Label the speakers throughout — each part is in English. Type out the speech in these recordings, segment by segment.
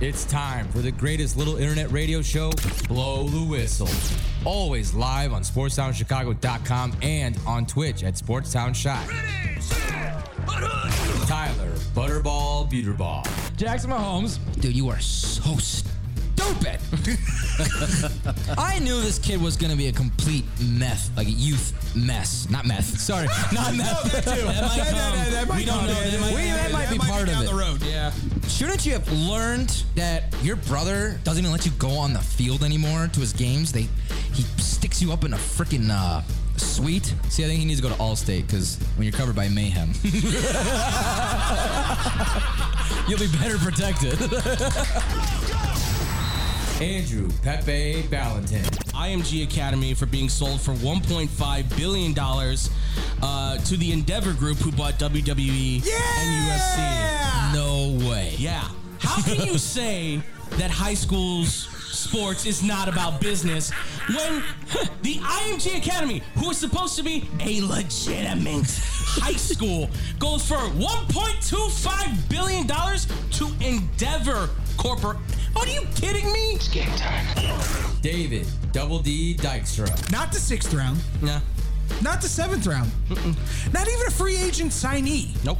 Speaker 1: It's time for the greatest little internet radio show, Blow the Whistle. Always live on SportsTownChicago.com and on Twitch at SportsTown Shot. Tyler Butterball Buterball. Jackson Mahomes. Dude, you are so stupid. I knew this kid was going to be a complete meth, like a youth mess. Not meth. Sorry, not meth.
Speaker 2: that too.
Speaker 1: might
Speaker 2: That- that-
Speaker 1: come.
Speaker 2: that- that might
Speaker 1: we don't
Speaker 2: come.
Speaker 1: know.
Speaker 2: Yeah,
Speaker 1: That
Speaker 2: that
Speaker 1: might,
Speaker 2: might-
Speaker 1: that might
Speaker 2: that
Speaker 1: be
Speaker 2: might be
Speaker 1: part of
Speaker 2: down
Speaker 1: it.
Speaker 2: the road,
Speaker 1: yeah. Shouldn't you have learned that your brother doesn't even let you go on the field anymore to his games? They he sticks you up in a freaking uh, suite. See, I think he needs to go to Allstate because when you're covered by mayhem, you'll be better protected. Andrew Pepe Ballantin.
Speaker 2: IMG Academy for being sold for 1.5 billion dollars uh, to the Endeavor Group, who bought E WWE and UFC.
Speaker 1: No way.
Speaker 2: Yeah. How can you say that high school's sports is not about business when the IMG Academy, who is supposed to be a legitimate high school, goes for 1.25 billion dollars to Endeavor Corporate? Are you kidding me?
Speaker 1: David Double D Dykstra.
Speaker 3: Not the sixth round.
Speaker 2: Nah.
Speaker 3: Not the seventh round. Not even a free agent signee.
Speaker 2: Nope.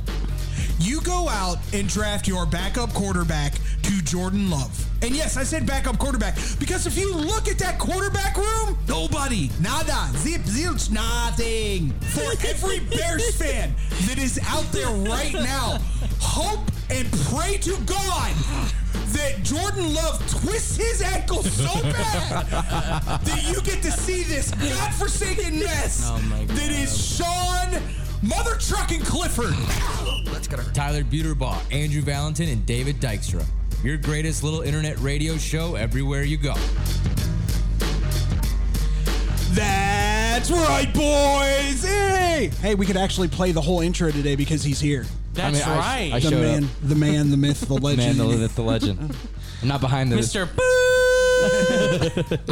Speaker 3: You go out and draft your backup quarterback to Jordan Love. And yes, I said backup quarterback because if you look at that quarterback room, nobody, nada, zip, zilch, nothing. For every Bears fan that is out there right now, hope and pray to God that Jordan Love twists his ankle so bad that you get to see this godforsaken mess
Speaker 2: Oh my
Speaker 3: that is Sean Mother Trucking Clifford.
Speaker 1: Tyler Buterbaugh, Andrew Valentin, and David Dykstra. Your greatest little internet radio show everywhere you go.
Speaker 3: That's right, boys! Hey! Hey, we could actually play the whole intro today because he's here.
Speaker 2: That's
Speaker 4: mean, I-
Speaker 2: right.
Speaker 4: I
Speaker 3: The
Speaker 4: showed
Speaker 3: man,
Speaker 4: up.
Speaker 3: the man, the myth, the legend.
Speaker 4: Man, the, the, the legend. I'm not behind this.
Speaker 2: Mr.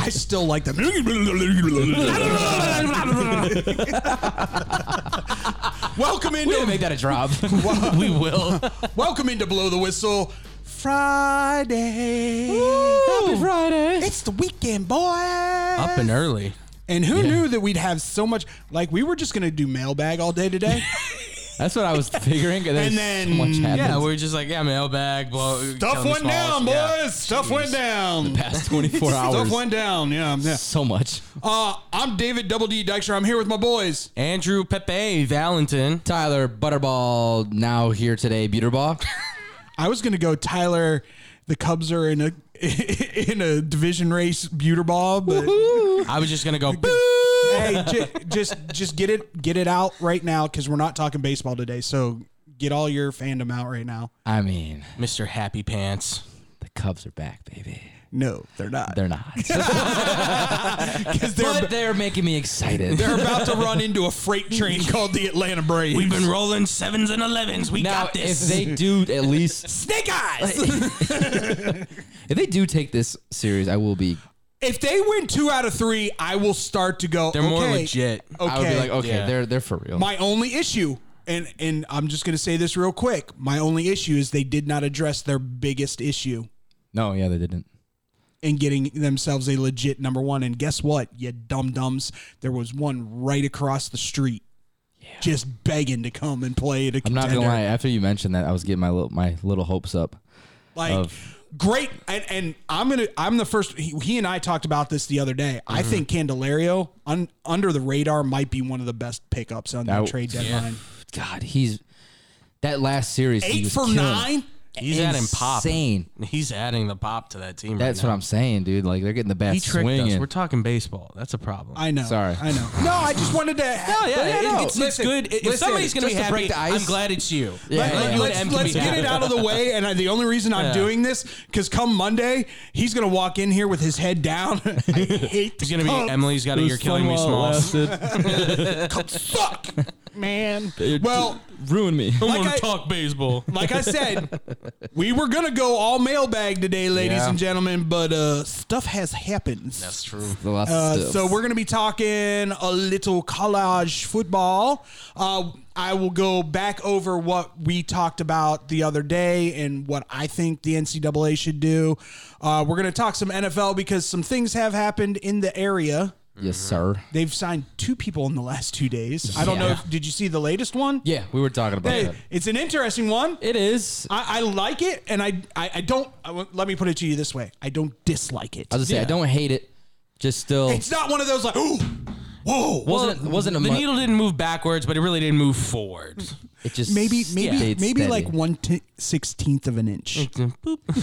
Speaker 3: I still like them. welcome
Speaker 4: We didn't make
Speaker 3: into
Speaker 4: that a drop.
Speaker 2: we will.
Speaker 3: welcome into blow the whistle Friday. Happy Friday! It's the weekend, boy. Up
Speaker 2: early.
Speaker 3: and who knew that we'd have so much? Like we were just gonna do mailbag all day today.
Speaker 4: That's what I was figuring. And then,
Speaker 3: And then-
Speaker 4: so much happened.
Speaker 2: Yeah, we were just like, yeah, mailbag. Well,
Speaker 3: Stuff went down, boys. Stuff went down.
Speaker 4: Past 24
Speaker 3: Stuff
Speaker 4: hours.
Speaker 3: went down. Yeah, yeah.
Speaker 4: So much.
Speaker 3: Uh, I'm David Double D Dykstra. I'm here with my boys.
Speaker 2: Andrew Pepe Valentin.
Speaker 4: Tyler Butterball now here today. Buterbaugh.
Speaker 3: I was gonna go Tyler. The Cubs are in a in a division race buterball, but
Speaker 2: I was just gonna go.
Speaker 3: hey, j- just just get it get it out right now because we're not talking baseball today. So get all your fandom out right now.
Speaker 4: I mean,
Speaker 2: Mr. Happy Pants.
Speaker 4: the Cubs are back, baby.
Speaker 3: No, they're not.
Speaker 4: They're not.
Speaker 3: 'Cause they're
Speaker 4: but they're making me excited.
Speaker 3: they're about to run into a freight train called the Atlanta Braves.
Speaker 2: We've been rolling sevens and elevens. We
Speaker 4: Now,
Speaker 2: got
Speaker 4: if
Speaker 2: this.
Speaker 4: they do at least,
Speaker 3: snake eyes.
Speaker 4: if they do take this series, I will be.
Speaker 3: if they win two out of three, I will start to go.
Speaker 2: They're more
Speaker 3: okay,
Speaker 2: legit.
Speaker 3: Okay.
Speaker 4: I would be like, okay,
Speaker 2: Yeah.
Speaker 4: they're they're for real.
Speaker 3: My only issue, and and I'm just gonna say this real quick. My only issue is they did not address their biggest issue
Speaker 4: no, yeah, they didn't.
Speaker 3: in getting themselves a legit number one. And guess what, you dum dums, there was one right across the street, just begging to come and play at a
Speaker 4: I'm not
Speaker 3: contender.
Speaker 4: gonna lie. After you mentioned that, I was getting my little my little hopes up.
Speaker 3: Like great, and and I'm gonna I'm the first. He, he and I talked about this the other day. I
Speaker 4: Mm-hmm.
Speaker 3: think Candelario un, under the radar might be one of the best pickups on the
Speaker 4: That-
Speaker 3: trade deadline.
Speaker 4: God, he's that last series. he
Speaker 3: Eight
Speaker 4: was
Speaker 3: for
Speaker 4: killing.
Speaker 3: nine.
Speaker 2: He's adding pop.
Speaker 4: Insane.
Speaker 2: He's adding the pop to that team.
Speaker 4: That's
Speaker 2: right
Speaker 4: what I'm saying, dude. Like they're getting the
Speaker 2: now.
Speaker 4: best
Speaker 2: He tricked
Speaker 4: swing.
Speaker 2: us.
Speaker 4: in.
Speaker 2: We're talking baseball. That's a problem.
Speaker 3: I know.
Speaker 4: Sorry.
Speaker 3: I know. No, I just wanted to. no,
Speaker 2: it- it's, it's good. If somebody's gonna be
Speaker 4: just to
Speaker 2: happy,
Speaker 4: break the ice.
Speaker 2: I'm glad it's you.
Speaker 4: Yeah,
Speaker 2: Let-
Speaker 4: yeah,
Speaker 2: let
Speaker 4: yeah.
Speaker 2: you and
Speaker 3: Let's,
Speaker 2: M can
Speaker 3: let's
Speaker 2: be
Speaker 3: get
Speaker 2: happy.
Speaker 3: it out of the way. And I, the only reason I'm
Speaker 2: Yeah.
Speaker 3: doing this because come Monday he's gonna walk in here with his head down. I hate.
Speaker 2: He's gonna be.
Speaker 3: Cubs.
Speaker 2: Emily's got a. You're killing me, Smalls.
Speaker 3: Cubs suck, man. Well,
Speaker 4: ruin me.
Speaker 2: I
Speaker 3: Like
Speaker 2: wanna
Speaker 3: I-
Speaker 2: talk baseball.
Speaker 3: like I said, we were gonna go all mailbag today, ladies
Speaker 2: Yeah.
Speaker 3: and gentlemen, but uh, stuff has happened.
Speaker 2: That's true.
Speaker 4: The last
Speaker 3: Uh,
Speaker 4: steps.
Speaker 3: so we're going to be talking a little college football. Uh, I will go back over what we talked about the other day and what I think the NCAA should do. Uh, we're going to talk some NFL because some things have happened in the area.
Speaker 1: Yes, sir.
Speaker 3: They've signed two people in the last two days. I don't know.
Speaker 1: Yeah.
Speaker 3: If, did you see the latest one?
Speaker 1: Yeah, we were talking about
Speaker 3: Hey,
Speaker 1: that.
Speaker 3: it's an interesting one.
Speaker 1: It is. I
Speaker 3: I, I like it, and I I, I don't. I w let me put it to you this way: I don't dislike it.
Speaker 1: was gonna say I don't hate it. Just still
Speaker 3: It's not one of those like, ooh, whoa.
Speaker 1: wasn't wasn't a
Speaker 2: the
Speaker 1: mu-
Speaker 2: needle didn't move backwards, but it really didn't move forward.
Speaker 1: It just
Speaker 3: maybe maybe
Speaker 1: stayed
Speaker 3: maybe
Speaker 1: steady.
Speaker 3: like one t- sixteenth of an inch.
Speaker 2: Mm-hmm.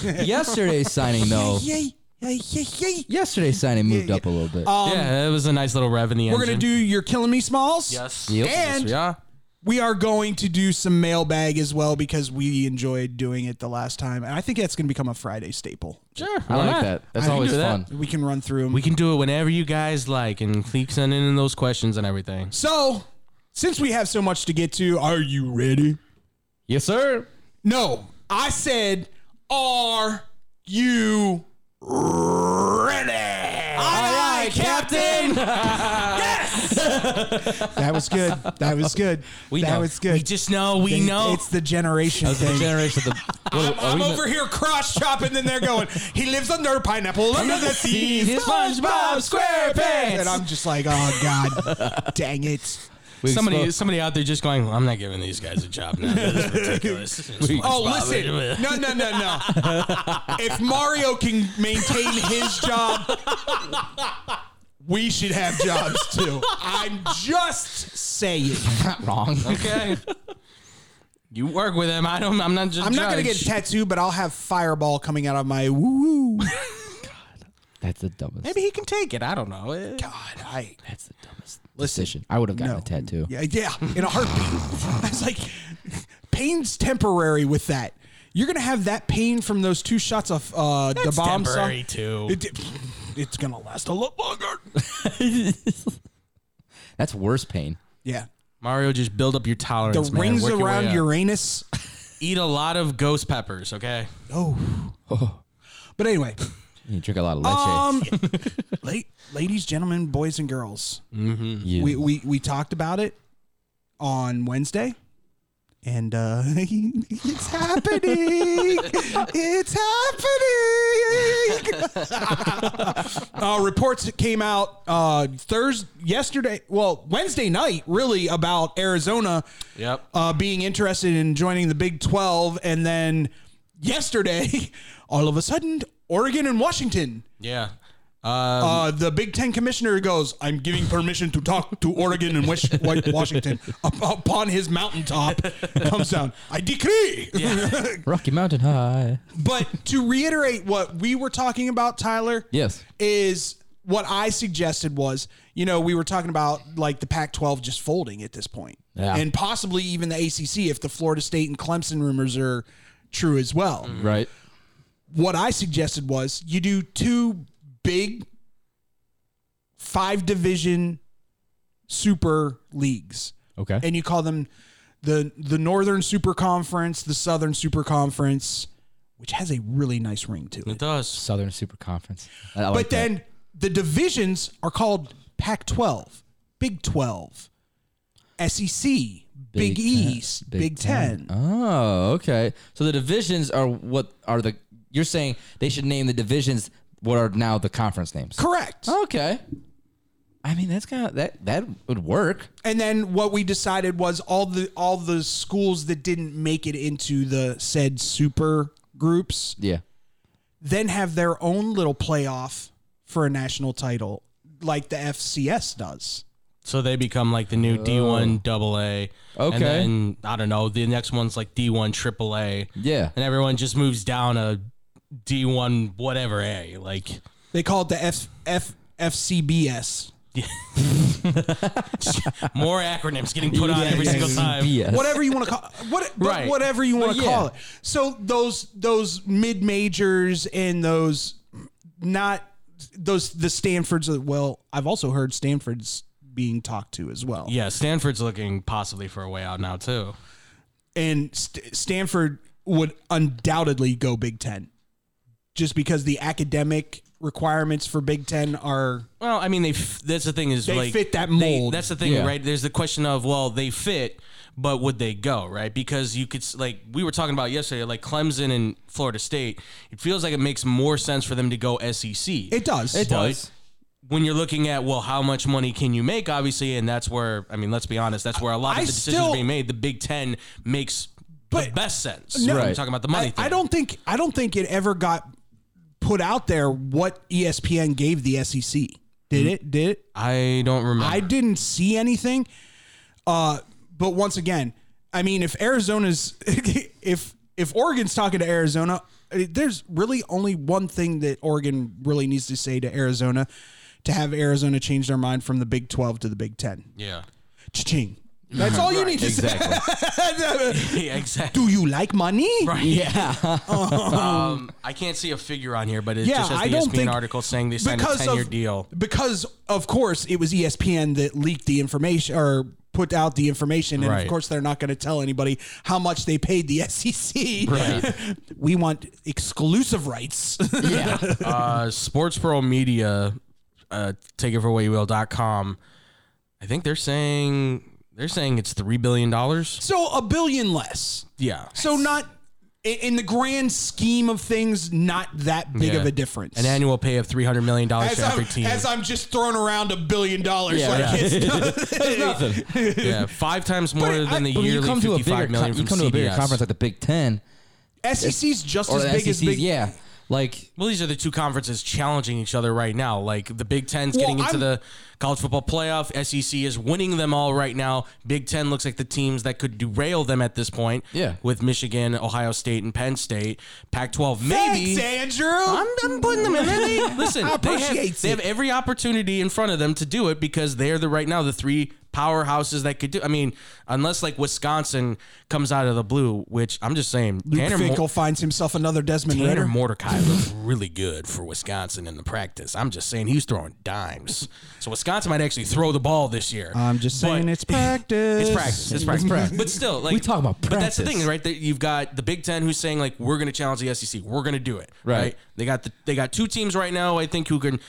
Speaker 1: yesterday's signing
Speaker 2: Oh.
Speaker 1: though.
Speaker 3: Yay, yay, yay, yay.
Speaker 1: Yesterday's signing moved up a little
Speaker 3: Uh,
Speaker 1: bit.
Speaker 2: yeah, it was a nice little revenue.
Speaker 3: We're gonna do your killing me smalls.
Speaker 2: Yes.
Speaker 1: Yep.
Speaker 3: And
Speaker 2: Yeah.
Speaker 3: we are going to do some mailbag as well because we enjoyed doing it the last time, and I think that's gonna become a Friday staple.
Speaker 2: Sure.
Speaker 1: I
Speaker 2: why
Speaker 1: like
Speaker 2: not?
Speaker 1: that. That's
Speaker 2: We can
Speaker 1: always
Speaker 2: do that.
Speaker 1: fun.
Speaker 3: We can run through them.
Speaker 2: We can do it whenever you guys like and keep sending in those questions and everything.
Speaker 3: so, since we have so much to get to, are you ready?
Speaker 1: Yes, sir.
Speaker 3: No, I said, are you ready? All right, That was good. That was good.
Speaker 2: We
Speaker 3: that
Speaker 2: know.
Speaker 3: was good.
Speaker 2: We just know. We
Speaker 3: It's-
Speaker 2: know.
Speaker 3: It's the generation thing.
Speaker 1: Generation of the.
Speaker 3: I'm, I'm over here cross chopping, and they're going, he lives under a pineapple under the sea.
Speaker 2: He's SpongeBob SquarePants.
Speaker 3: And I'm just like, oh, God, dang it.
Speaker 1: We
Speaker 2: somebody,
Speaker 1: expo-
Speaker 2: somebody out there just going, "Well, I'm not giving these guys a job now. This is ridiculous.
Speaker 3: Oh, listen. No, no, no, no. If Mario can maintain his job, we should have jobs too. I'm just saying.
Speaker 1: not wrong.
Speaker 2: okay. You work with him. I don't. I'm not just.
Speaker 3: I'm not going to get
Speaker 2: judge.
Speaker 3: tattooed, but I'll have fireball coming out of my woo woo.
Speaker 1: That's the dumbest.
Speaker 2: Maybe he can take it. I don't know. Eh,
Speaker 3: God, I.
Speaker 1: That's the dumbest decision. I would have gotten
Speaker 3: no.
Speaker 1: a tattoo.
Speaker 3: Yeah, yeah, in a heartbeat. I was like, pain's temporary with that. You're gonna have that pain from those two shots of uh, the
Speaker 2: It's
Speaker 3: bomb. song.
Speaker 2: temporary too.
Speaker 3: It, it's gonna last a lot longer.
Speaker 1: That's worse pain.
Speaker 3: Yeah,
Speaker 2: Mario, just build up your tolerance.
Speaker 3: the
Speaker 2: man.
Speaker 3: rings
Speaker 2: Work your way
Speaker 3: around
Speaker 2: up.
Speaker 3: Uranus.
Speaker 2: Eat a lot of ghost peppers. Okay.
Speaker 3: Oh. But anyway,
Speaker 1: You drink a lot of leche.
Speaker 3: um, la- ladies, gentlemen, boys, and girls,
Speaker 1: You-
Speaker 3: we, we we talked about it on Wednesday, and uh, it's happening. it's happening. uh, reports that came out uh, Thursday, yesterday, well, Wednesday night, really about Arizona
Speaker 2: Yep.
Speaker 3: uh, being interested in joining the Big 12. And then yesterday, all of a sudden, Oregon and Washington.
Speaker 2: yeah. Uh,
Speaker 3: Uh, the Big Ten commissioner goes, I'm giving permission to talk to Oregon and Wish- Wa- Washington up, upon his mountaintop. Comes down, I decree.
Speaker 1: Rocky Mountain High.
Speaker 3: but to reiterate what we were talking about, Tyler,
Speaker 1: Yes.
Speaker 3: is what I suggested was, you know, we were talking about like the Pac 12 just folding at this point.
Speaker 1: Yeah.
Speaker 3: And possibly even the ACC if the Florida State and Clemson rumors are true as well.
Speaker 1: Right.
Speaker 3: What I suggested was you do two big five division super leagues
Speaker 1: Okay.
Speaker 3: and you call them the the Northern Super Conference, the Southern Super Conference, which has a really nice ring to it.
Speaker 2: it does.
Speaker 1: Southern Super Conference. I like
Speaker 3: But
Speaker 1: that.
Speaker 3: then the divisions are called Pac 12, Big 12, SEC, Big,
Speaker 1: Ten-
Speaker 3: East, Big, 10.
Speaker 1: Oh, okay. So the divisions are what are the you're saying they should name the divisions what are now the conference names.
Speaker 3: Correct.
Speaker 1: Okay. I mean that's kind of that that would work.
Speaker 3: And then what we decided was all the all the schools that didn't make it into the said super groups
Speaker 1: Yeah.
Speaker 3: then have their own little playoff for a national title like the FCS does.
Speaker 2: So they become like the new
Speaker 3: Oh.
Speaker 2: D1 double A.
Speaker 1: Okay.
Speaker 2: And then I don't know. The next one's like D1 triple A.
Speaker 1: Yeah.
Speaker 2: And everyone just moves down a D1 whatever A. Like
Speaker 3: They call it the F, F, FCBS.
Speaker 2: more acronyms getting put on every
Speaker 3: yeah,
Speaker 2: single
Speaker 3: yeah.
Speaker 2: time.
Speaker 1: BS.
Speaker 3: whatever you want to call what but
Speaker 2: Right.
Speaker 3: whatever you want
Speaker 1: But
Speaker 3: to
Speaker 1: yeah.
Speaker 3: call it. So those those mid majors and those not those the Stanfords. of- Well, I've also heard Stanford's being talked to as well.
Speaker 2: Yeah, Stanford's looking possibly for a way out now too.
Speaker 3: and St- Stanford would undoubtedly go Big Ten, just because the academic requirements for Big Ten are.
Speaker 2: Well, I mean, they. F- that's the thing is
Speaker 3: They
Speaker 2: like
Speaker 3: fit that
Speaker 2: they-
Speaker 3: mold.
Speaker 2: that's the thing,
Speaker 1: Yeah.
Speaker 2: right? There's the question of well, they fit, but would they go right? Because you could s- like we were talking about yesterday, like Clemson and Florida State. It feels like it makes more sense for them to go E SEC.
Speaker 3: It does.
Speaker 1: It does.
Speaker 2: when you're looking at well, how much money can you make? Obviously, and that's where I mean, let's be honest, that's where a lot of
Speaker 3: I
Speaker 2: the decisions
Speaker 3: still-
Speaker 2: are being made. The Big Ten makes the
Speaker 3: But-
Speaker 2: best sense.
Speaker 3: No.
Speaker 2: when you're
Speaker 1: Right.
Speaker 2: talking about the money.
Speaker 3: I,
Speaker 2: thing.
Speaker 3: I don't think I don't think it ever got put out there what E ESPN gave the SEC. Did it? Did it?
Speaker 2: I don't remember.
Speaker 3: I didn't see anything. Uh, but once again, I mean, if Arizona's if if Oregon's talking to Arizona, eh, there's really only one thing that Oregon really needs to say to Arizona to have Arizona change their mind from the Big Twelve to the Big Ten.
Speaker 2: yeah.
Speaker 3: Cha-ching. That's all you need to
Speaker 1: Exactly.
Speaker 3: say.
Speaker 2: Yeah, exactly.
Speaker 3: Do you like money?
Speaker 2: Right.
Speaker 1: yeah.
Speaker 2: Um, I can't see a figure on here, but it
Speaker 3: Yeah,
Speaker 2: just has the E
Speaker 3: I don't
Speaker 2: ESPN
Speaker 3: think-
Speaker 2: article saying they signed a
Speaker 3: because
Speaker 2: ten-year
Speaker 3: of
Speaker 2: deal.
Speaker 3: Because of course it was E ESPN that leaked the information or put out the information, and
Speaker 2: Right.
Speaker 3: of course they're not going to tell anybody how much they paid the SEC. we want exclusive rights.
Speaker 1: Yeah.
Speaker 2: Uh, Sports Pro Media, uh, take it for what you will. dot com. I think they're saying they're saying it's three billion dollars.
Speaker 3: so a billion less.
Speaker 2: Yeah.
Speaker 3: So not i- in the grand scheme of things, not that big
Speaker 2: Yeah.
Speaker 3: of a difference.
Speaker 2: An annual pay of three hundred million dollars
Speaker 3: as
Speaker 2: for every
Speaker 3: I'm,
Speaker 2: team.
Speaker 3: as I'm just throwing around a billion dollars,
Speaker 1: Yeah,
Speaker 3: like
Speaker 1: yeah.
Speaker 3: it's not-
Speaker 1: Nothing.
Speaker 2: yeah, five times more
Speaker 3: I-
Speaker 2: than the
Speaker 1: But when you
Speaker 2: yearly
Speaker 1: come to a bigger
Speaker 2: fifty-five
Speaker 1: con-
Speaker 2: million
Speaker 1: you
Speaker 2: from
Speaker 1: come to a bigger
Speaker 2: CBS.
Speaker 1: conference like the Big Ten
Speaker 3: SEC's E just
Speaker 1: or
Speaker 3: as
Speaker 1: the
Speaker 3: big as
Speaker 2: E
Speaker 1: SEC's,
Speaker 3: big.
Speaker 1: yeah, like
Speaker 2: Well, these are the two conferences challenging each other right now. Like the Big Ten's
Speaker 3: Well,
Speaker 2: getting into
Speaker 3: I'm-
Speaker 2: the college football playoff. SEC is winning them all right now. Big Ten looks like the teams that could derail them at this point.
Speaker 1: Yeah.
Speaker 2: With Michigan, Ohio State, and Penn State. Pac 12, maybe.
Speaker 3: Thanks, Andrew.
Speaker 2: I'm, I'm putting them in there. They- Listen,
Speaker 3: I
Speaker 2: they, have,
Speaker 3: appreciate
Speaker 2: they
Speaker 3: it.
Speaker 2: have every opportunity in front of them to do it because they're the right now the three powerhouses that could do. I mean, unless like Wisconsin comes out of the blue, which I'm just saying,
Speaker 3: Luke
Speaker 2: Tanner Mo-
Speaker 3: Fickle finds himself another Desmond
Speaker 2: Tanner
Speaker 3: Ritter.
Speaker 2: Mordecai looked really good for Wisconsin in the practice. I'm just saying he was throwing dimes. So Wisconsin might actually throw the ball this year.
Speaker 3: I'm just
Speaker 2: But-
Speaker 3: saying it's practice.
Speaker 2: It's practice. It's practice.
Speaker 1: practice.
Speaker 2: But still, like
Speaker 1: We talk about
Speaker 2: But that's the
Speaker 1: practice.
Speaker 2: thing, right? That you've got the Big Ten who's saying like we're going to challenge the SEC. We're going to do it.
Speaker 1: Right.
Speaker 2: They got the they got two teams right now. I think who can.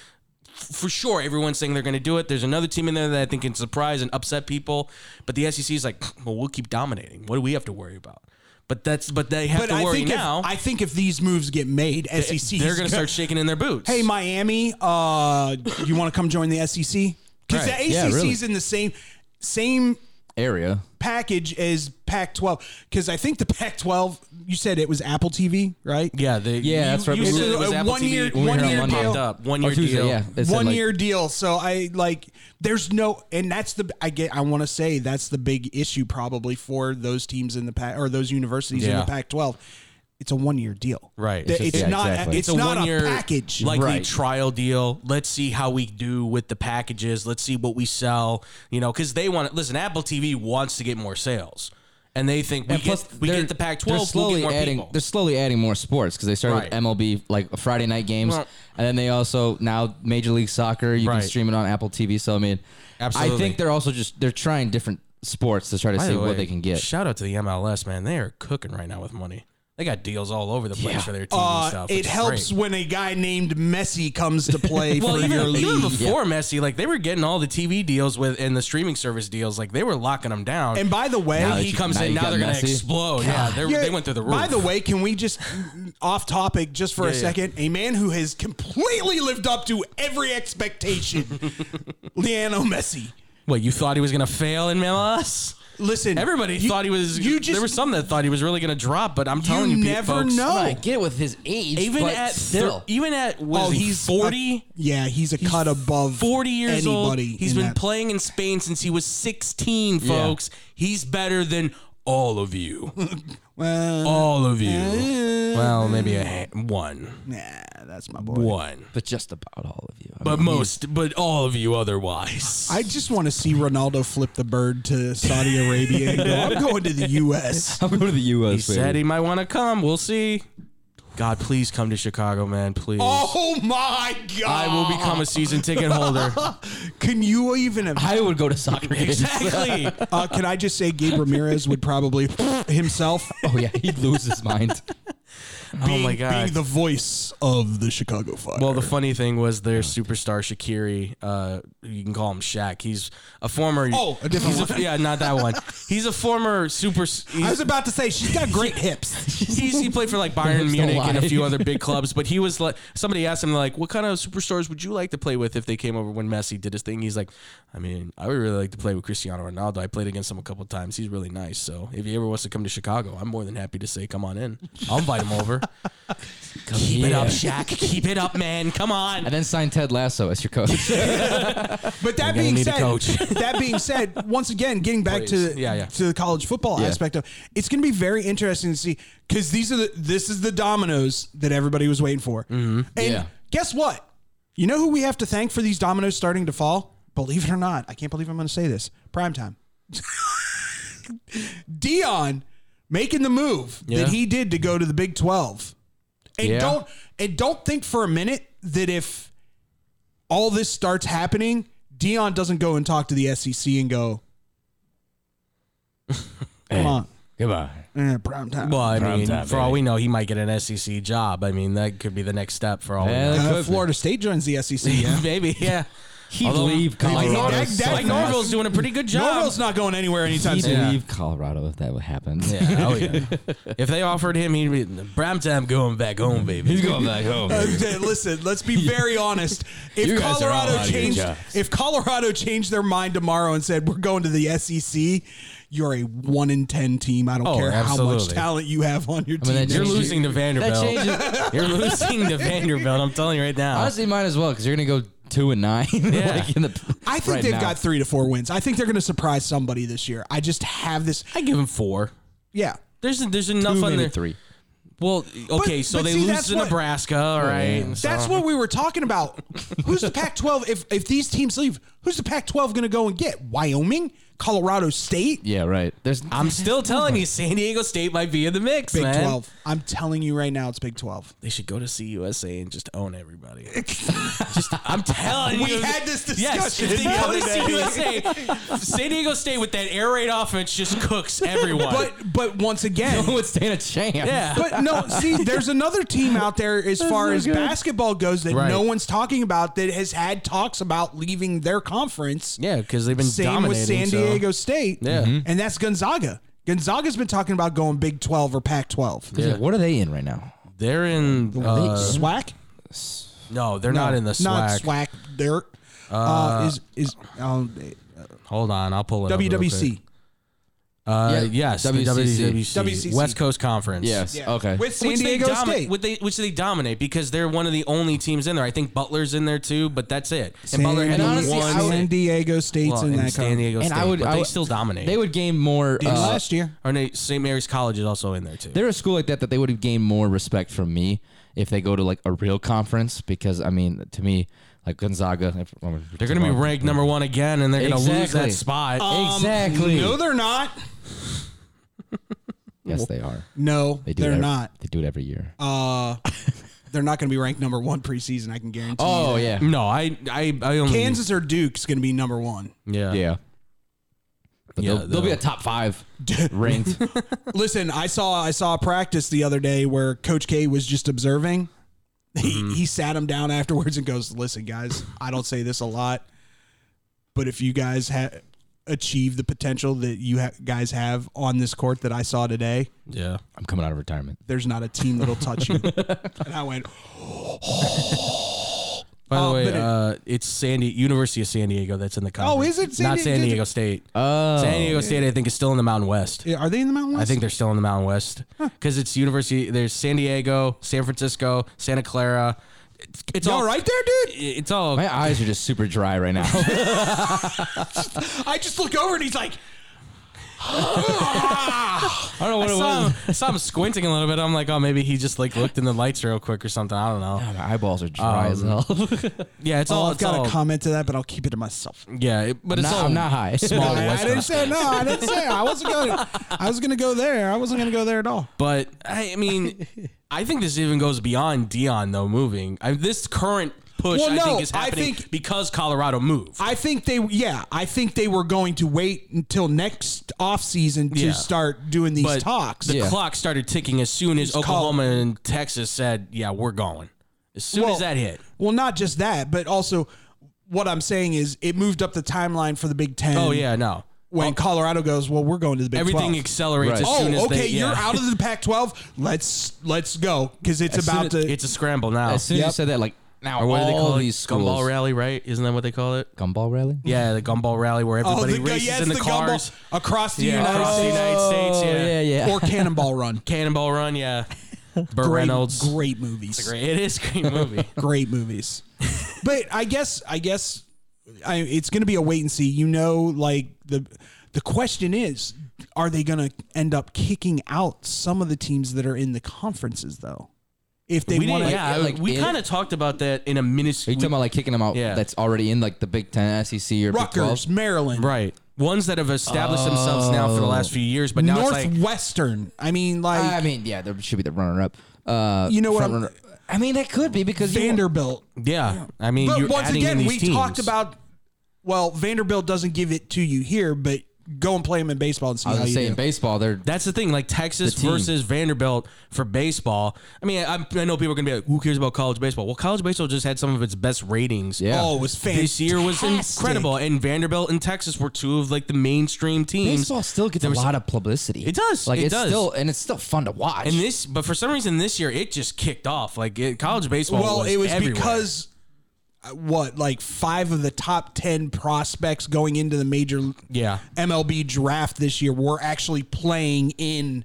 Speaker 2: For sure, everyone's saying they're going to do it. There's another team in there that I think can surprise and upset people, but the SEC is like, well, we'll keep dominating. What do we have to worry about? But that's but they have
Speaker 3: But
Speaker 2: to
Speaker 3: I
Speaker 2: worry
Speaker 3: think,
Speaker 2: now.
Speaker 3: if, I think if these moves get made, E SEC,
Speaker 2: They're going to start shaking in their boots.
Speaker 3: Hey, Miami, uh, you want to come join the SEC? Because
Speaker 2: Right.
Speaker 3: the ACC's
Speaker 1: Yeah, really.
Speaker 3: in the same same
Speaker 1: area.
Speaker 3: package as Pac-12. Because I think the Pac-12, you said it was Apple TV, right?
Speaker 2: yeah, they,
Speaker 1: Yeah,
Speaker 2: you-
Speaker 1: that's right.
Speaker 2: You
Speaker 1: We
Speaker 2: said
Speaker 1: were-
Speaker 2: it was
Speaker 3: a
Speaker 2: Apple
Speaker 3: one
Speaker 2: TV
Speaker 3: year-
Speaker 2: when we
Speaker 3: one
Speaker 2: heard
Speaker 3: year
Speaker 2: one popped
Speaker 3: deal.
Speaker 2: up. One
Speaker 1: Or
Speaker 2: year
Speaker 1: Tuesday,
Speaker 2: deal.
Speaker 1: yeah. It said,
Speaker 3: one
Speaker 1: like-
Speaker 3: year deal. So I like there's no and that's the I get I want to say that's the big issue probably for those teams in the pack or those universities in
Speaker 2: Yeah.
Speaker 3: the Pac-12. It's a one year deal,
Speaker 2: Right.
Speaker 3: It's,
Speaker 2: It's just-
Speaker 1: yeah,
Speaker 3: not
Speaker 1: exactly.
Speaker 3: it's, not a
Speaker 2: one-year
Speaker 3: package.
Speaker 2: likely
Speaker 1: Right.
Speaker 2: trial deal. Let's see how we do with the packages. Let's see what we sell. You know, because they want listen. Apple TV wants to get more sales, and they think we
Speaker 1: And
Speaker 2: get we
Speaker 1: they're-
Speaker 2: get the Pac-12.
Speaker 1: they're
Speaker 2: we'll get
Speaker 1: slowly
Speaker 2: more
Speaker 1: adding.
Speaker 2: people.
Speaker 1: They're slowly adding more sports because they started
Speaker 2: Right.
Speaker 1: with MLB like Friday night games,
Speaker 2: Well-
Speaker 1: and then they also now Major League Soccer. You
Speaker 2: Right.
Speaker 1: can stream it on Apple TV. So I mean,
Speaker 2: Absolutely.
Speaker 1: I think they're also just they're trying different sports to try to
Speaker 2: By
Speaker 1: see
Speaker 2: the way,
Speaker 1: what they can get.
Speaker 2: Shout out to the MLS man. They are cooking right now with money. They got deals all over the place
Speaker 1: Yeah.
Speaker 2: for their TV
Speaker 3: Uh,
Speaker 2: stuff. which
Speaker 3: it
Speaker 2: is
Speaker 3: helps
Speaker 2: great.
Speaker 3: when a guy named Messi comes to play
Speaker 2: Well,
Speaker 3: for
Speaker 2: even,
Speaker 3: your league.
Speaker 2: even before Messi, like they were getting all the TV deals with and the streaming service deals, like they were locking them down.
Speaker 3: And by the way,
Speaker 2: now
Speaker 1: that
Speaker 2: he
Speaker 1: you-
Speaker 2: comes
Speaker 1: now
Speaker 2: in,
Speaker 1: you
Speaker 2: now
Speaker 1: got
Speaker 2: they're going
Speaker 1: Messi.
Speaker 2: to explode. Yeah, they're-
Speaker 3: Yeah,
Speaker 2: they went through the roof.
Speaker 3: By the way, can we just off topic just for a
Speaker 2: Yeah, yeah.
Speaker 3: second? A man who has completely lived up to every expectation, Leano Messi.
Speaker 2: what you thought he was going to fail in MLS?
Speaker 3: Listen,
Speaker 2: Everybody
Speaker 3: you-
Speaker 2: thought he was.
Speaker 3: You just
Speaker 2: there were some that thought he was really going to drop, but I'm telling you,
Speaker 3: you
Speaker 2: pe-
Speaker 3: never
Speaker 2: folks,
Speaker 3: know.
Speaker 1: I get it with his age,
Speaker 2: Even
Speaker 1: but
Speaker 2: at
Speaker 1: still,
Speaker 2: thir- even at was
Speaker 3: Oh, he's
Speaker 2: he's 40.
Speaker 3: yeah, he's a cut above
Speaker 2: 40 years old.
Speaker 3: anybody
Speaker 2: He's
Speaker 3: in
Speaker 2: been
Speaker 3: that-
Speaker 2: playing in Spain since he was 16,
Speaker 1: Yeah.
Speaker 2: folks. He's better than all of you.
Speaker 3: Well, uh,
Speaker 2: all of you. Well, maybe a ha- one.
Speaker 3: nah, that's my boy.
Speaker 2: One.
Speaker 1: but just about all of you. I
Speaker 2: But
Speaker 1: mean,
Speaker 2: most, but all of you otherwise.
Speaker 3: I just want to see Ronaldo flip the bird to Saudi Arabia and go, I'm going to the U.S.
Speaker 1: I'm going to the U.S.
Speaker 2: he said he might want to come. We'll see. God, please come to Chicago, man. Please.
Speaker 3: Oh my
Speaker 2: I
Speaker 3: God.
Speaker 2: will become a season ticket holder.
Speaker 3: Can you even imagine?
Speaker 1: I would go to soccer games.
Speaker 2: exactly.
Speaker 3: Uh, can I just say Gabe Ramirez would probably himself?
Speaker 1: oh yeah, he'd lose his mind.
Speaker 5: being,
Speaker 2: Oh my God.
Speaker 5: being the voice of the Chicago Fire.
Speaker 2: Well, the funny thing was their superstar Shakiri. Uh, you can call him Shaq. He's a former.
Speaker 3: Oh, a different
Speaker 2: he's a- yeah, not that one. He's a former super.
Speaker 3: I
Speaker 2: He's,
Speaker 3: was about to say she's got great hips.
Speaker 2: he's, he played for like Bayern
Speaker 1: hips don't
Speaker 2: Munich and a
Speaker 1: lie.
Speaker 2: few other big clubs. But he was like somebody asked him like, "What kind of superstars would you like to play with if they came over when Messi did his thing?" He's like, "I mean, I would really like to play with Cristiano Ronaldo. I played against him a couple of times. He's really nice. So if he ever wants to come to Chicago, I'm more than happy to say, come on in. I'll invite him over. Keep it up, Shaq. Keep it up, man. Come on."
Speaker 1: And then sign Ted Lasso as your coach.
Speaker 3: But that
Speaker 2: We're gonna
Speaker 3: being
Speaker 2: need a
Speaker 3: said,
Speaker 2: coach.
Speaker 3: that being said, once again, getting back
Speaker 2: Please.
Speaker 3: to
Speaker 2: Yeah, yeah.
Speaker 3: to the college football
Speaker 2: Yeah.
Speaker 3: aspect of it's going to be very interesting to see because these are the this is the dominoes that everybody was waiting for.
Speaker 2: Mm-hmm.
Speaker 3: And
Speaker 1: Yeah.
Speaker 3: guess what? You know who we have to thank for these dominoes starting to fall? Believe it or not, I can't believe I'm going to say this. Primetime. Dion making the move
Speaker 2: Yeah.
Speaker 3: that he did to go to the Big 12. And
Speaker 2: Yeah.
Speaker 3: don't and don't think for a minute that if all this starts happening, Dion doesn't go and talk to the SEC and go, "Come on,
Speaker 1: Come on.
Speaker 3: eh, prime time."
Speaker 2: Well, I mean,
Speaker 1: time,
Speaker 2: for all we know, he might get an SEC job. I mean, that could be the next step for all
Speaker 1: Yeah,
Speaker 2: we know.
Speaker 3: Uh,
Speaker 1: could be.
Speaker 3: Florida State joins the SEC. Yeah,
Speaker 2: Maybe, yeah. He'd
Speaker 1: leave
Speaker 2: Like,
Speaker 1: Colorado
Speaker 2: Nor-
Speaker 3: so
Speaker 2: like
Speaker 3: fast.
Speaker 2: Norville's doing a pretty good job.
Speaker 3: Norville's not going anywhere anytime
Speaker 1: He'd
Speaker 3: soon.
Speaker 1: leave Colorado if that would happen.
Speaker 2: yeah, oh yeah. if they offered him, he'd be Bramtime going back home, baby. He's going back home.
Speaker 3: Uh, d- Listen, let's be very honest.
Speaker 2: You
Speaker 3: If
Speaker 2: guys are all
Speaker 3: Colorado
Speaker 2: out of your
Speaker 3: changed,
Speaker 2: jobs.
Speaker 3: if Colorado changed their mind tomorrow and said we're going to the SEC, you're a one in ten team. I don't
Speaker 2: Oh,
Speaker 3: care how much
Speaker 2: absolutely.
Speaker 3: talent you have on your team.
Speaker 1: that
Speaker 2: You're
Speaker 1: changes-
Speaker 2: losing to
Speaker 1: That
Speaker 2: Vanderbilt.
Speaker 1: changes.
Speaker 2: You're losing to Vanderbilt. I'm telling you right now.
Speaker 1: Honestly, might as well because you're gonna go two and nine. Yeah. like in the,
Speaker 3: I think
Speaker 1: right
Speaker 3: they've
Speaker 1: now.
Speaker 3: got three to four wins. I think they're going to surprise somebody this year. I just have this.
Speaker 2: I give him four.
Speaker 3: Yeah.
Speaker 2: There's there's enough
Speaker 1: two,
Speaker 2: on
Speaker 1: maybe
Speaker 2: there.
Speaker 1: three.
Speaker 2: Well, okay,
Speaker 3: But-
Speaker 2: so
Speaker 3: but
Speaker 2: they
Speaker 3: see,
Speaker 2: lose
Speaker 3: that's
Speaker 2: to
Speaker 3: what-
Speaker 2: Nebraska, all right. so-
Speaker 3: That's what we were talking about. Who's the Pac 12? If, if these teams leave, who's the Pac 12 going to go and get? Wyoming? Colorado State?
Speaker 1: Yeah, right. There's
Speaker 2: I'm still telling you, San Diego State might be in the mix,
Speaker 3: Big
Speaker 2: man.
Speaker 3: 12. I'm telling you right now, it's Big 12.
Speaker 2: They should go to CUSA and just own everybody. just, I'm telling
Speaker 3: We
Speaker 2: you.
Speaker 3: had this
Speaker 2: Yes, if
Speaker 3: discussion
Speaker 2: they
Speaker 3: the
Speaker 2: go
Speaker 3: other
Speaker 2: to CUSA, San Diego State with that air raid offense just cooks everyone.
Speaker 3: But but once
Speaker 1: no
Speaker 3: again,
Speaker 1: would stand a chance.
Speaker 2: yeah.
Speaker 3: but no, see, there's another team out there as far as basketball goes that
Speaker 2: Right.
Speaker 3: no one's talking about that has had talks about leaving their conference.
Speaker 2: yeah, because they've been
Speaker 3: Same with
Speaker 2: dominating.
Speaker 3: San
Speaker 2: so-
Speaker 3: Diego State.
Speaker 2: Yeah. Mhm.
Speaker 3: And that's Gonzaga. Gonzaga's been talking about going Big 12 or Pac 12.
Speaker 1: Yeah, What are they in right now?
Speaker 2: They're in. Uh,
Speaker 3: SWAC?
Speaker 2: no, they're not in the
Speaker 3: Not
Speaker 2: swag.
Speaker 3: SWAC. They're. Uh, is is um,
Speaker 2: Oh, Hold on, I'll pull it up. real
Speaker 3: WWC?
Speaker 2: quick. Uh,
Speaker 1: Yeah,
Speaker 2: Yes, the
Speaker 1: WCC.
Speaker 2: WWC.
Speaker 3: WCC.
Speaker 2: West Coast Conference.
Speaker 1: Yes. Okay.
Speaker 3: With San
Speaker 2: Which they
Speaker 3: Diego
Speaker 2: domi-
Speaker 3: State.
Speaker 2: Which they, which they dominate because they're one of the only teams in there. I think Butler's in there too, but that's it. And
Speaker 3: San,
Speaker 2: Butler had
Speaker 1: and honestly,
Speaker 2: one.
Speaker 1: I would-
Speaker 3: San Diego State's
Speaker 2: well,
Speaker 3: in
Speaker 2: and
Speaker 3: that
Speaker 2: San
Speaker 3: conference.
Speaker 2: Diego State,
Speaker 1: And I would-
Speaker 2: but
Speaker 1: I
Speaker 2: they
Speaker 1: would-
Speaker 2: still dominate.
Speaker 1: They would gain more.
Speaker 3: Did
Speaker 1: Uh,
Speaker 3: last year.
Speaker 2: Or no, St. Mary's College is also in there too.
Speaker 1: they're a school like that that they would gain more respect from me if they go to like a real conference because I mean to me like Gonzaga if-
Speaker 2: They're going to be ranked number one again, and they're going to lose
Speaker 1: Exactly.
Speaker 2: that spot.
Speaker 3: Oh.
Speaker 1: exactly.
Speaker 3: No, they're not.
Speaker 1: yes, they are.
Speaker 3: No, they
Speaker 1: They do
Speaker 3: are
Speaker 1: it every-
Speaker 3: not.
Speaker 1: They do it every year.
Speaker 3: Uh, they're not going to be ranked number one preseason. I can guarantee.
Speaker 1: oh
Speaker 3: you.
Speaker 1: yeah.
Speaker 2: no, I, I, I only
Speaker 3: Kansas or Duke's going to be number one.
Speaker 2: Yeah,
Speaker 1: Yeah. But
Speaker 2: Yeah,
Speaker 1: they'll, they'll be
Speaker 2: they'll-
Speaker 1: a top five ranked.
Speaker 3: Listen, I saw I saw a practice the other day where Coach K was just observing.
Speaker 2: Mm-hmm.
Speaker 3: He he sat him down afterwards and goes, "Listen, guys, I don't say this a lot, but if you guys ha- achieve the potential that you ha- guys have on this court that I saw today,
Speaker 2: yeah.
Speaker 3: Oh,
Speaker 1: I'm coming out of retirement.
Speaker 3: there's not a team that'll touch you." and I went,
Speaker 2: By the
Speaker 3: Uh,
Speaker 2: way,
Speaker 3: but it- Oh,
Speaker 2: uh, it's Sandy University of San Diego that's in the
Speaker 3: is
Speaker 2: conference.
Speaker 3: it San
Speaker 2: not
Speaker 3: Di-
Speaker 2: San
Speaker 3: did-
Speaker 2: Diego State?
Speaker 1: Oh.
Speaker 2: San Diego State, I think, is still in the Mountain West.
Speaker 3: "Are they in the Mountain West?"
Speaker 2: I think they're still in the Mountain West because it's University. There's San Diego, San Francisco, Santa Clara. It's, it's
Speaker 3: Y'all right there, dude.
Speaker 2: It's all.
Speaker 1: My eyes are just super dry right now.
Speaker 3: I just look over and he's like,
Speaker 2: I don't know what it was. I saw him squinting a little bit. I'm like, oh, maybe he just like looked in the lights real quick or something. I don't know.
Speaker 1: My eyeballs are dry as hell.
Speaker 2: Yeah, it's
Speaker 3: "Oh,
Speaker 2: all.
Speaker 3: I've
Speaker 2: it's
Speaker 3: got
Speaker 2: all-
Speaker 3: a comment to that, but I'll keep it to myself."
Speaker 2: Yeah, it- but it's
Speaker 1: Nah,
Speaker 2: all.
Speaker 1: I'm not high.
Speaker 2: Small
Speaker 3: I, I
Speaker 2: West
Speaker 3: didn't
Speaker 2: Coast.
Speaker 3: say no. I didn't say I wasn't going. I was going to go there. I wasn't going to go there at all.
Speaker 2: But I I mean, I think this even goes beyond Dion though. Moving, I, this current push
Speaker 3: Well,
Speaker 2: I
Speaker 3: no,
Speaker 2: think is
Speaker 3: I
Speaker 2: happening
Speaker 3: think-
Speaker 2: because Colorado moved.
Speaker 3: I think they, yeah, I think they were going to wait until next offseason to
Speaker 2: Yeah.
Speaker 3: start doing these
Speaker 2: but
Speaker 3: talks.
Speaker 2: the
Speaker 1: Yeah.
Speaker 2: clock started ticking as soon as
Speaker 3: call-
Speaker 2: Oklahoma and Texas said, "Yeah, we're going." As soon as that hit,
Speaker 3: Well, not just that, but also what I'm saying is it moved up the timeline for the Big Ten.
Speaker 2: oh yeah, no,
Speaker 3: When Colorado goes, well, we're going to the Big
Speaker 2: everything
Speaker 3: 12.
Speaker 2: accelerates
Speaker 1: Right.
Speaker 2: as soon as
Speaker 3: oh, okay,
Speaker 2: they. yeah.
Speaker 3: you're out of the Pac-12. Let's let's go because it's
Speaker 1: As soon
Speaker 3: about
Speaker 1: as-
Speaker 3: to.
Speaker 2: It's a scramble now.
Speaker 1: As soon as you said that, like now
Speaker 2: or what
Speaker 1: all
Speaker 2: do they call
Speaker 1: these
Speaker 2: it?
Speaker 1: schools,
Speaker 2: Gumball rally, right? Isn't that what they call it?
Speaker 1: Gumball rally?
Speaker 2: Yeah, the gumball rally where everybody
Speaker 3: Oh, gu-
Speaker 2: races
Speaker 3: yes,
Speaker 2: in the,
Speaker 3: gumball
Speaker 2: cars
Speaker 3: across the
Speaker 2: Yeah,
Speaker 3: United
Speaker 2: across the
Speaker 3: States
Speaker 2: United States. Yeah,
Speaker 1: Oh, yeah, yeah.
Speaker 3: or Cannonball Run.
Speaker 2: Cannonball Run. Yeah, Burt
Speaker 3: Great,
Speaker 2: Reynolds.
Speaker 3: great movies.
Speaker 2: Great- It is a great movie.
Speaker 3: great movies. but I guess I guess I, it's going to be a wait and see. You know, like the the question is, are they going to end up kicking out some of the teams that are in the conferences though? If they
Speaker 2: we
Speaker 3: want
Speaker 2: didn't,
Speaker 3: to,
Speaker 2: yeah,
Speaker 1: like,
Speaker 2: we
Speaker 1: it-
Speaker 2: kind of talked about that in a
Speaker 1: Are you
Speaker 2: minuscule.
Speaker 1: talking about like kicking them out?
Speaker 2: Yeah.
Speaker 1: That's already in like the Big Ten, SEC, or Big
Speaker 3: Rutgers,
Speaker 1: 12.
Speaker 3: Maryland,
Speaker 2: right. Ones that have established themselves now for the
Speaker 1: Oh.
Speaker 2: last few years, but now it's like
Speaker 3: Northwestern. I mean, like
Speaker 1: I mean, yeah, there should be the runner up. Uh,
Speaker 3: You know what
Speaker 1: front
Speaker 3: I'm-
Speaker 1: runner- I mean, that could be because you-
Speaker 3: Vanderbilt.
Speaker 2: Yeah, I mean,
Speaker 3: But
Speaker 2: you're
Speaker 3: once
Speaker 2: adding
Speaker 3: again,
Speaker 2: in these
Speaker 3: we
Speaker 2: teams.
Speaker 3: talked about. Well, Vanderbilt doesn't give it to you here, but go and play them in baseball and see
Speaker 1: I was
Speaker 3: how
Speaker 1: gonna
Speaker 3: you
Speaker 1: say
Speaker 3: do.
Speaker 1: in baseball, they're
Speaker 2: that's the thing, like Texas
Speaker 1: The team.
Speaker 2: versus Vanderbilt for baseball. I mean, I, I know people are gonna be like, "Who cares about college baseball?" Well, college baseball just had some of its best ratings.
Speaker 1: Yeah.
Speaker 3: Oh, it was fantastic.
Speaker 2: This year was incredible, and Vanderbilt and Texas were two of like the mainstream teams.
Speaker 1: baseball still gets
Speaker 2: There was-
Speaker 1: a lot of publicity.
Speaker 2: It does,
Speaker 1: Like
Speaker 2: it
Speaker 1: it's
Speaker 2: does.
Speaker 1: still and it's still fun to watch.
Speaker 2: and this, but for some reason, this year it just kicked off. Like it, college baseball.
Speaker 3: Well, it was
Speaker 2: everywhere.
Speaker 3: because uh, what like five of the top ten prospects going into the major
Speaker 2: Yeah.
Speaker 3: MLB draft this year were actually playing in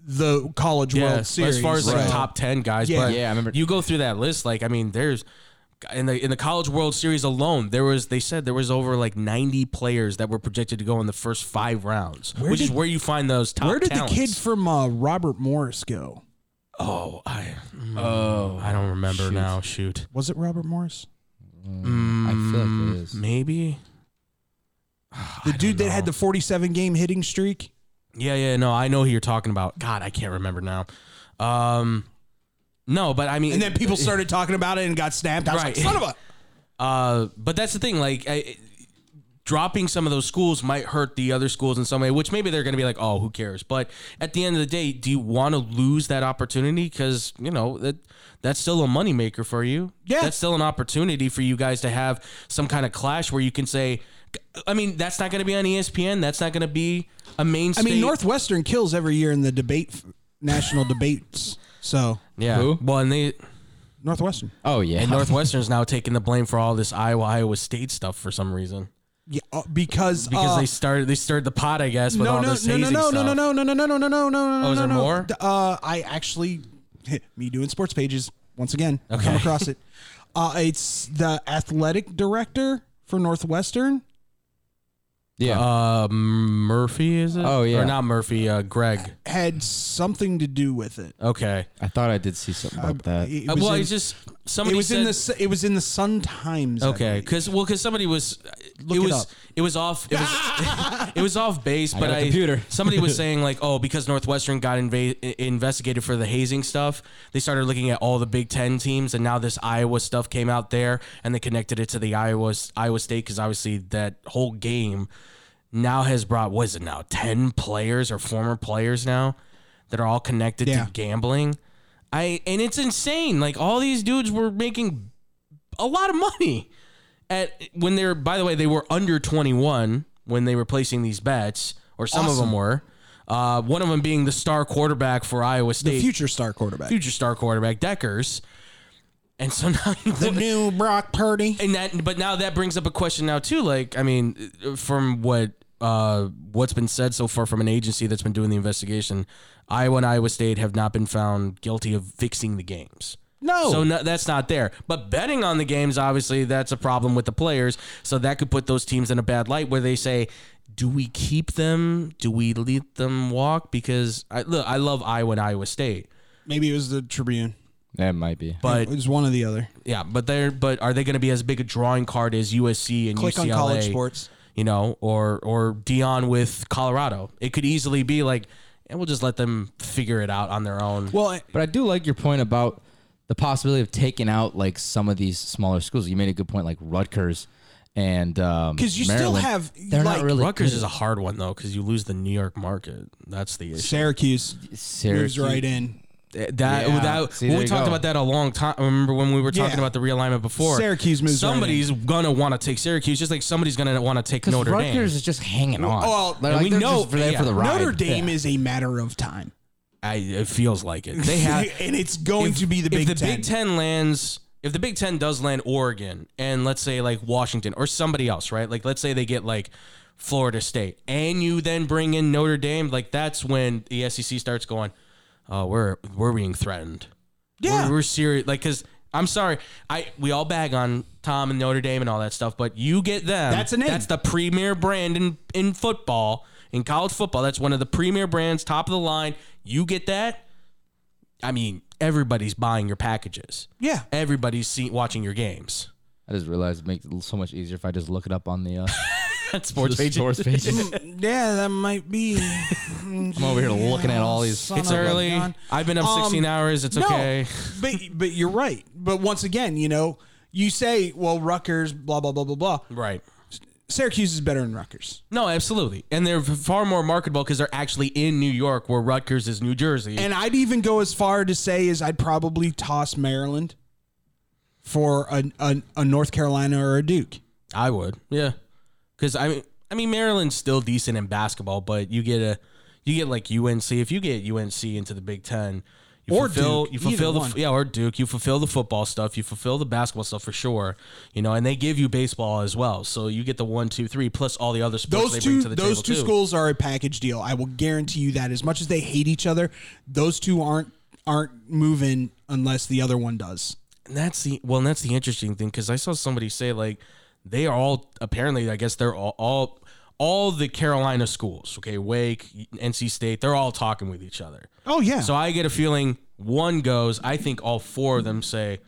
Speaker 3: the college
Speaker 2: yeah,
Speaker 3: World Series.
Speaker 2: as far as like
Speaker 3: So-
Speaker 2: top ten guys.
Speaker 3: Yeah.
Speaker 2: but
Speaker 1: Yeah, I remember-
Speaker 2: You go through that list, like I mean, there's in the in the College World Series alone, there was they said there was over like ninety players that were projected to go in the first five rounds, which is
Speaker 3: did-
Speaker 2: where you find those top.
Speaker 3: where did
Speaker 2: talents.
Speaker 3: the kid from uh, Robert Morris go?
Speaker 2: Oh, I oh I don't remember now. Shoot,
Speaker 3: Was it Robert Morris?
Speaker 1: I feel like it is.
Speaker 2: maybe.
Speaker 3: The dude that had the forty-seven game hitting streak.
Speaker 2: Yeah, yeah, no, I know who you're talking about. God, I can't remember now. Um, no, but I mean,
Speaker 3: And then people started talking about it and got snapped. I was like,
Speaker 2: Right.
Speaker 3: son of a.
Speaker 2: Uh, but that's the thing. Like, I, dropping some of those schools might hurt the other schools in some way, which maybe they're going to be like, oh, who cares? But at the end of the day, do you want to lose that opportunity? Because, you know, that that's still a moneymaker for you.
Speaker 3: Yeah.
Speaker 2: That's still an opportunity for you guys to have some kind of clash where you can say, I mean, that's not going to be on E ESPN. That's not going to be a main.
Speaker 3: I mean, Northwestern kills every year in the debate, national debates. So
Speaker 2: Yeah.
Speaker 1: Who?
Speaker 2: Well, and they.
Speaker 3: Northwestern.
Speaker 1: Oh yeah,
Speaker 2: And Northwestern's now taking the blame for all this Iowa Iowa State stuff for some reason
Speaker 3: Yeah, uh, because
Speaker 2: because
Speaker 3: uh,
Speaker 2: they started they stirred the pot I guess with
Speaker 3: no
Speaker 2: all
Speaker 3: no
Speaker 2: this
Speaker 3: no no
Speaker 2: hazy
Speaker 3: no
Speaker 2: stuff.
Speaker 3: no no no no no no no no no no no
Speaker 2: Oh, is
Speaker 3: no
Speaker 2: there
Speaker 3: no
Speaker 2: more?
Speaker 3: D- uh I actually me doing sports pages once again I come
Speaker 2: Okay.
Speaker 3: across it uh it's the athletic director for Northwestern
Speaker 1: yeah.
Speaker 2: Uh, Murphy is it?
Speaker 1: Oh, yeah.
Speaker 2: or not Murphy? Uh, Greg.
Speaker 3: had something to do with it
Speaker 2: Okay.
Speaker 1: I thought I did see something about that.
Speaker 3: it
Speaker 2: Uh,
Speaker 3: was
Speaker 2: well,
Speaker 3: in,
Speaker 2: it's just
Speaker 3: it
Speaker 2: somebody
Speaker 3: was
Speaker 2: said,
Speaker 3: in the Su- it was in the Sun Times I
Speaker 2: Okay,
Speaker 3: believe.
Speaker 2: because well, because somebody was
Speaker 3: Look
Speaker 2: it
Speaker 3: it
Speaker 2: was
Speaker 3: up.
Speaker 2: it was off it was, it was off base, but
Speaker 1: got a
Speaker 2: I
Speaker 1: computer.
Speaker 2: somebody was saying like oh because Northwestern got inva- i- investigated for the hazing stuff, they started looking at all the Big Ten teams, and now this Iowa stuff came out there, and they connected it to the Iowa Iowa State because obviously that whole game now has brought what is it now ten players or former players now that are all connected
Speaker 3: Yeah.
Speaker 2: to gambling. I and it's insane. Like all these dudes were making a lot of money at when they're by the way they were under 21 when they were placing these bets or some of them were uh, one of them being the star quarterback for Iowa State
Speaker 3: the future star quarterback
Speaker 2: future star quarterback Deckers and so now
Speaker 3: the new Brock Purdy
Speaker 2: and that but now that brings up a question now too like i mean from what uh what's been said so far from an agency that's been doing the investigation iowa and iowa state have not been found guilty of fixing the games
Speaker 3: No.
Speaker 2: so no, that's not there but betting on the games obviously that's a problem with the players so that could put those teams in a bad light where they say do we keep them do we let them walk because i look i love iowa and iowa state
Speaker 3: maybe it was the Tribune
Speaker 1: That might be.
Speaker 2: but
Speaker 3: it was one or the other
Speaker 2: yeah, but they're but are they going to be as big a drawing card as USC and
Speaker 3: click
Speaker 2: UCLA?
Speaker 3: on college sports
Speaker 2: you know, or or Dion with Colorado. It could easily be like, and we'll just let them figure it out on their own.
Speaker 3: well
Speaker 1: But I do like your point about the possibility of taking out like some of these smaller schools. You made a good point, like Rutgers and um,
Speaker 3: 'Cause you still
Speaker 1: Maryland.
Speaker 3: have,
Speaker 1: they're
Speaker 3: like,
Speaker 1: not really
Speaker 2: Rutgers
Speaker 1: good.
Speaker 2: is a hard one though because you lose the New York market. That's the issue.
Speaker 3: Syracuse
Speaker 1: Syracuse.
Speaker 3: moves right in.
Speaker 2: That, that-
Speaker 1: Yeah.
Speaker 2: that-
Speaker 1: See,
Speaker 2: well,
Speaker 1: there
Speaker 2: we
Speaker 1: you
Speaker 2: talked
Speaker 1: go.
Speaker 2: about that a long time. I remember when we were talking
Speaker 3: Yeah.
Speaker 2: about the realignment before.
Speaker 3: Syracuse moves right in.
Speaker 2: Somebody's gonna want to take Syracuse, just like somebody's gonna want to take
Speaker 1: 'Cause
Speaker 2: Notre
Speaker 1: Rutgers
Speaker 2: Dame.
Speaker 1: is just hanging on.
Speaker 3: well,
Speaker 1: They're
Speaker 2: and we
Speaker 1: Oh, they're
Speaker 2: know-
Speaker 1: just there
Speaker 2: yeah,
Speaker 1: for the ride.
Speaker 3: Notre Dame is a matter of time.
Speaker 2: I, it feels like it. They have
Speaker 3: and it's going to be the Big
Speaker 2: if the
Speaker 3: Ten.
Speaker 2: Big Ten lands, if the Big Ten does land Oregon and let's say like Washington or somebody else, right? Like let's say they get like Florida State, and you then bring in Notre Dame, like that's when the SEC starts going, oh, we're we're being threatened.
Speaker 3: Yeah.
Speaker 2: we're, we're serious. Like because I'm sorry, I we all bag on Tom and Notre Dame and all that stuff, but you get them.
Speaker 3: That's a name.
Speaker 2: Um, That's the premier brand in in football. In college football, that's one of the premier brands, top of the line. You get that, I mean, everybody's buying your packages.
Speaker 3: Yeah.
Speaker 2: Everybody's see, watching your games.
Speaker 1: I just realized it makes it so much easier if I just look it up on the, uh,
Speaker 2: That's
Speaker 1: the
Speaker 2: sports page.
Speaker 1: sports page.
Speaker 3: Mm, yeah, that might be.
Speaker 1: I'm over here looking at all these.
Speaker 3: Son
Speaker 2: It's
Speaker 3: of a
Speaker 2: early.
Speaker 3: gun.
Speaker 2: I've been up 16 hours. It's
Speaker 3: Um, no,
Speaker 2: okay.
Speaker 3: but but you're right. But once again, you know, you say, well, Rutgers, blah blah blah blah blah.
Speaker 2: Right.
Speaker 3: Syracuse is better than Rutgers.
Speaker 2: No, absolutely. And they're far more marketable because they're actually in New York, where Rutgers is New Jersey.
Speaker 3: And I'd even go as far to say is I'd probably toss Maryland for a, a, a North Carolina or a Duke.
Speaker 2: I would. Yeah. Because I mean, I mean, Maryland's still decent in basketball, but you get a, you get like UNC. If you get UNC into the Big Ten, you
Speaker 3: Or
Speaker 2: fulfill,
Speaker 3: Duke,
Speaker 2: you fulfill
Speaker 3: either
Speaker 2: the
Speaker 3: one.
Speaker 2: yeah or Duke, you fulfill the football stuff, you fulfill the basketball stuff for sure. You know, and they give you baseball as well, so you get the one, two, three plus all the other sports
Speaker 3: Those
Speaker 2: they
Speaker 3: two
Speaker 2: bring to the
Speaker 3: those
Speaker 2: table
Speaker 3: two
Speaker 2: too.
Speaker 3: schools are a package deal. I will guarantee you that. As much as they hate each other, those two aren't aren't moving unless the other one does.
Speaker 2: And that's the well, and that's the interesting thing because I saw somebody say like they are all apparently I guess they're all all all the Carolina schools, okay, Wake, NC State, they're all talking with each other.
Speaker 3: Oh yeah.
Speaker 2: So I get a feeling one goes. I think all four of them say,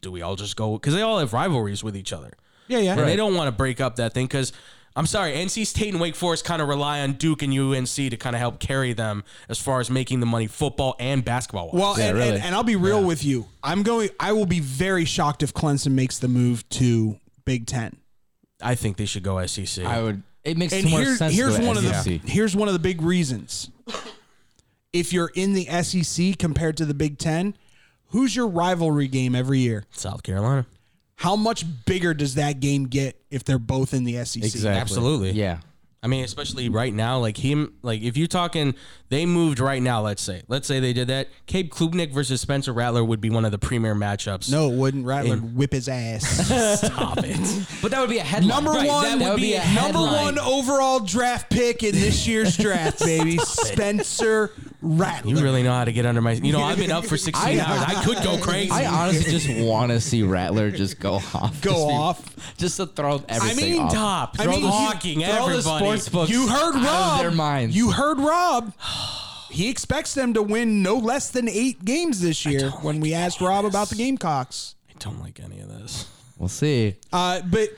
Speaker 2: "Do we all just go?" Because they all have rivalries with each other,
Speaker 3: yeah, yeah.
Speaker 2: and they don't want to break up that thing. Because I'm sorry, NC State and Wake Forest kind of rely on Duke and UNC to kind of help carry them as far as making the money football and basketball.
Speaker 3: Well,
Speaker 1: Yeah,
Speaker 3: and,
Speaker 1: really.
Speaker 3: and, and I'll be real with you. I'm going. I will be very shocked if Clemson makes the move to Big Ten.
Speaker 2: I think they should go E SEC.
Speaker 1: I would. It makes
Speaker 3: And
Speaker 1: so much
Speaker 3: here-
Speaker 1: sense.
Speaker 3: here's
Speaker 1: to
Speaker 3: one of the
Speaker 1: SEC.
Speaker 2: E
Speaker 3: here's one of the big reasons. If you're in the SEC compared to the Big Ten, who's your rivalry game every year?
Speaker 2: South Carolina.
Speaker 3: How much bigger does that game get if they're both in the E SEC?
Speaker 1: Exactly.
Speaker 2: Absolutely.
Speaker 1: Yeah.
Speaker 2: I mean, especially right now, like him, like if you're talking, they moved right now. Let's say, let's say they did that. Cabe Klubnik versus Spencer Rattler would be one of the premier matchups.
Speaker 3: No, it wouldn't. Rattler would whip his ass.
Speaker 2: Stop it.
Speaker 1: But that would be a headline.
Speaker 3: number one,
Speaker 1: That, would be a
Speaker 3: number
Speaker 1: headline.
Speaker 3: one overall draft pick in this year's draft, baby. Spencer Rattler.
Speaker 2: You really know how to get under my. You know, I've been up for 16 hours. I could go crazy.
Speaker 1: I honestly just want to see Rattler just go off.
Speaker 3: Go
Speaker 1: Just be-
Speaker 3: off.
Speaker 1: Just to throw
Speaker 2: I
Speaker 1: everything
Speaker 2: mean,
Speaker 1: off.
Speaker 2: top.
Speaker 3: I
Speaker 2: Throw
Speaker 3: mean,
Speaker 2: the
Speaker 3: you-
Speaker 2: hawking.
Speaker 1: throw the
Speaker 2: Everybody.
Speaker 1: sports books.
Speaker 3: You heard Rob.
Speaker 1: out of their minds.
Speaker 3: You heard Rob. He expects them to win no less than eight games this year. When we asked Rob about the Gamecocks,
Speaker 2: I don't like any of this.
Speaker 1: We'll see.
Speaker 3: uh, but it,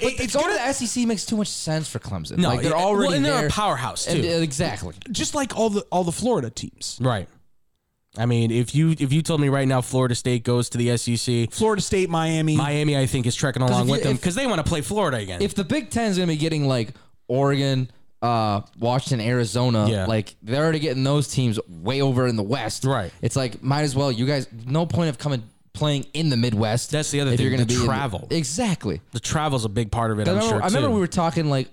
Speaker 3: it's
Speaker 1: It's going to
Speaker 3: gonna,
Speaker 1: the SEC makes too much sense for Clemson.
Speaker 2: No,
Speaker 1: like they're
Speaker 2: yeah,
Speaker 1: already
Speaker 2: well, and they're a
Speaker 1: there.
Speaker 2: powerhouse,
Speaker 1: And-
Speaker 2: too.
Speaker 1: uh, exactly.
Speaker 3: just like all the all the Florida teams.
Speaker 2: Right. I mean, if you if you told me right now, Florida State goes to the SEC.
Speaker 3: Florida State, Miami.
Speaker 2: Miami, I think, is trekking along
Speaker 1: if
Speaker 2: with
Speaker 1: you-
Speaker 2: them
Speaker 1: if-
Speaker 2: because they want to play Florida again.
Speaker 1: If the Big Ten is going to be getting like Oregon, uh, Washington, Arizona,
Speaker 2: Yeah.
Speaker 1: like they're already getting those teams way over in the West.
Speaker 2: Right.
Speaker 1: It's like might as well. You guys, no point of coming playing in the Midwest.
Speaker 2: That's the other
Speaker 1: if
Speaker 2: thing,
Speaker 1: You're going
Speaker 2: the
Speaker 1: to be in the-
Speaker 2: travel.
Speaker 1: exactly.
Speaker 2: the travel's a big part of it.
Speaker 1: I
Speaker 2: I'm
Speaker 1: remember,
Speaker 2: sure.
Speaker 1: I remember
Speaker 2: too.
Speaker 1: we were talking like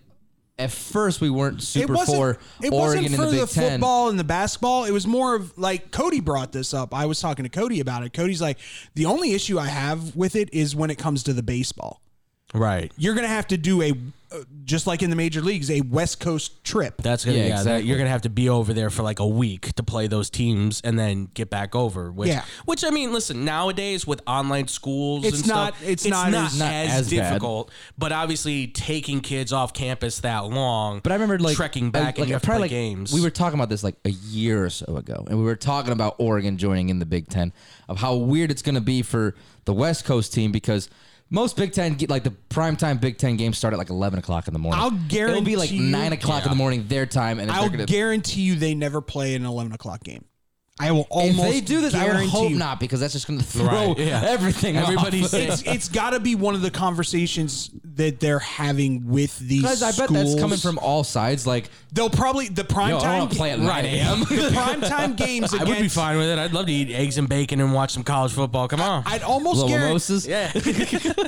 Speaker 1: at first we weren't
Speaker 3: it
Speaker 1: super
Speaker 3: wasn't.
Speaker 1: for
Speaker 3: it
Speaker 1: Oregon
Speaker 3: wasn't
Speaker 1: and
Speaker 3: for
Speaker 1: the Big Ten.
Speaker 3: football and the basketball. It was more of like Cody brought this up. I was talking to Cody about it. Cody's like, the only issue I have with it is when it comes to the baseball.
Speaker 2: right.
Speaker 3: You're gonna have to do a uh, just like in the major leagues, a West Coast trip.
Speaker 2: That's gonna
Speaker 1: Yeah,
Speaker 2: yeah, that-
Speaker 1: exactly.
Speaker 2: you're gonna have to be over there for like a week to play those teams and then get back over. Which,
Speaker 3: Yeah.
Speaker 2: which I mean, listen, nowadays with online schools,
Speaker 3: It's
Speaker 2: and
Speaker 3: not-
Speaker 2: stuff,
Speaker 3: it's not as-
Speaker 1: Not
Speaker 2: as,
Speaker 1: as bad.
Speaker 2: difficult. But obviously, taking kids off campus that long,
Speaker 1: But I remember like
Speaker 2: trekking back
Speaker 1: I-
Speaker 2: and you have to play
Speaker 1: probably like,
Speaker 2: games.
Speaker 1: We were talking about this like a year or so ago, and we were talking about Oregon joining in the Big Ten of how weird it's going to be for the West Coast team because most Big Ten get like the primetime Big Ten games start at like eleven o'clock in the morning.
Speaker 3: I'll
Speaker 1: it'll be like
Speaker 3: guarantee you-
Speaker 1: nine o'clock in the morning their time, and if
Speaker 3: I'll
Speaker 1: they're gonna,
Speaker 3: guarantee you they never play an 11 o'clock game. I will
Speaker 1: If
Speaker 3: almost.
Speaker 1: they do this, I would
Speaker 3: guarantee
Speaker 1: hope
Speaker 3: you.
Speaker 1: not because that's just going to throw
Speaker 2: Right, yeah.
Speaker 1: everything.
Speaker 2: Everybody's
Speaker 1: off.
Speaker 2: saying-
Speaker 3: It's, it's got to be one of the conversations that they're having with these.
Speaker 1: Guys, I bet that's
Speaker 3: schools.
Speaker 1: coming from all sides. Like,
Speaker 3: They'll probably the prime
Speaker 1: yo, I don't
Speaker 3: time
Speaker 1: want to play at 9 a.m.
Speaker 3: the prime time games.
Speaker 2: I
Speaker 3: Against,
Speaker 2: would be fine with it. I'd love to eat eggs and bacon and watch some college football. Come on.
Speaker 3: I'd almost
Speaker 1: Little
Speaker 3: guarantee.
Speaker 1: mimosas.
Speaker 2: yeah.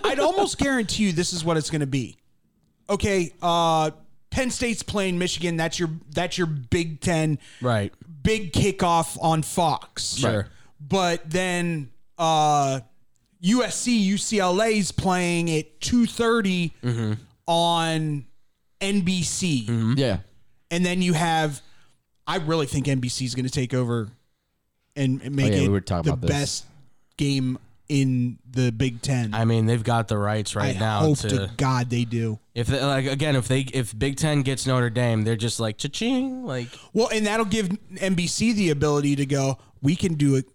Speaker 3: I'd almost guarantee you this is what it's going to be. Okay, uh, Penn State's playing Michigan. That's your that's your Big Ten
Speaker 2: right.
Speaker 3: big kickoff on Fox.
Speaker 2: Sure.
Speaker 3: But then uh, USC UCLA's playing at two
Speaker 1: Mm-hmm.
Speaker 3: on NBC,
Speaker 1: Yeah.
Speaker 3: and then you have. I really think NBC is going to take over and and make
Speaker 1: Oh, yeah,
Speaker 3: it
Speaker 1: we were talking
Speaker 3: the
Speaker 1: about this.
Speaker 3: best game in the Big Ten.
Speaker 2: I mean, they've got the rights
Speaker 3: I
Speaker 2: right now
Speaker 3: hope
Speaker 2: to,
Speaker 3: to God they do.
Speaker 2: if they, like again if they if Big Ten gets Notre Dame, they're just like cha-ching like
Speaker 3: Well, and that'll give NBC the ability to go. We can do it.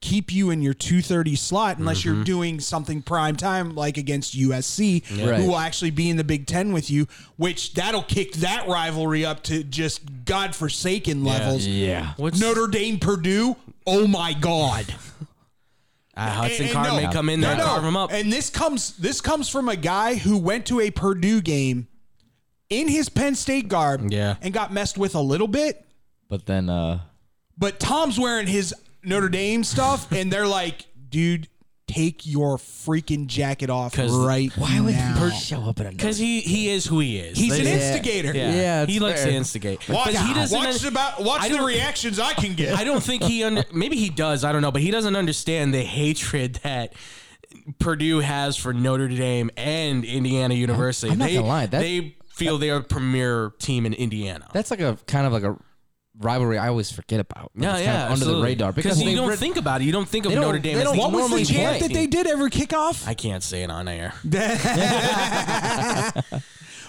Speaker 3: Keep you in your two thirty slot unless
Speaker 1: Mm-hmm.
Speaker 3: you're doing something prime time like against USC,
Speaker 1: Right.
Speaker 3: who will actually be in the Big Ten with you. Which that'll kick that rivalry up to just godforsaken levels.
Speaker 1: Yeah.
Speaker 2: what's
Speaker 3: Notre Dame Purdue. Oh my God!
Speaker 2: Ah,
Speaker 3: And-
Speaker 2: Hudson
Speaker 3: and
Speaker 2: Card
Speaker 3: no.
Speaker 2: may come in there and carve him up.
Speaker 3: And this comes this comes from a guy who went to a Purdue game in his Penn State garb,
Speaker 2: Yeah.
Speaker 3: and got messed with a little bit.
Speaker 1: But then, uh,
Speaker 3: but Tom's wearing his Notre Dame stuff, and they're like, dude, take your freaking jacket off
Speaker 2: 'Cause-
Speaker 3: right why would now.
Speaker 1: show up at a
Speaker 2: Because he he is who he is.
Speaker 3: He's
Speaker 2: They-
Speaker 3: an instigator.
Speaker 2: yeah.
Speaker 1: Yeah, it's
Speaker 2: he likes
Speaker 1: fair.
Speaker 2: to instigate.
Speaker 3: Watch,
Speaker 2: But he doesn't
Speaker 3: watch,
Speaker 2: un-
Speaker 3: about, watch
Speaker 2: I
Speaker 3: the
Speaker 2: don't-
Speaker 3: reactions I can get.
Speaker 2: I don't think he under, maybe he does. I don't know, but he doesn't understand the hatred that Purdue has for Notre Dame and Indiana University.
Speaker 1: I'm not
Speaker 2: they,
Speaker 1: gonna lie, that-
Speaker 2: they feel they are a premier team in Indiana.
Speaker 1: That's like a kind of like a rivalry I always forget about.
Speaker 2: yeah,
Speaker 1: It's kind
Speaker 2: yeah,
Speaker 1: of under the
Speaker 2: absolutely.
Speaker 1: radar because
Speaker 2: you
Speaker 1: they
Speaker 2: don't
Speaker 1: rid-
Speaker 2: think about it. You don't think of
Speaker 1: They don't-
Speaker 2: Notre Dame.
Speaker 1: they
Speaker 2: as
Speaker 1: don't
Speaker 2: the
Speaker 3: what was the
Speaker 1: normally
Speaker 3: chant
Speaker 1: play.
Speaker 3: that they did every kickoff?
Speaker 2: I can't say it on air.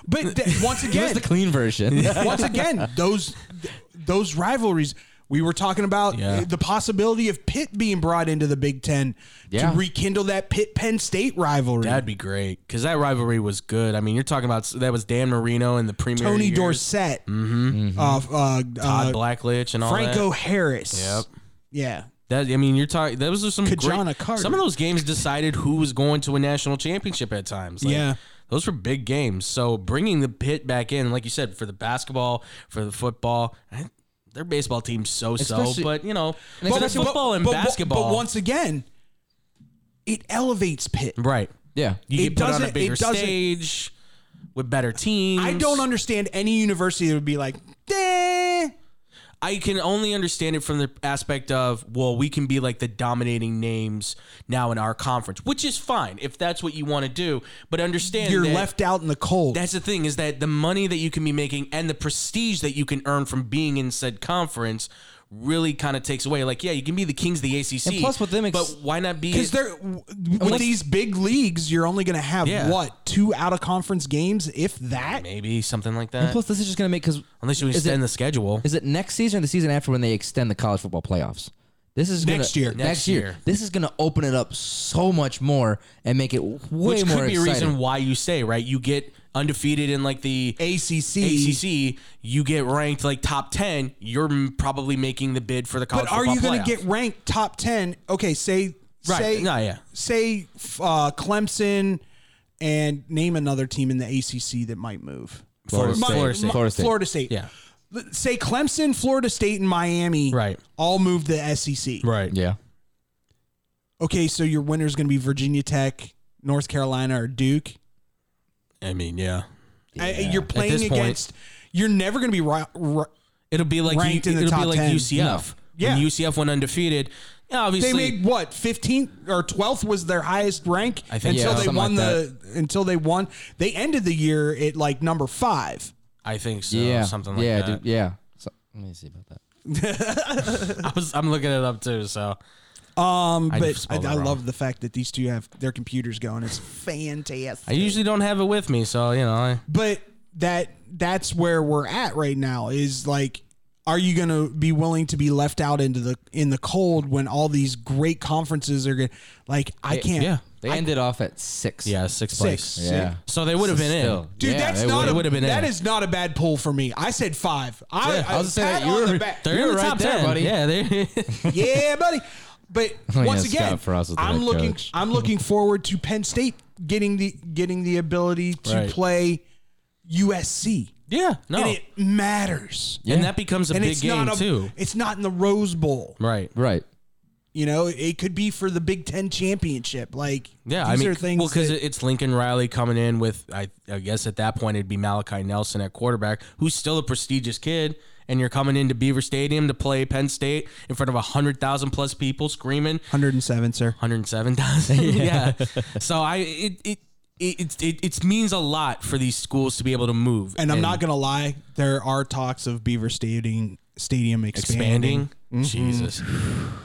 Speaker 3: But th- once
Speaker 1: Here's
Speaker 3: again,
Speaker 1: the clean version.
Speaker 3: once again, those th- those rivalries. We were talking about
Speaker 2: Yeah.
Speaker 3: the possibility of Pitt being brought into the Big Ten
Speaker 1: Yeah.
Speaker 3: to rekindle that Pitt Penn State rivalry.
Speaker 2: That'd be great because that rivalry was good. I mean, you're talking about that was Dan Marino and the premier
Speaker 3: Tony
Speaker 2: years,
Speaker 3: Dorsett, uh, uh, uh,
Speaker 2: Mm-hmm. Todd Blackledge, and all that.
Speaker 3: Franco Harris.
Speaker 2: Yep.
Speaker 3: Yeah.
Speaker 2: That I mean, you're talking. Those are some
Speaker 3: Kajana
Speaker 2: great.
Speaker 3: Carter.
Speaker 2: Some of those games decided who was going to a national championship at times. Like,
Speaker 3: Yeah.
Speaker 2: those were big games. So bringing the pit back in, like you said, for the basketball, for the football, eh, their baseball team's so so.
Speaker 1: Especially-
Speaker 2: But you know, for the
Speaker 1: especially-
Speaker 2: football and
Speaker 3: but- but-
Speaker 2: basketball,
Speaker 3: But once again, it elevates Pitt.
Speaker 2: right?
Speaker 1: yeah.
Speaker 2: You
Speaker 3: It
Speaker 2: get put on a
Speaker 3: doesn't-
Speaker 2: bigger
Speaker 3: it doesn't-
Speaker 2: stage with better teams.
Speaker 3: I don't understand any university that would be like, eh.
Speaker 2: I can only understand it from the aspect of, well, we can be like the dominating names now in our conference, which is fine if that's what you want to do. But understand
Speaker 3: you're
Speaker 2: that-
Speaker 3: left out in the cold.
Speaker 2: That's the thing is that the money that you can be making and the prestige that you can earn from being in said conference really kind of takes away. Like, yeah, you can be the kings of the ACC,
Speaker 1: And plus with them ex-
Speaker 2: but why not be?
Speaker 3: Because they're w- with these big leagues, you're only going to have
Speaker 2: Yeah.
Speaker 3: what two out of conference games, if that.
Speaker 2: maybe something like that.
Speaker 1: Plus, this is just gonna make because
Speaker 2: Unless you
Speaker 1: is
Speaker 2: extend
Speaker 1: it-
Speaker 2: the schedule,
Speaker 1: Is it next season or the season after when they extend the college football playoffs? This is gonna,
Speaker 3: Next year.
Speaker 1: Next,
Speaker 2: Next
Speaker 1: year.
Speaker 2: year.
Speaker 1: This is going to open it up so much more and make it way
Speaker 2: which
Speaker 1: more
Speaker 2: could be a
Speaker 1: exciting.
Speaker 2: reason why you say right. You get undefeated in like the
Speaker 3: ACC.
Speaker 2: ACC, you get ranked like top 10, you're m- probably making the bid for the college
Speaker 3: But are you
Speaker 2: football
Speaker 3: going to
Speaker 2: playoff.
Speaker 3: get ranked top ten? Okay, say
Speaker 2: Right.
Speaker 3: say
Speaker 2: No, yeah.
Speaker 3: say f- uh, Clemson and name another team in the ACC that might move.
Speaker 1: Florida
Speaker 3: Mi-
Speaker 1: State.
Speaker 2: Florida
Speaker 3: Mi-
Speaker 2: State.
Speaker 1: Florida State.
Speaker 3: Florida State.
Speaker 2: Yeah.
Speaker 3: L- Say Clemson, Florida State, and Miami.
Speaker 2: Right.
Speaker 3: All move to the SEC.
Speaker 2: Right.
Speaker 1: Yeah.
Speaker 3: Okay, so your winner's going to be Virginia Tech, North Carolina, or Duke.
Speaker 2: I mean, yeah.
Speaker 3: I- you're
Speaker 2: this
Speaker 3: playing
Speaker 2: point-
Speaker 3: against. You're never going to be ri- ri-
Speaker 2: It'll be like
Speaker 3: Ranked
Speaker 2: you,
Speaker 3: in the
Speaker 2: it'll
Speaker 3: top
Speaker 2: be like
Speaker 3: 10.
Speaker 2: UCF.
Speaker 3: No.
Speaker 2: When
Speaker 3: Yeah.
Speaker 2: UCF went undefeated. yeah,
Speaker 3: They
Speaker 2: Obviously,
Speaker 3: made what fifteenth or twelfth was their highest rank
Speaker 2: I think
Speaker 3: until
Speaker 2: so.
Speaker 3: they
Speaker 1: Something
Speaker 3: won
Speaker 1: like
Speaker 3: the until they won. They ended the year at like number five.
Speaker 2: I think so.
Speaker 1: Yeah.
Speaker 2: Something like
Speaker 1: yeah,
Speaker 2: that.
Speaker 1: Dude, yeah. So, let me see about that.
Speaker 2: I was, I'm looking it up too. So
Speaker 3: Um,
Speaker 2: I
Speaker 3: but I,
Speaker 2: spelled it
Speaker 3: I
Speaker 2: wrong.
Speaker 3: love the fact that these two have their computers going. It's fantastic.
Speaker 2: I usually don't have it with me. So, you know, I,
Speaker 3: but that that's where we're at right now is like are you going to be willing to be left out into the in the cold when all these great conferences are going to like I can't
Speaker 2: yeah.
Speaker 1: They ended off at six.
Speaker 2: Yeah, sixth
Speaker 3: Six.
Speaker 2: place.
Speaker 1: Yeah.
Speaker 2: So they would have been
Speaker 1: Still.
Speaker 2: in.
Speaker 3: Dude,
Speaker 1: Yeah,
Speaker 3: that's
Speaker 1: they
Speaker 3: not
Speaker 1: would've-
Speaker 3: a,
Speaker 2: would've been
Speaker 3: that
Speaker 2: in.
Speaker 3: is not a bad pull for me. I said five. I,
Speaker 1: Yeah, I was gonna say
Speaker 3: pat
Speaker 1: that you
Speaker 3: on
Speaker 1: were-
Speaker 3: the back.
Speaker 2: They're
Speaker 1: You
Speaker 2: in
Speaker 1: were
Speaker 2: the
Speaker 1: right
Speaker 2: top
Speaker 1: there,
Speaker 2: ten.
Speaker 1: buddy.
Speaker 2: Yeah, they.
Speaker 3: yeah, buddy. But
Speaker 1: Oh, yeah,
Speaker 3: once
Speaker 1: Scott
Speaker 3: again,
Speaker 1: Frost was the
Speaker 3: I'm
Speaker 1: head
Speaker 3: looking.
Speaker 1: coach.
Speaker 3: I'm looking forward to Penn State getting the getting the ability to
Speaker 2: Right.
Speaker 3: play USC,
Speaker 2: yeah, no.
Speaker 1: Oh.
Speaker 3: and it matters.
Speaker 2: And that becomes a
Speaker 3: And
Speaker 2: big
Speaker 3: it's
Speaker 2: game
Speaker 3: not a,
Speaker 2: too.
Speaker 3: It's not in the Rose Bowl.
Speaker 2: Right.
Speaker 1: Right.
Speaker 3: You know, it could be for the Big Ten championship. Like,
Speaker 2: Yeah,
Speaker 3: these
Speaker 2: I mean,
Speaker 3: are things.
Speaker 2: well, because
Speaker 3: that-
Speaker 2: it's Lincoln Riley coming in with, I, I guess at that point it'd be Malachi Nelson at quarterback, who's still a prestigious kid, and you're coming into Beaver Stadium to play Penn State in front of hundred thousand plus people screaming,
Speaker 3: 107, sir.
Speaker 2: hundred seven thousand, yeah. So I, it, it, it, it, it, it means a lot for these schools to be able to move.
Speaker 3: And I'm not gonna lie, there are talks of Beaver Stadium stadium expanding.
Speaker 2: expanding.
Speaker 1: Mm-hmm.
Speaker 2: Jesus.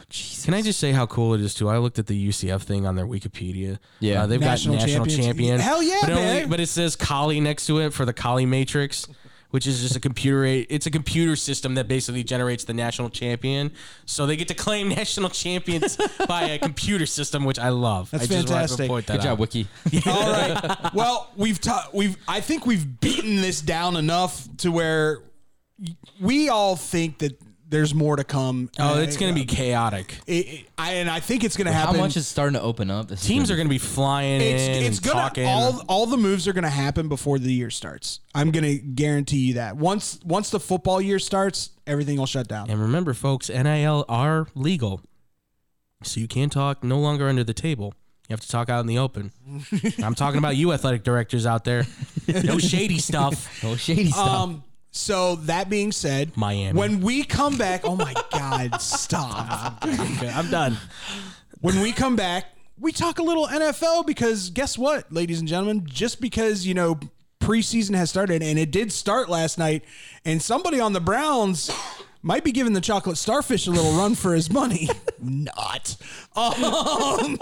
Speaker 2: Jesus. Can I just say how cool it is too? I looked at the UCF thing on their Wikipedia.
Speaker 1: Yeah.
Speaker 2: Uh, they've
Speaker 3: National
Speaker 2: got national
Speaker 3: champions.
Speaker 2: champion.
Speaker 3: Hell yeah,
Speaker 2: but it only-
Speaker 3: man.
Speaker 2: but it says Kali next to it for the Kali Matrix, which is just a computer. It's a computer system that basically generates the national champion. So they get to claim national champions by a computer system, which I love.
Speaker 3: That's
Speaker 2: I just wanted to
Speaker 3: fantastic.
Speaker 2: point that
Speaker 1: Good job,
Speaker 2: out.
Speaker 1: Wiki.
Speaker 3: All right. Well, we've ta- we've I think we've beaten this down enough to where we all think that there's more to come.
Speaker 2: Oh, it's gonna be chaotic.
Speaker 3: It, it- I and I think it's gonna
Speaker 1: How
Speaker 3: happen.
Speaker 1: much is starting to open up? This is
Speaker 2: Teams are
Speaker 1: gonna
Speaker 2: gonna be flying
Speaker 3: it's,
Speaker 2: in
Speaker 3: it's
Speaker 2: and
Speaker 3: gonna
Speaker 2: talking.
Speaker 3: all all the moves are gonna happen before the year starts. I'm gonna guarantee you that once once the football year starts, everything will shut down.
Speaker 2: And remember, folks, NIL are legal. So you can't talk no longer under the table. You have to talk out in the open. I'm talking about you athletic directors out there. No shady stuff.
Speaker 1: be oh, shady stuff.
Speaker 3: Um. So that being said,
Speaker 2: Miami.
Speaker 3: When we come back, oh my God, stop!
Speaker 2: I'm done.
Speaker 3: When we come back, we talk a little NFL because guess what, ladies and gentlemen? Just because you know preseason has started and it did start last night, and somebody on the Browns might be giving the chocolate starfish a little run for his money. Not. Um,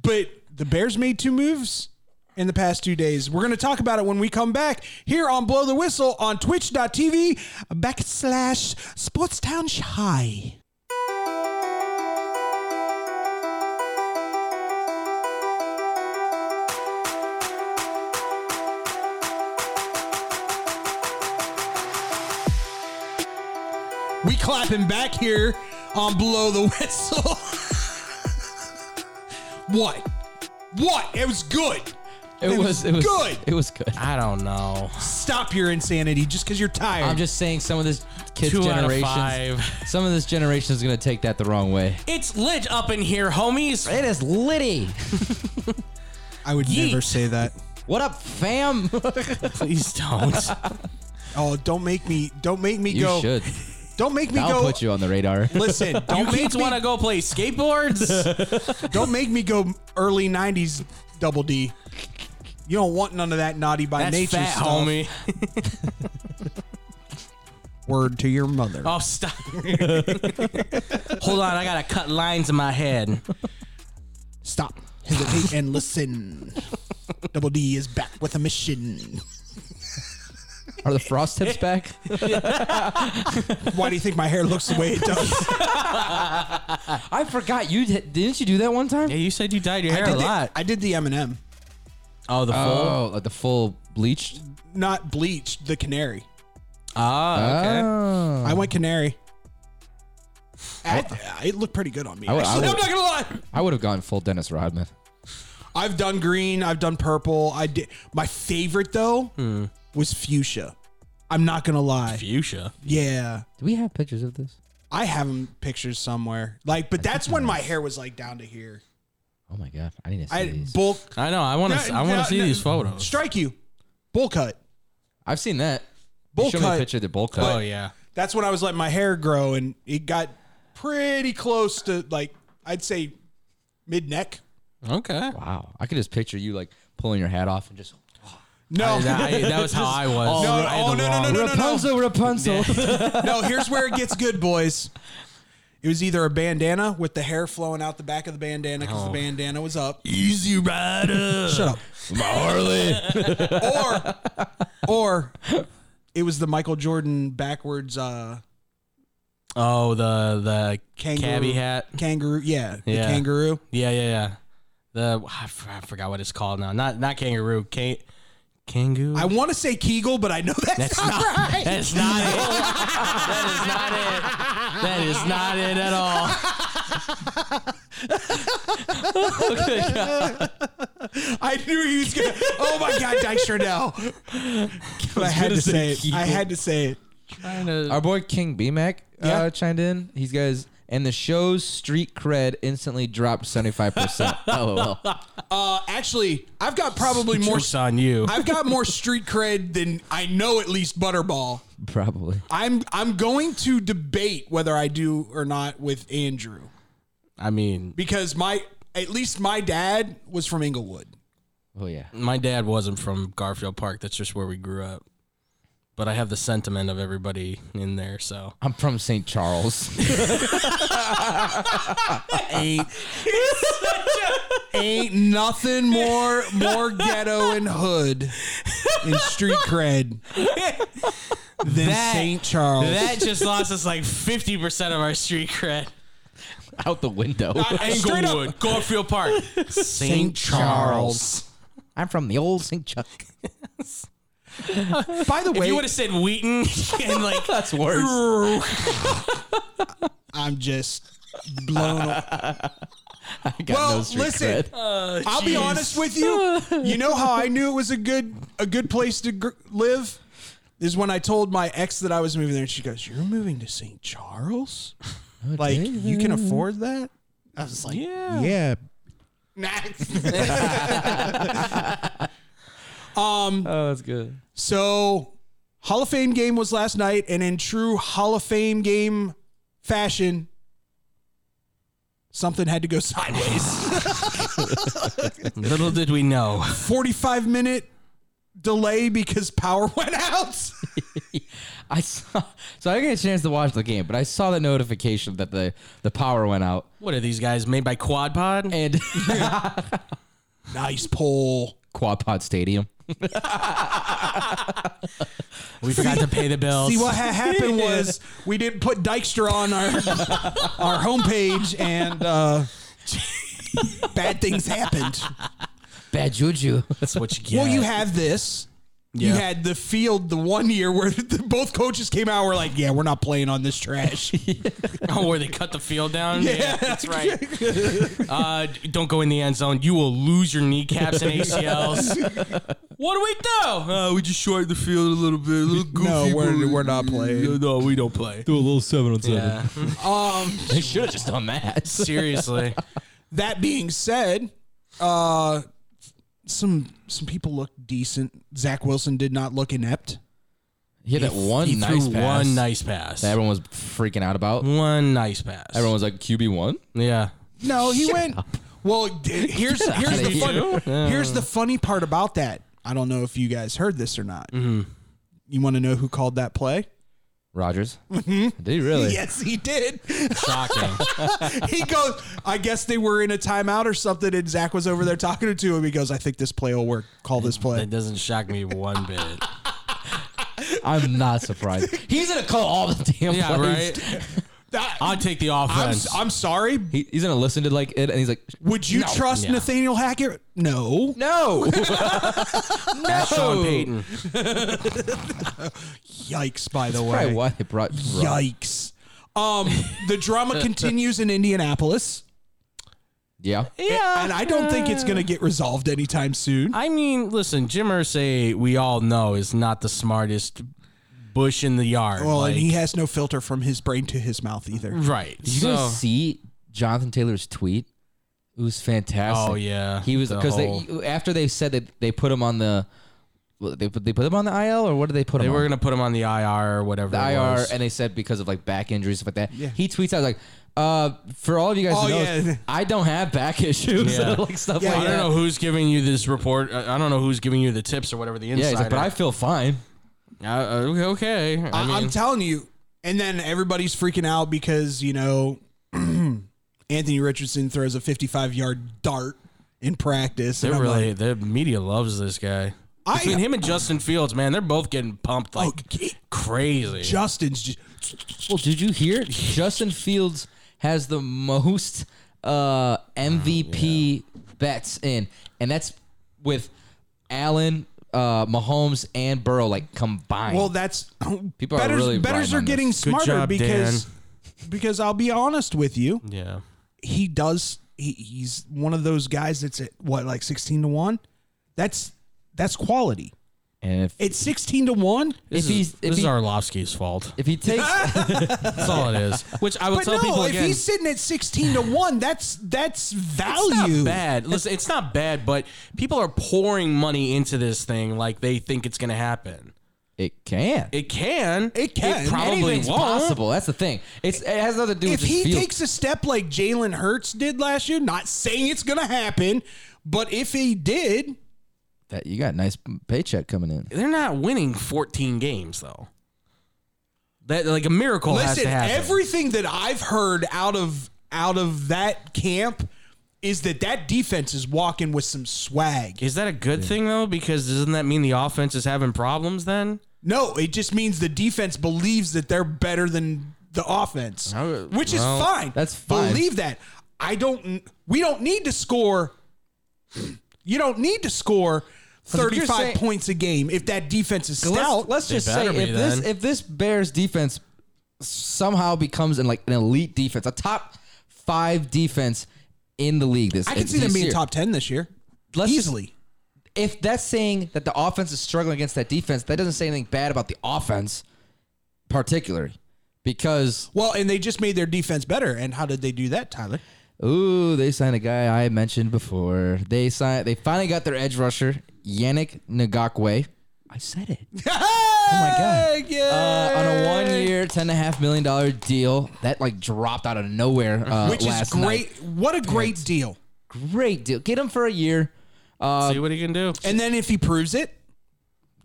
Speaker 3: but the Bears made two moves in the past two days. We're going to talk about it when we come back here on Blow the Whistle on twitch.tv backslash Sportstown Shy. We clapping back here on Blow the Whistle. what? What? It was good.
Speaker 1: it, was, it was
Speaker 3: good.
Speaker 1: It was good.
Speaker 2: I don't know.
Speaker 3: Stop your insanity just because you're tired.
Speaker 1: I'm just saying, some of this kids'
Speaker 2: Two out of
Speaker 1: generation,
Speaker 2: five.
Speaker 1: some of this generation is gonna take that the wrong way.
Speaker 2: It's lit up in here, homies.
Speaker 1: It is litty.
Speaker 3: I would
Speaker 2: Yeet.
Speaker 3: never say that.
Speaker 1: What up, fam?
Speaker 2: Please don't.
Speaker 3: Oh, don't make me. Don't make me
Speaker 1: you
Speaker 3: go.
Speaker 1: should.
Speaker 3: Don't make me
Speaker 1: I'll
Speaker 3: go.
Speaker 1: put you on the radar.
Speaker 3: Listen,
Speaker 2: You
Speaker 3: don't make
Speaker 2: kids
Speaker 3: me.
Speaker 2: want to go play skateboards?
Speaker 3: Don't make me go early '90s double D. You don't want none of that naughty by
Speaker 2: That's
Speaker 3: nature
Speaker 2: fat,
Speaker 3: stuff.
Speaker 2: homie.
Speaker 3: Word to your mother.
Speaker 2: Oh, stop. Hold on, I gotta cut lines in my head.
Speaker 3: Stop, hesitate, and listen. Double D is back with a mission.
Speaker 1: Are the frost tips back?
Speaker 3: Why do you think my hair looks the way it does?
Speaker 1: I forgot you d- didn't you do that one time?
Speaker 2: Yeah, you said you dyed your hair
Speaker 3: I
Speaker 2: a
Speaker 3: did the-
Speaker 2: lot.
Speaker 3: I did the Eminem,
Speaker 2: oh, the full.
Speaker 1: Oh, like the full bleached.
Speaker 3: not bleached. The canary.
Speaker 2: Ah, okay.
Speaker 1: Oh.
Speaker 3: I
Speaker 2: Uh-huh.
Speaker 3: went canary. I- it looked pretty good on me.
Speaker 1: I would- I
Speaker 2: Oh.
Speaker 3: actually. I'm
Speaker 1: would-
Speaker 3: not gonna lie.
Speaker 1: I would have gone full Dennis Rodman.
Speaker 3: I've done green. I've done purple. I did. My favorite though was fuchsia. I'm not gonna lie.
Speaker 2: Hmm. fuchsia.
Speaker 3: Yeah,
Speaker 1: Do we have pictures of this?
Speaker 3: I have 'em pictures somewhere. Like, but that's when my hair was like down to here.
Speaker 1: Oh my god, I need to see
Speaker 3: I
Speaker 1: these.
Speaker 3: bull.
Speaker 2: I know. I want to. I want to see these photos.
Speaker 3: Strike you, bull cut.
Speaker 1: I've seen that. You
Speaker 3: Bowl
Speaker 1: showed me
Speaker 3: cut.
Speaker 1: a picture of the bowl cut.
Speaker 2: oh yeah.
Speaker 3: That's when I was letting my hair grow, and it got pretty close to like I'd say mid neck.
Speaker 2: Okay.
Speaker 1: Wow, I could just picture you like pulling your hat off and just
Speaker 3: No,
Speaker 2: That, I- that was how I was.
Speaker 3: No,
Speaker 2: I had
Speaker 3: oh,
Speaker 2: the
Speaker 3: no, no, no,
Speaker 2: long-
Speaker 3: no.
Speaker 1: Rapunzel, Rapunzel.
Speaker 3: no, here's where it gets good, boys. It was either a bandana with the hair flowing out the back of the bandana because the bandana was up.
Speaker 2: Easy rider.
Speaker 3: Shut up. Marley. or, or it was the Michael Jordan backwards uh,
Speaker 2: Oh, the the
Speaker 3: Kangaroo.
Speaker 2: cabbie hat.
Speaker 3: kangaroo. Yeah, the
Speaker 2: Yeah.
Speaker 3: kangaroo.
Speaker 2: Yeah, yeah, yeah. the I f- I forgot what it's called now. Not not kangaroo. Can, kangaroo.
Speaker 3: I want to say Kegel, but I know that's, not, right.
Speaker 2: That's not it. that is not it. That is not it at all.
Speaker 3: I knew he was gonna. Oh my God, Dyke Chardell! I had to say it. I had to say it.
Speaker 1: Our boy King B Mac
Speaker 3: Yeah.
Speaker 1: uh, chimed in. He's guys, and the show's street cred instantly dropped seventy five percent. Oh well,
Speaker 3: Uh, actually, I've got probably more.
Speaker 2: Jokes on you.
Speaker 3: I've got more street cred than I know at least Butterball.
Speaker 1: probably.
Speaker 3: I'm I'm going to debate whether I do or not with Andrew
Speaker 2: I mean,
Speaker 3: because my at least my dad was from Inglewood.
Speaker 1: Oh yeah,
Speaker 2: my dad wasn't from Garfield Park. That's just where we grew up. But I have the sentiment of everybody in there. So
Speaker 1: I'm from St. Charles.
Speaker 3: Ain't nothing more more ghetto and hood and street cred than St. Charles.
Speaker 2: that just lost us like fifty percent of our street cred.
Speaker 1: Out the window.
Speaker 2: Englewood, Garfield Park, St.
Speaker 1: I'm from the old St. Chuck.
Speaker 3: By the
Speaker 2: If
Speaker 3: way,
Speaker 2: you would have said Wheaton and like
Speaker 1: That's worse.
Speaker 3: I'm just blown. away.
Speaker 1: I got
Speaker 3: Well,
Speaker 1: no street
Speaker 3: listen.
Speaker 1: cred.
Speaker 3: I'll be honest with you. You know how I knew it was a good a good place to gr- live is when I told my ex that I was moving there, and she goes, "You're moving to St. Charles?
Speaker 1: Oh,
Speaker 3: Like you can afford that?" I was like, "Yeah, yeah." um.
Speaker 1: Oh, that's good.
Speaker 3: So, Hall of Fame game was last night, and in true Hall of Fame game fashion, something had to go sideways.
Speaker 2: Little did we know.
Speaker 3: 45 minute delay because power went out.
Speaker 1: I saw. So I didn't get a chance to watch the game, but I saw the notification that the the power went out,
Speaker 2: What are these guys made by Quad Pod?
Speaker 1: and
Speaker 3: nice pull.
Speaker 1: Quad Pod Stadium.
Speaker 2: We forgot to pay the bills.
Speaker 3: See what ha- happened was we didn't put Dykstra on our our homepage, and uh, bad things happened.
Speaker 1: Bad juju.
Speaker 2: That's what you get.
Speaker 3: Well, you have this. You
Speaker 2: Yeah.
Speaker 3: had the field the one year where the, both coaches came out and were like, "Yeah, we're not playing on this trash."
Speaker 2: oh, where they cut the field down. Yeah, that's right. Uh, d- don't go in the end zone. You will lose your kneecaps and ACLs. what do we do? Uh, we just shorted the field a little bit. A little goofy.
Speaker 3: no, we're,
Speaker 2: but-
Speaker 3: we're not playing. Um,
Speaker 2: No, we don't play.
Speaker 6: Do a little seven on seven.
Speaker 2: Yeah.
Speaker 1: they should have just done that.
Speaker 2: Seriously.
Speaker 3: That being said, uh, some some people look decent. Zach Wilson did not look inept.
Speaker 1: He had that one
Speaker 2: He
Speaker 1: nice
Speaker 2: threw
Speaker 1: pass.
Speaker 2: one nice Mm. pass.
Speaker 1: that everyone was freaking out about.
Speaker 2: One nice pass.
Speaker 1: Everyone was like QB one.
Speaker 2: Yeah.
Speaker 3: No, he went. Well, d- here's here's
Speaker 1: outta
Speaker 3: the fun, here's the funny part about that. I don't know if you guys heard this or not.
Speaker 2: Mm-hmm.
Speaker 3: You want to know who called that play?
Speaker 1: Rogers. Did he really?
Speaker 3: Yes, he did.
Speaker 2: Shocking.
Speaker 3: he goes, I guess they were in a timeout or something, and Zach was over there talking to him. He goes, I think this play will work. Call this play.
Speaker 2: that doesn't shock me one bit.
Speaker 1: I'm not surprised. He's gonna call all the damn
Speaker 2: Yeah,
Speaker 1: plays.
Speaker 2: right.
Speaker 3: I,
Speaker 2: I'll take the
Speaker 3: am
Speaker 2: offense.
Speaker 3: sorry.
Speaker 1: He, he's gonna listen to like it, and he's like,
Speaker 3: Would you trust
Speaker 2: Yeah.
Speaker 3: Nathaniel Hackett? No.
Speaker 1: no.
Speaker 2: That's Sean Payton.
Speaker 3: Yikes, by the
Speaker 1: Probably
Speaker 3: way.
Speaker 1: why they brought. Rod-
Speaker 3: Yikes. Um, the drama continues in Indianapolis,
Speaker 1: Yeah.
Speaker 2: Yeah.
Speaker 3: and I don't think it's going to get resolved anytime soon.
Speaker 2: I mean, listen, Jim Irsay, we all know, is not the smartest bush in the yard.
Speaker 3: Well,
Speaker 2: like-
Speaker 3: and he has no filter from his brain to his mouth either.
Speaker 2: right.
Speaker 1: Did you
Speaker 2: so-
Speaker 1: guys see Jonathan Taylor's tweet? It was fantastic.
Speaker 2: Oh, yeah.
Speaker 1: He was
Speaker 2: The
Speaker 1: because
Speaker 2: whole-
Speaker 1: they after they said that they put him on the well, they put they put him on the IL or what did they put
Speaker 2: they
Speaker 1: him? on?
Speaker 2: were going to put him on the IR or whatever.
Speaker 1: the
Speaker 2: it
Speaker 1: IR
Speaker 2: was.
Speaker 1: and they said because of like back injuries stuff like that. He tweets out like, uh, for all of you guys,
Speaker 3: Oh,
Speaker 1: who knows,
Speaker 3: yeah.
Speaker 1: I don't have back issues
Speaker 2: Yeah.
Speaker 1: like stuff
Speaker 3: Yeah,
Speaker 1: like
Speaker 2: I
Speaker 1: that.
Speaker 2: don't know who's giving you this report. I I don't know who's giving you the tips or whatever the insider.
Speaker 1: Yeah, he's like, but I feel fine.
Speaker 2: Uh, uh, okay. I
Speaker 3: I
Speaker 2: mean,
Speaker 3: I'm telling you. And then everybody's freaking out because, you know, Anthony Richardson throws a 55 yard dart in practice.
Speaker 2: they're
Speaker 3: and I'm
Speaker 2: really
Speaker 3: like,
Speaker 2: the media loves this guy.
Speaker 3: I-
Speaker 2: Between him and Justin Fields, man, they're both getting pumped like
Speaker 3: Okay.
Speaker 2: crazy.
Speaker 3: Justin's just.
Speaker 1: Well, did you hear? Justin Fields has the most uh, MVP bets in, and that's with Allen, uh, Mahomes, and Burrow like combined.
Speaker 3: Well, that's
Speaker 1: People are
Speaker 3: betters,
Speaker 1: really
Speaker 3: betters
Speaker 1: riding
Speaker 3: are
Speaker 1: on
Speaker 3: getting
Speaker 1: this.
Speaker 3: smarter
Speaker 2: job,
Speaker 3: because
Speaker 2: Dan.
Speaker 3: because I'll be honest with you,
Speaker 2: Yeah.
Speaker 3: he does he, he's one of those guys that's at what like 16 to 1. That's that's quality.
Speaker 1: and if
Speaker 3: It's 16 to 1.
Speaker 2: This,
Speaker 1: If he's-
Speaker 2: is,
Speaker 1: if
Speaker 2: this is
Speaker 1: he-
Speaker 2: Arlovsky's fault.
Speaker 1: if he takes
Speaker 2: That's all it is. Which I would
Speaker 3: But
Speaker 2: tell people
Speaker 3: no, if
Speaker 2: again.
Speaker 3: he's sitting at 16 to 1, that's that's value.
Speaker 2: It's not bad. Listen, it's not bad, but people are pouring money into this thing like they think it's going to happen.
Speaker 1: it can.
Speaker 2: It can.
Speaker 3: It can.
Speaker 2: It probably
Speaker 1: Anything's
Speaker 2: won't.
Speaker 1: possible. That's the thing. It's it has nothing to do
Speaker 3: if
Speaker 1: with just
Speaker 3: he
Speaker 1: field.
Speaker 3: takes a step like Jalen Hurts did last year, not saying it's going to happen, but if he did,
Speaker 1: that you got a nice paycheck coming in.
Speaker 2: They're not winning 14 games though. That like a
Speaker 1: Oh,
Speaker 2: miracle has
Speaker 3: listen,
Speaker 2: to happen.
Speaker 3: everything that I've heard out of out of that camp is that that defense is walking with some swag.
Speaker 2: is that a good thing though? Because doesn't that mean the offense is having problems then?
Speaker 3: No, it just means the defense believes that they're better than the offense,
Speaker 2: Oh,
Speaker 3: which is
Speaker 2: well,
Speaker 3: fine.
Speaker 1: that's fine.
Speaker 3: Believe that. I don't. We don't need to score. You don't need to score
Speaker 1: you're
Speaker 3: thirty-five
Speaker 1: saying-
Speaker 3: points a game if that defense is
Speaker 1: Let's-
Speaker 3: stout.
Speaker 1: Let's, just say
Speaker 2: better
Speaker 1: if
Speaker 2: be,
Speaker 1: this
Speaker 2: then.
Speaker 1: if this Bears defense somehow becomes an like an elite defense, a top five defense in the league. This
Speaker 3: I can
Speaker 1: this
Speaker 3: see them being
Speaker 1: year.
Speaker 3: top ten this year
Speaker 1: Let's just-
Speaker 3: easily.
Speaker 1: if that's saying that the offense is struggling against that defense, that doesn't say anything bad about the offense, particularly because
Speaker 3: Well, and they just made their defense better. And how did they do that, Tyler?
Speaker 1: ooh, they signed a guy I mentioned before. They signed. They finally got their edge rusher Yannick Ngakwe. I said it.
Speaker 3: oh
Speaker 1: my God.
Speaker 3: Yeah.
Speaker 1: uh, on a one-year, ten and a half million dollar deal that like dropped out of nowhere, uh,
Speaker 3: which is
Speaker 1: last night.
Speaker 3: great. What a great deal!
Speaker 1: Great deal. Get him for a year. Uh,
Speaker 2: See what he can do.
Speaker 3: And then if he proves it,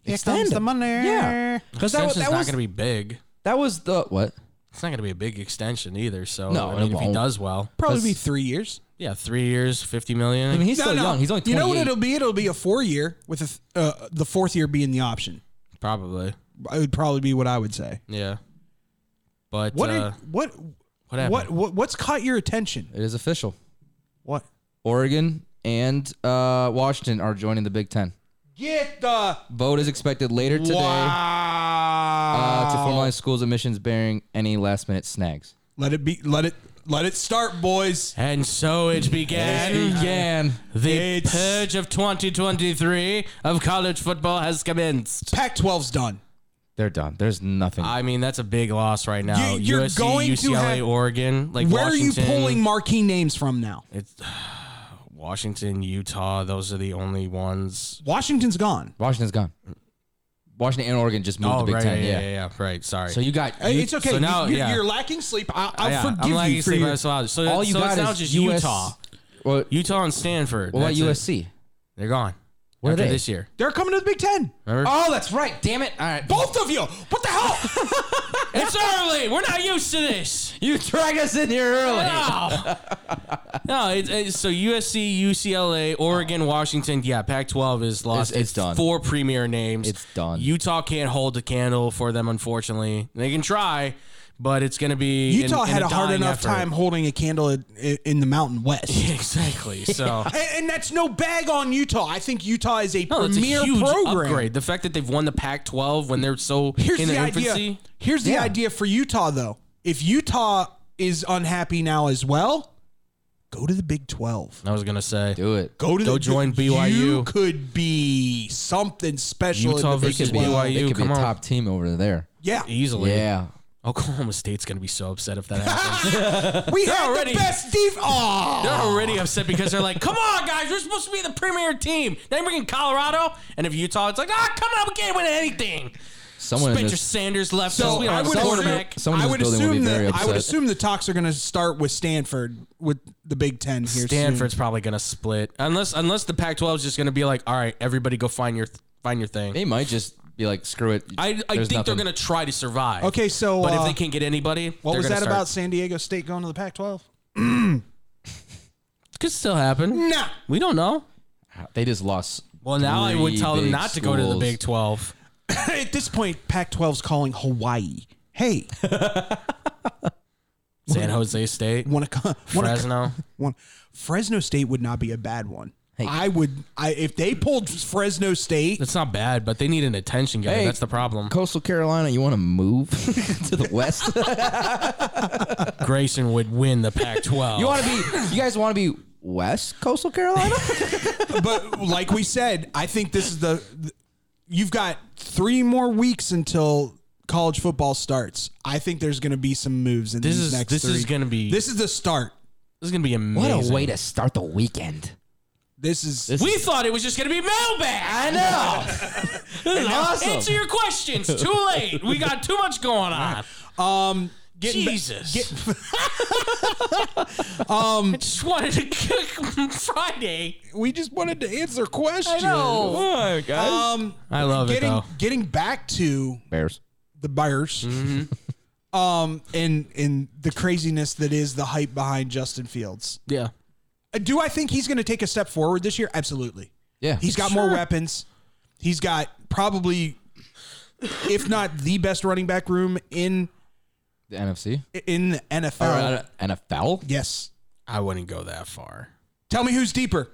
Speaker 3: here
Speaker 1: Extend
Speaker 3: comes the
Speaker 1: him.
Speaker 3: money.
Speaker 1: Yeah. because that, was-
Speaker 2: Extension's
Speaker 1: that
Speaker 2: not
Speaker 1: was
Speaker 2: going to be big.
Speaker 1: that was the what?
Speaker 2: It's not going to be a big extension either. So
Speaker 1: No,
Speaker 2: I mean,
Speaker 1: it
Speaker 2: if he
Speaker 1: won't.
Speaker 2: does well,
Speaker 3: probably be three years.
Speaker 2: yeah, three years, 50 million.
Speaker 1: I mean, he's still young. He's only
Speaker 3: You know what
Speaker 1: 28.
Speaker 3: it'll be? It'll be a four year with a th- uh, the fourth year being the option.
Speaker 2: probably.
Speaker 3: It would probably be what I would say.
Speaker 2: Yeah. But
Speaker 3: What
Speaker 2: uh,
Speaker 3: did, what
Speaker 2: what happened?
Speaker 3: what what what's caught your attention?
Speaker 1: It is official.
Speaker 3: What?
Speaker 1: Oregon and uh, Washington are joining the Big Ten.
Speaker 3: Get the
Speaker 1: Vote is expected later today uh, to
Speaker 3: wow.
Speaker 1: formalize schools admissions bearing any last-minute snags.
Speaker 3: let it be. Let it let it start, boys.
Speaker 2: And so it began.
Speaker 1: Again,
Speaker 2: The
Speaker 3: It's-
Speaker 2: purge of 2023 of college football has commenced.
Speaker 3: Pac 12's done.
Speaker 1: they're done. There's nothing.
Speaker 2: I mean, that's a big loss right now.
Speaker 3: You- you're
Speaker 2: USC,
Speaker 3: going to
Speaker 2: UCLA,
Speaker 3: have-
Speaker 2: Oregon, like
Speaker 3: Where
Speaker 2: Washington,
Speaker 3: are you pulling marquee names from now?
Speaker 2: It's Washington, Utah. Those are the only ones.
Speaker 3: Washington's gone.
Speaker 1: Washington's gone. Washington and Oregon just moved to
Speaker 2: Oh,
Speaker 1: the Big
Speaker 2: right,
Speaker 1: Ten.
Speaker 2: yeah,
Speaker 1: Yeah.
Speaker 2: yeah, yeah, Right. Sorry.
Speaker 1: So you got
Speaker 3: Hey, it's okay.
Speaker 2: so now-
Speaker 3: you're,
Speaker 2: yeah.
Speaker 3: you're lacking sleep. I, I
Speaker 2: yeah,
Speaker 3: forgive
Speaker 2: I'm
Speaker 3: you
Speaker 2: lagging
Speaker 3: for
Speaker 2: sleep
Speaker 3: your-
Speaker 2: as well. So
Speaker 1: all you
Speaker 2: so
Speaker 1: got
Speaker 2: it's now
Speaker 1: is
Speaker 2: just
Speaker 1: US,
Speaker 2: Utah,
Speaker 1: Well,
Speaker 2: Utah and Stanford.
Speaker 1: what about
Speaker 2: That's it.
Speaker 1: USC?
Speaker 2: They're gone.
Speaker 1: Where are
Speaker 2: after
Speaker 1: they?
Speaker 2: this year?
Speaker 3: They're coming to the Big Ten.
Speaker 2: Remember?
Speaker 1: Oh, that's right. Damn it. All right.
Speaker 3: Both of you. What the hell?
Speaker 2: It's early. We're not used to this.
Speaker 1: You dragged us in here early.
Speaker 2: No, no. It's, it's, so USC, UCLA, Oregon, Washington. Yeah, Pac-12 is lost.
Speaker 1: It's- it's done.
Speaker 2: Four premier names.
Speaker 1: It's done.
Speaker 2: Utah can't hold the candle for them. Unfortunately, they can try, but it's going to be in-
Speaker 3: Utah
Speaker 2: in
Speaker 3: had a, hard
Speaker 2: dying
Speaker 3: enough
Speaker 2: effort.
Speaker 3: time holding a candle in, in the Mountain West.
Speaker 2: Exactly. So.
Speaker 3: and, and that's no bag on Utah. I think Utah is a
Speaker 2: No, it's a
Speaker 3: premier
Speaker 2: huge
Speaker 3: program.
Speaker 2: upgrade. The fact that they've won the Pac-12 when they're so
Speaker 3: Here's
Speaker 2: in
Speaker 3: the
Speaker 2: their
Speaker 3: idea.
Speaker 2: infancy.
Speaker 3: Here's the
Speaker 1: Yeah.
Speaker 3: idea for Utah though. If Utah is unhappy now as well, go to the Big 12.
Speaker 2: I was gonna say
Speaker 1: Do it.
Speaker 3: Go to
Speaker 2: Go
Speaker 3: the,
Speaker 2: join
Speaker 3: You
Speaker 2: BYU.
Speaker 3: could be something special.
Speaker 2: Utah
Speaker 3: in the Big
Speaker 2: versus
Speaker 1: Could be,
Speaker 3: 12.
Speaker 2: BYU.
Speaker 1: they could be
Speaker 2: come
Speaker 1: a
Speaker 2: on.
Speaker 1: top team over there.
Speaker 3: Yeah,
Speaker 2: easily.
Speaker 1: Yeah.
Speaker 2: Oklahoma State's gonna be so upset if that happens.
Speaker 3: Ah! we had
Speaker 2: already-
Speaker 3: the best Ah! defense.
Speaker 2: They're already upset because they're like, come on, guys, we're supposed to be the premier team. Now you're bringing Colorado, and if Utah, it's like, ah, come on, we can't win anything.
Speaker 1: Someone in
Speaker 2: Spencer
Speaker 1: this,
Speaker 2: Sanders left.
Speaker 3: So
Speaker 2: us. we don't
Speaker 3: I
Speaker 2: have
Speaker 3: would
Speaker 2: a
Speaker 3: assume-
Speaker 2: quarterback.
Speaker 1: Someone
Speaker 3: I
Speaker 1: in
Speaker 3: would
Speaker 1: this building will
Speaker 3: assume
Speaker 1: be very
Speaker 3: that I would
Speaker 1: upset.
Speaker 3: assume the talks are going to start with Stanford with the Big Ten here.
Speaker 2: Stanford's probably gonna split unless unless the Pac-12 is just gonna be like, all right, everybody go find your find your thing.
Speaker 1: they might just be like, screw it.
Speaker 2: I, I
Speaker 1: There's
Speaker 2: think they're
Speaker 1: nothing.
Speaker 2: gonna try to survive.
Speaker 3: Soon. Okay, so
Speaker 2: but
Speaker 3: uh,
Speaker 2: if they can't get anybody,
Speaker 3: what
Speaker 2: they're
Speaker 3: was
Speaker 2: gonna
Speaker 3: that
Speaker 2: start.
Speaker 3: about San Diego State going to the Pac-12?
Speaker 2: Could still happen.
Speaker 3: Nah.
Speaker 2: We don't know.
Speaker 1: They just lost.
Speaker 2: Well, now I would
Speaker 1: three
Speaker 2: tell them
Speaker 1: big
Speaker 2: not to go to the
Speaker 1: schools.
Speaker 2: Big 12.
Speaker 3: At this point, Pac-12's calling Hawaii. Hey,
Speaker 2: San Jose State,
Speaker 3: Want to
Speaker 2: Fresno.
Speaker 3: One Fresno State would not be a bad one. I would. I if they pulled Fresno State.
Speaker 2: That's not bad, but they need an attention guy.
Speaker 1: Hey.
Speaker 2: That's the problem.
Speaker 1: Coastal Carolina, you want to move to the west?
Speaker 2: Grayson would win the Pac-12.
Speaker 1: you want to be? You guys want to be West Coastal Carolina?
Speaker 3: but like we said, I think this is the. You've got three more weeks until college football starts. I think there's going to be some moves in
Speaker 2: This
Speaker 3: these
Speaker 2: is-
Speaker 3: next.
Speaker 2: this is
Speaker 3: three.
Speaker 2: gonna be-
Speaker 3: This is the start.
Speaker 2: this is gonna be
Speaker 1: what
Speaker 2: amazing.
Speaker 1: a way to start the weekend.
Speaker 3: This is
Speaker 2: We thought it was just gonna be mailbag.
Speaker 1: I know. this is
Speaker 2: Answer
Speaker 1: awesome.
Speaker 2: your questions. Too late. We got too much going on.
Speaker 3: um. Getting ba-
Speaker 2: Jesus. um, I just wanted to cook Friday.
Speaker 3: we just wanted to answer questions.
Speaker 2: Oh, guys.
Speaker 3: Um.
Speaker 2: I love it
Speaker 3: Getting
Speaker 2: though.
Speaker 3: getting back to
Speaker 1: Bears.
Speaker 3: the Bears.
Speaker 2: Mm-hmm.
Speaker 3: Um. And and the craziness that is the hype behind Justin Fields. Uh,
Speaker 2: Yeah.
Speaker 3: Do I think he's going to take a step forward this year? Absolutely.
Speaker 1: Yeah.
Speaker 3: He's got more weapons. He's got probably, if not the best running back room in
Speaker 1: the NFC.
Speaker 3: in the NFL.
Speaker 1: Or, uh, NFL.
Speaker 3: Yes.
Speaker 2: I wouldn't go that far.
Speaker 3: Tell me who's deeper.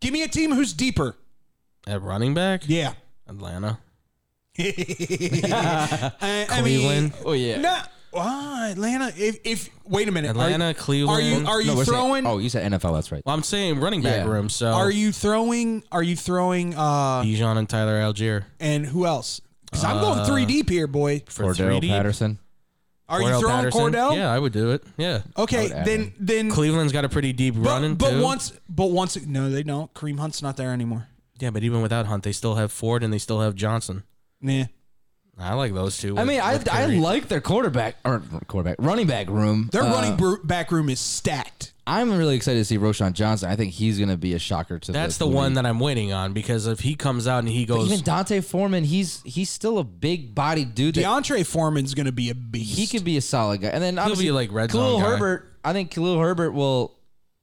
Speaker 3: Give me a team who's deeper.
Speaker 2: At running back?
Speaker 3: Yeah.
Speaker 2: Atlanta.
Speaker 3: I, I
Speaker 2: Cleveland.
Speaker 1: Oh yeah.
Speaker 3: mean, no. Ah, Atlanta. If, if wait a minute, Are-
Speaker 2: Atlanta,
Speaker 3: Are
Speaker 2: Cleveland.
Speaker 3: you are you
Speaker 1: we're saying-
Speaker 3: throwing?
Speaker 1: oh, you said NFL. That's right.
Speaker 2: well, I'm saying running back
Speaker 1: Yeah.
Speaker 2: room, so
Speaker 3: Are you throwing? Are you throwing? Uh,
Speaker 2: Bijan and Tyler Algier
Speaker 3: and who else? Because I'm
Speaker 2: Uh,
Speaker 3: going three deep here, boy.
Speaker 2: for
Speaker 1: Cordero
Speaker 2: 3D?
Speaker 1: Patterson.
Speaker 3: Are
Speaker 2: Cordell
Speaker 3: you throwing
Speaker 2: Patterson?
Speaker 3: Cordell?
Speaker 2: Yeah, I would do it. Yeah.
Speaker 3: Okay,
Speaker 1: would add
Speaker 3: then then
Speaker 2: Cleveland's got a pretty deep
Speaker 3: But-
Speaker 2: running
Speaker 3: But
Speaker 2: too.
Speaker 3: once, but once, no, they don't. Kareem Hunt's not there anymore.
Speaker 2: yeah, but even without Hunt, they still have Ford and they still have Johnson.
Speaker 3: Yeah.
Speaker 2: I like those two.
Speaker 1: I
Speaker 2: with-
Speaker 1: mean, I,
Speaker 2: with
Speaker 1: I
Speaker 2: Curry.
Speaker 1: like their quarterback or quarterback running back room.
Speaker 3: Their
Speaker 1: Uh,
Speaker 3: running bru- back room is stacked.
Speaker 1: I'm really excited to see Roshan Johnson. I think he's going to be a shocker to
Speaker 2: that's the one that I'm waiting on because if he comes out and he goes,
Speaker 1: Even Dante Foreman, he's he's still a big bodied dude. That
Speaker 3: DeAndre Foreman's going to be a beast.
Speaker 1: he could be a solid guy. And then obviously,
Speaker 2: be like red
Speaker 1: Khalil
Speaker 2: zone guy.
Speaker 1: Herbert. I think Khalil Herbert will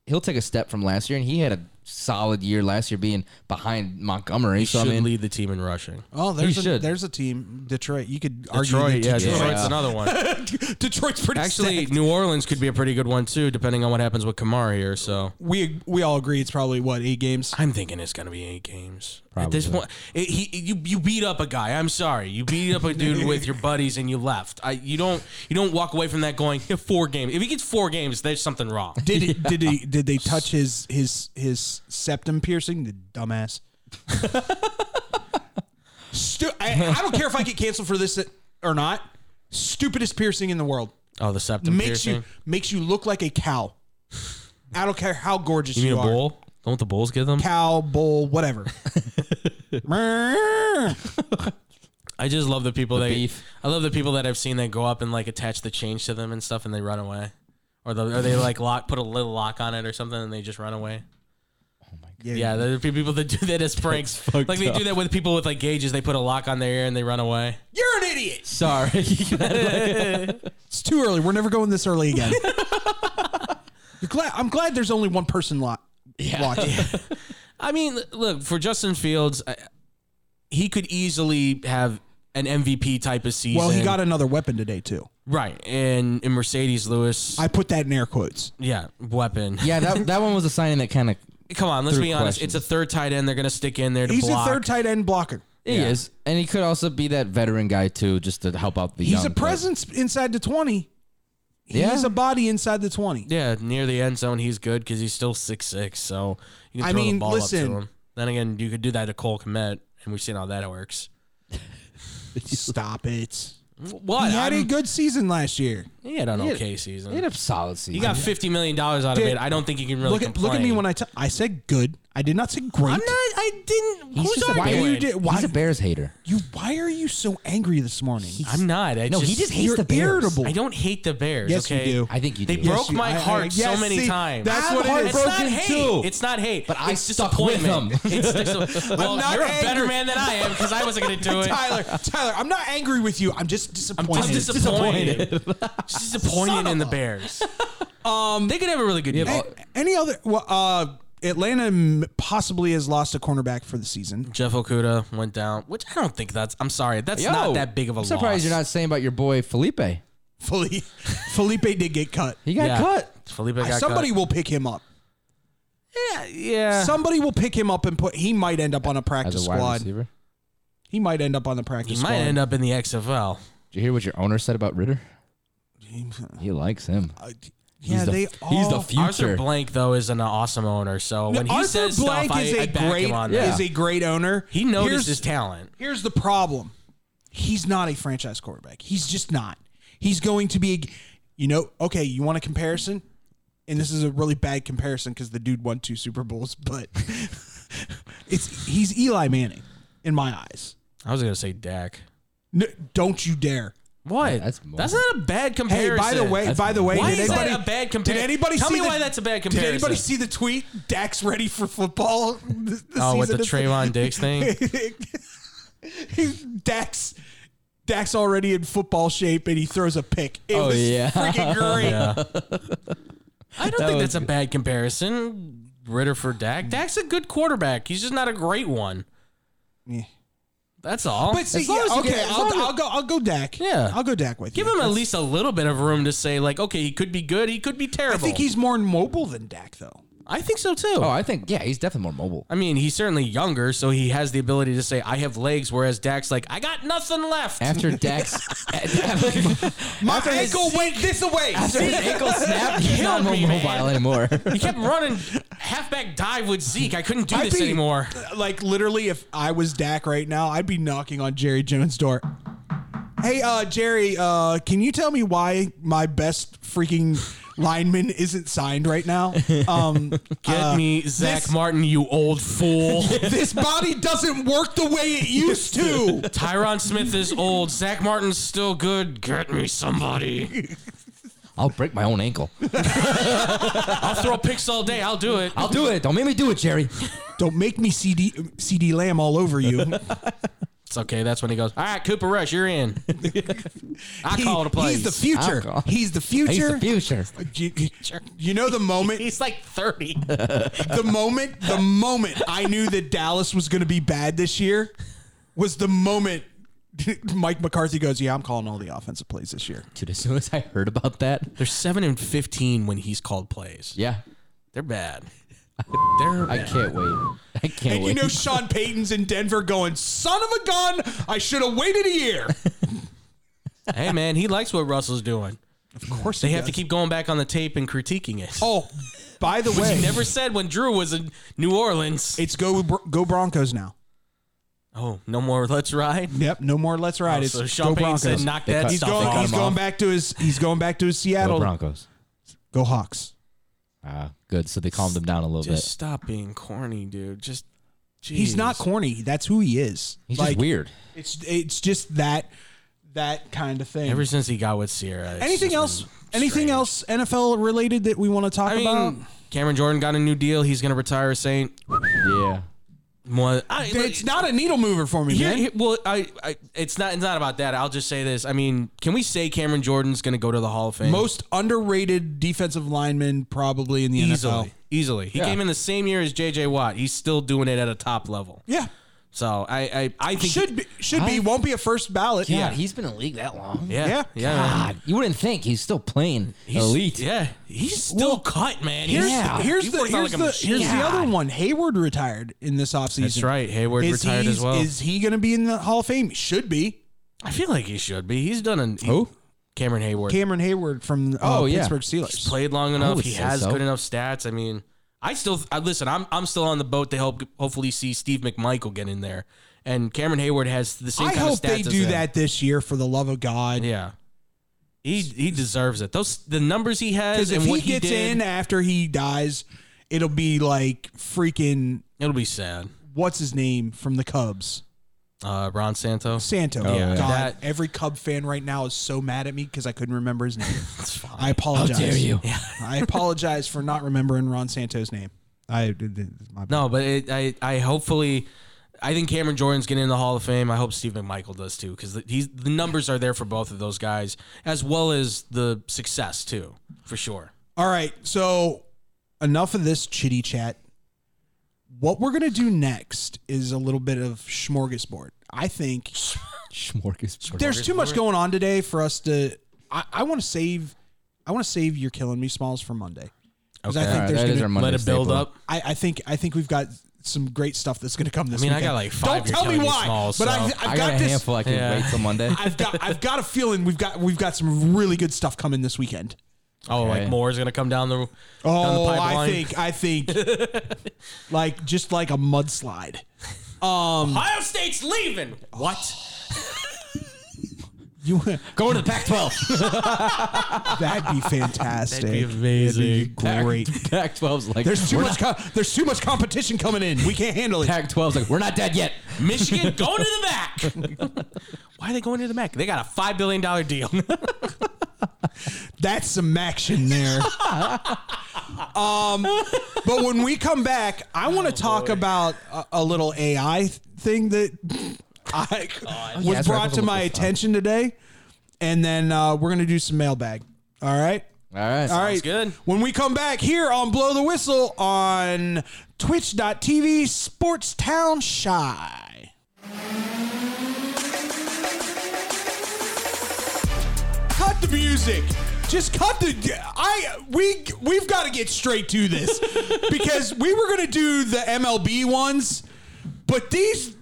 Speaker 1: he'll take a step from last year, and he had a solid year last year being behind Montgomery.
Speaker 2: he
Speaker 1: so I
Speaker 2: should
Speaker 1: mean,
Speaker 2: lead the team in rushing.
Speaker 3: oh, there's
Speaker 1: he
Speaker 3: a,
Speaker 1: should.
Speaker 3: there's a team, Detroit. You could argue
Speaker 2: Detroit, yeah,
Speaker 3: that
Speaker 2: Detroit's another one.
Speaker 3: Detroit. Detroit's pretty
Speaker 2: Actually,
Speaker 3: stacked.
Speaker 2: New Orleans could be a pretty good one too, depending on what happens with Kamara here. So
Speaker 3: We we all agree it's probably what eight games.
Speaker 2: I'm thinking it's gonna be eight games. At this point, it, he you you beat up a guy. I'm sorry, you beat up a dude with your buddies and you left. I you don't you don't walk away from that going "Yeah, four games. If he gets four games, there's something wrong.
Speaker 3: Did it, did he did they touch his his his septum piercing? The dumbass. Stu- I, I don't care if I get canceled for this or not. Stupidest piercing in the world.
Speaker 2: Oh, the septum
Speaker 3: makes
Speaker 2: piercing.
Speaker 3: you makes you look like a cow. I don't care how gorgeous you,
Speaker 2: You mean a
Speaker 3: are.
Speaker 2: bull? Don't the bulls give them?
Speaker 3: Cow, bull, whatever.
Speaker 2: I just love the people that
Speaker 1: beef.
Speaker 2: I love the people that I've seen that go up and like attach the change to them and stuff, and they run away, or the, or they like lock put a little lock on it or something, and they just run away. Oh
Speaker 3: Yeah.
Speaker 2: Yeah, there are people that do that as pranks. Like they do that with people with like gauges. They put a lock on their ear and they run away.
Speaker 3: You're an idiot.
Speaker 1: sorry,
Speaker 3: It's too early. We're never going this early again. You're glad, I'm glad there's only one person lot. Watching.
Speaker 2: I mean, look for Justin Fields, I, he could easily have an MVP type of season.
Speaker 3: Well, he got another weapon today too.
Speaker 2: right, and and Mercedes Lewis,
Speaker 3: I put that in air quotes.
Speaker 2: yeah, weapon.
Speaker 1: yeah, that that one was a signing that kind of
Speaker 2: Come on, let's
Speaker 1: Through
Speaker 2: be honest.
Speaker 1: questions.
Speaker 2: It's a third tight end. They're gonna stick in there to
Speaker 3: He's
Speaker 2: block.
Speaker 3: a third tight end blocker.
Speaker 1: he is, and he could also be that veteran guy too, just to help out the.
Speaker 3: He's
Speaker 1: young,
Speaker 3: a
Speaker 1: but-
Speaker 3: presence inside the twenty.
Speaker 1: Yeah.
Speaker 3: He's a body inside the twenty.
Speaker 2: Yeah, near the end zone, he's good because he's still six six. So you can
Speaker 3: I
Speaker 2: throw
Speaker 3: mean,
Speaker 2: the ball up
Speaker 3: listen.
Speaker 2: to him. Then again, you could do that to Cole Komet, and we've seen how that works.
Speaker 3: Stop it.
Speaker 2: What?
Speaker 3: He had a
Speaker 2: I'm-
Speaker 3: good season last year.
Speaker 2: he had an
Speaker 1: had-
Speaker 2: okay
Speaker 1: He
Speaker 2: season.
Speaker 1: had a solid season.
Speaker 2: he got fifty million dollars out
Speaker 3: Dude,
Speaker 2: of it. I don't think he can really
Speaker 3: Look at, look at me when I t- I said good. I did not say great.
Speaker 2: I'm not. I didn't.
Speaker 1: He's
Speaker 2: who's
Speaker 1: just a
Speaker 3: why
Speaker 1: Bear.
Speaker 3: are
Speaker 2: arguing?
Speaker 3: you di- why
Speaker 1: He's a Bears hater.
Speaker 3: you why are you so angry this morning?
Speaker 2: I'm not. I
Speaker 1: No,
Speaker 2: just,
Speaker 1: he just hates
Speaker 3: You're
Speaker 1: the Bears.
Speaker 3: irritable.
Speaker 2: I don't hate the Bears.
Speaker 3: Yes, you
Speaker 2: okay?
Speaker 3: do.
Speaker 1: I think you
Speaker 2: They
Speaker 1: do.
Speaker 2: broke
Speaker 3: you-
Speaker 2: my
Speaker 3: I- I-
Speaker 2: heart so
Speaker 3: yes,
Speaker 2: many
Speaker 3: see,
Speaker 2: times.
Speaker 3: that's
Speaker 2: I'm
Speaker 3: what it is.
Speaker 2: It's not
Speaker 3: Heartbroken,
Speaker 2: hate.
Speaker 3: too.
Speaker 2: It's not hate.
Speaker 1: But I
Speaker 2: it's
Speaker 1: stuck with
Speaker 2: disappointment. It's dis- well,
Speaker 3: not
Speaker 2: you're a
Speaker 3: angry.
Speaker 2: better man than I am because I wasn't going to do it.
Speaker 3: Tyler, Tyler, I'm not angry with you. I'm just disappointed.
Speaker 2: I'm disappointed. Just disappointed in the Bears. Um, they could have a really good year.
Speaker 3: A- Any other well, uh Atlanta m- possibly has lost a cornerback for the season.
Speaker 2: Jeff Okuda went down, which I don't think that's. I'm sorry, that's
Speaker 1: Yo,
Speaker 2: not that big of a
Speaker 1: I'm
Speaker 2: loss.
Speaker 1: surprised you're not saying about your boy Felipe.
Speaker 3: Fully Felipe did get cut.
Speaker 1: He got
Speaker 2: Yeah.
Speaker 1: cut.
Speaker 2: Felipe got
Speaker 3: Somebody will pick him up.
Speaker 2: cut. Yeah.
Speaker 3: Somebody will pick him up and put. He might end up on a
Speaker 1: As
Speaker 3: practice
Speaker 1: a wide
Speaker 3: squad.
Speaker 1: receiver.
Speaker 3: He might end up on the practice
Speaker 2: he
Speaker 3: squad.
Speaker 2: might end up in the XFL.
Speaker 1: Did you hear what your owner said about Ritter? He likes him.
Speaker 3: uh, yeah,
Speaker 1: he's the,
Speaker 3: they
Speaker 1: He's
Speaker 3: all-
Speaker 1: the
Speaker 2: Arthur
Speaker 1: future.
Speaker 2: Blank though is an awesome owner, so when he
Speaker 3: Arthur
Speaker 2: says
Speaker 3: Blank
Speaker 2: stuff,
Speaker 3: is
Speaker 2: I,
Speaker 3: a
Speaker 2: I back
Speaker 3: great
Speaker 2: him on that.
Speaker 3: is a great owner.
Speaker 2: He noticed
Speaker 3: Here's-
Speaker 2: his talent.
Speaker 3: Here's the problem. He's not a franchise quarterback. He's just not. He's going to be, you know, okay, you want a comparison? And this is a really bad comparison because the dude won two Super Bowls, but it's he's Eli Manning in my eyes.
Speaker 2: I was gonna say Dak.
Speaker 3: No, don't you dare.
Speaker 2: What?
Speaker 1: that's
Speaker 2: That's,
Speaker 1: more-
Speaker 2: not a bad
Speaker 3: Hey,
Speaker 2: comparison.
Speaker 3: by the way, by the way,
Speaker 2: Why
Speaker 3: did
Speaker 2: is
Speaker 3: anybody,
Speaker 2: that a bad
Speaker 3: did
Speaker 2: comparison?
Speaker 3: anybody
Speaker 2: Tell
Speaker 3: see
Speaker 2: me
Speaker 3: the-
Speaker 2: why that's a bad comparison.
Speaker 3: Did anybody see the tweet? Dak's ready for football. This, this
Speaker 2: Oh, with
Speaker 3: season
Speaker 2: the
Speaker 3: is-
Speaker 2: Trayvon Diggs thing.
Speaker 3: Dax Dax already in football shape and he throws a pick. It
Speaker 1: Oh,
Speaker 3: was
Speaker 1: yeah.
Speaker 3: freaking great.
Speaker 2: Yeah. I don't think
Speaker 1: was
Speaker 2: that's a bad comparison. Ritter for Dak. Dak's a good quarterback. He's just not a great one.
Speaker 3: Yeah.
Speaker 2: That's all.
Speaker 3: But see,
Speaker 1: As long
Speaker 3: yeah,
Speaker 1: as you
Speaker 3: okay,
Speaker 1: get- as
Speaker 3: I'll,
Speaker 1: long as-
Speaker 3: I'll go. I'll go Dak.
Speaker 2: Yeah.
Speaker 3: I'll go Dak with
Speaker 2: Give
Speaker 3: you.
Speaker 2: him at least a little bit of room to say, like, okay, he could be good, he could be
Speaker 3: I
Speaker 2: terrible.
Speaker 3: think he's more mobile than Dak, though.
Speaker 2: I think so too.
Speaker 1: Oh, I think yeah, he's definitely more mobile.
Speaker 2: I mean, he's certainly younger, so he has the ability to say, "I have legs," whereas Dak's like, "I got nothing left."
Speaker 1: After Dax, my after his,
Speaker 3: went this away.
Speaker 1: after his ankle snapped, he's not
Speaker 2: Killed me,
Speaker 1: mobile
Speaker 2: man.
Speaker 1: anymore.
Speaker 2: He kept running halfback dive with Zeke. I couldn't do
Speaker 3: I'd
Speaker 2: this
Speaker 3: be-
Speaker 2: anymore.
Speaker 3: Like literally, if I was Dak right now, I'd be knocking on Jerry Jones' door. Hey, uh, Jerry, uh, can you tell me why my best freaking lineman isn't signed right now? Um,
Speaker 2: Get me Zach Martin, you old fool.
Speaker 3: this body doesn't work the way it used to.
Speaker 2: Tyron Smith is old. Zach Martin's still good. Get me somebody.
Speaker 1: I'll break my own ankle.
Speaker 2: I'll throw picks all day. I'll do it.
Speaker 1: I'll do it. Don't make me do it, Jerry.
Speaker 3: Don't make me CD CD Lamb all over you.
Speaker 2: It's okay. That's when he goes. All right, Cooper Rush, you're in. I
Speaker 3: He-
Speaker 2: call the
Speaker 3: He's
Speaker 2: plays.
Speaker 3: the future.
Speaker 1: I'll call.
Speaker 3: He's the
Speaker 1: He's the
Speaker 3: future.
Speaker 1: future.
Speaker 3: You- You know the moment,
Speaker 2: He's like 30.
Speaker 3: the moment, the moment I knew that Dallas was going to be bad this year was the moment Mike McCarthy goes, "Yeah, I'm calling all the offensive plays this year."
Speaker 1: Dude, as soon as I heard about that,
Speaker 2: They're seven and fifteen when he's called plays.
Speaker 1: yeah,
Speaker 2: They're bad. They're
Speaker 1: I
Speaker 2: bad.
Speaker 1: can't wait. I can't
Speaker 3: And
Speaker 1: wait.
Speaker 3: you know Sean Payton's in Denver going, "Son of a gun! I should have waited a year."
Speaker 2: Hey man, he likes what Russell's doing.
Speaker 3: Of course,
Speaker 2: They have to keep going back on the tape and critiquing it.
Speaker 3: Oh, by the way,
Speaker 2: He never said when Drew was in New Orleans.
Speaker 3: it's go go Broncos now.
Speaker 2: oh, no more. Let's ride.
Speaker 3: Yep, no more. Let's ride. it's
Speaker 2: Oh,
Speaker 3: Oh,
Speaker 2: so
Speaker 3: go
Speaker 2: Sean Payton
Speaker 3: Broncos.
Speaker 2: said, "Knock
Speaker 1: They
Speaker 2: that
Speaker 1: cut-
Speaker 3: he's
Speaker 2: stuff
Speaker 3: going.
Speaker 2: off."
Speaker 3: He's going back to his. He's going back to his
Speaker 1: Go
Speaker 3: Seattle.
Speaker 1: Broncos.
Speaker 3: Go Hawks.
Speaker 1: Ah, good. So they calmed him down a little
Speaker 2: Just
Speaker 1: bit.
Speaker 2: stop being corny, dude. Just
Speaker 3: He's not
Speaker 2: jeez.
Speaker 3: corny. That's who he is.
Speaker 1: He's
Speaker 3: like,
Speaker 1: just weird.
Speaker 3: It's it's just that that kind of thing.
Speaker 2: Ever since he got with Sierra. it's
Speaker 3: anything
Speaker 2: just
Speaker 3: else?
Speaker 2: been
Speaker 3: Anything
Speaker 2: strange.
Speaker 3: else NFL related that we want to talk
Speaker 2: I
Speaker 3: about?
Speaker 2: mean, Cameron Jordan got a new deal. He's going to retire a Saint.
Speaker 1: Yeah.
Speaker 2: One- I, look-
Speaker 3: It's not a needle mover for me,
Speaker 2: Here-
Speaker 3: man.
Speaker 2: here- well, I, I, it's not, it's not about that. I'll just say this. I mean, can we say Cameron Jordan's going to go to the Hall of Fame?
Speaker 3: Most underrated defensive lineman probably in the
Speaker 2: easily,
Speaker 3: NFL.
Speaker 2: easily. He
Speaker 1: Yeah.
Speaker 2: came in the same year as J.J. Watt. He's still doing it at a top level.
Speaker 3: Yeah,
Speaker 2: So I, I, I think
Speaker 3: should be should be won't be a first ballot.
Speaker 1: God, he's been in the league that long.
Speaker 2: Yeah,
Speaker 3: Yeah.
Speaker 2: yeah. man.
Speaker 1: God, you wouldn't think he's still playing elite.
Speaker 2: Yeah, he's still cut, man.
Speaker 3: Here's,
Speaker 2: He's-
Speaker 1: Yeah.
Speaker 3: here's
Speaker 2: He
Speaker 3: the
Speaker 2: works out
Speaker 3: here's
Speaker 2: like a
Speaker 3: the here's the
Speaker 2: machine.
Speaker 3: other one. Hayward retired in this offseason.
Speaker 2: That's right. Hayward
Speaker 3: Is
Speaker 2: retired
Speaker 3: he's-
Speaker 2: as well.
Speaker 3: Is he going to be in the Hall of Fame? Should be.
Speaker 2: I feel like he should be. He's done an
Speaker 1: Who?
Speaker 2: Cameron Hayward.
Speaker 3: Cameron Hayward from uh,
Speaker 1: Oh, yeah.
Speaker 3: Pittsburgh
Speaker 2: He's
Speaker 3: Steelers.
Speaker 2: played long
Speaker 1: I
Speaker 2: enough.
Speaker 1: would
Speaker 2: He
Speaker 1: say
Speaker 2: has
Speaker 1: so.
Speaker 2: good enough stats. I mean, I still I, listen. I'm I'm still on the boat to help hopefully see Steve McMichael get in there, and Cameron Hayward has the same
Speaker 3: I
Speaker 2: kind
Speaker 3: hope
Speaker 2: of stats.
Speaker 3: they
Speaker 2: as
Speaker 3: do
Speaker 2: him.
Speaker 3: that this year for the love of God.
Speaker 2: Yeah, he he deserves it. Those the numbers he
Speaker 3: Because
Speaker 2: has
Speaker 3: if
Speaker 2: and
Speaker 3: he
Speaker 2: what
Speaker 3: gets
Speaker 2: did,
Speaker 3: in after he dies, it'll be like freaking
Speaker 2: it'll be sad.
Speaker 3: what's his name from the Cubs,
Speaker 2: Uh, Ron Santo.
Speaker 3: Santo.
Speaker 2: Oh, yeah.
Speaker 3: God,
Speaker 2: That-
Speaker 3: every Cub fan right now is so mad at me because I couldn't remember his name.
Speaker 2: It's fine.
Speaker 3: I apologize.
Speaker 1: dare you.
Speaker 3: I apologize for not remembering Ron Santo's name. I my bad.
Speaker 2: No, but it, I, I hopefully, I think Cameron Jordan's getting in the Hall of Fame. I hope Steve McMichael does too, because he's the numbers are there for both of those guys, as well as the success too, for sure.
Speaker 3: All right. So enough of this chitty chat. What we're gonna do next is a little bit of smorgasbord. I think
Speaker 1: Smorgasbord.
Speaker 3: there's too much going on today for us to. I, I want to save I want to save "You're Killing Me" Smalls for Monday. 'Cause I
Speaker 2: Okay.
Speaker 3: think
Speaker 1: All right,
Speaker 3: there's
Speaker 1: that is
Speaker 3: gonna-
Speaker 1: our Monday
Speaker 2: Let it build
Speaker 1: staple.
Speaker 2: up.
Speaker 3: I, I think I think we've got some great stuff that's going to come this.
Speaker 2: I mean, I
Speaker 3: weekend.
Speaker 2: got like five
Speaker 3: Don't
Speaker 2: You're
Speaker 3: tell me
Speaker 2: Killing Me
Speaker 3: why,
Speaker 2: Smalls,
Speaker 3: but
Speaker 2: so-
Speaker 3: I've,
Speaker 2: I
Speaker 3: I've got,
Speaker 1: I got, a
Speaker 3: this.
Speaker 1: handful. I can
Speaker 2: Yeah.
Speaker 1: wait till Monday.
Speaker 3: I've got I've got a feeling we've got we've got some really good stuff coming this weekend.
Speaker 2: Oh, like more is gonna come down the. down the
Speaker 3: Oh,
Speaker 2: pipeline.
Speaker 3: I think I think like just like a mudslide.
Speaker 7: Ohio State's leaving. What?
Speaker 3: You
Speaker 1: Going to the Pac-12.
Speaker 3: that'd be fantastic.
Speaker 2: That'd be amazing.
Speaker 3: Great.
Speaker 1: Pac-12's like
Speaker 3: There's too
Speaker 1: we're
Speaker 3: much. co- there's too much competition coming in. We can't handle it.
Speaker 1: Pac-12's like we're not dead yet.
Speaker 7: Michigan going to the back.
Speaker 2: Why are they going to the Mac? They got a five billion dollar deal.
Speaker 3: That's some action there. um, but when we come back,
Speaker 2: Oh,
Speaker 3: I want to talk about a, a little AI thing that I was
Speaker 1: Yeah, that's right.
Speaker 3: brought to my
Speaker 1: Look this up.
Speaker 3: attention today, and then uh, we're gonna do some mailbag. All right.
Speaker 1: All right.
Speaker 3: All right.
Speaker 2: good.
Speaker 3: When we come back here on Blow the Whistle on twitch.tv Sportstown Shy. Cut the music. Just cut the I we we've got to get straight to this because we were going to do the MLB ones, but these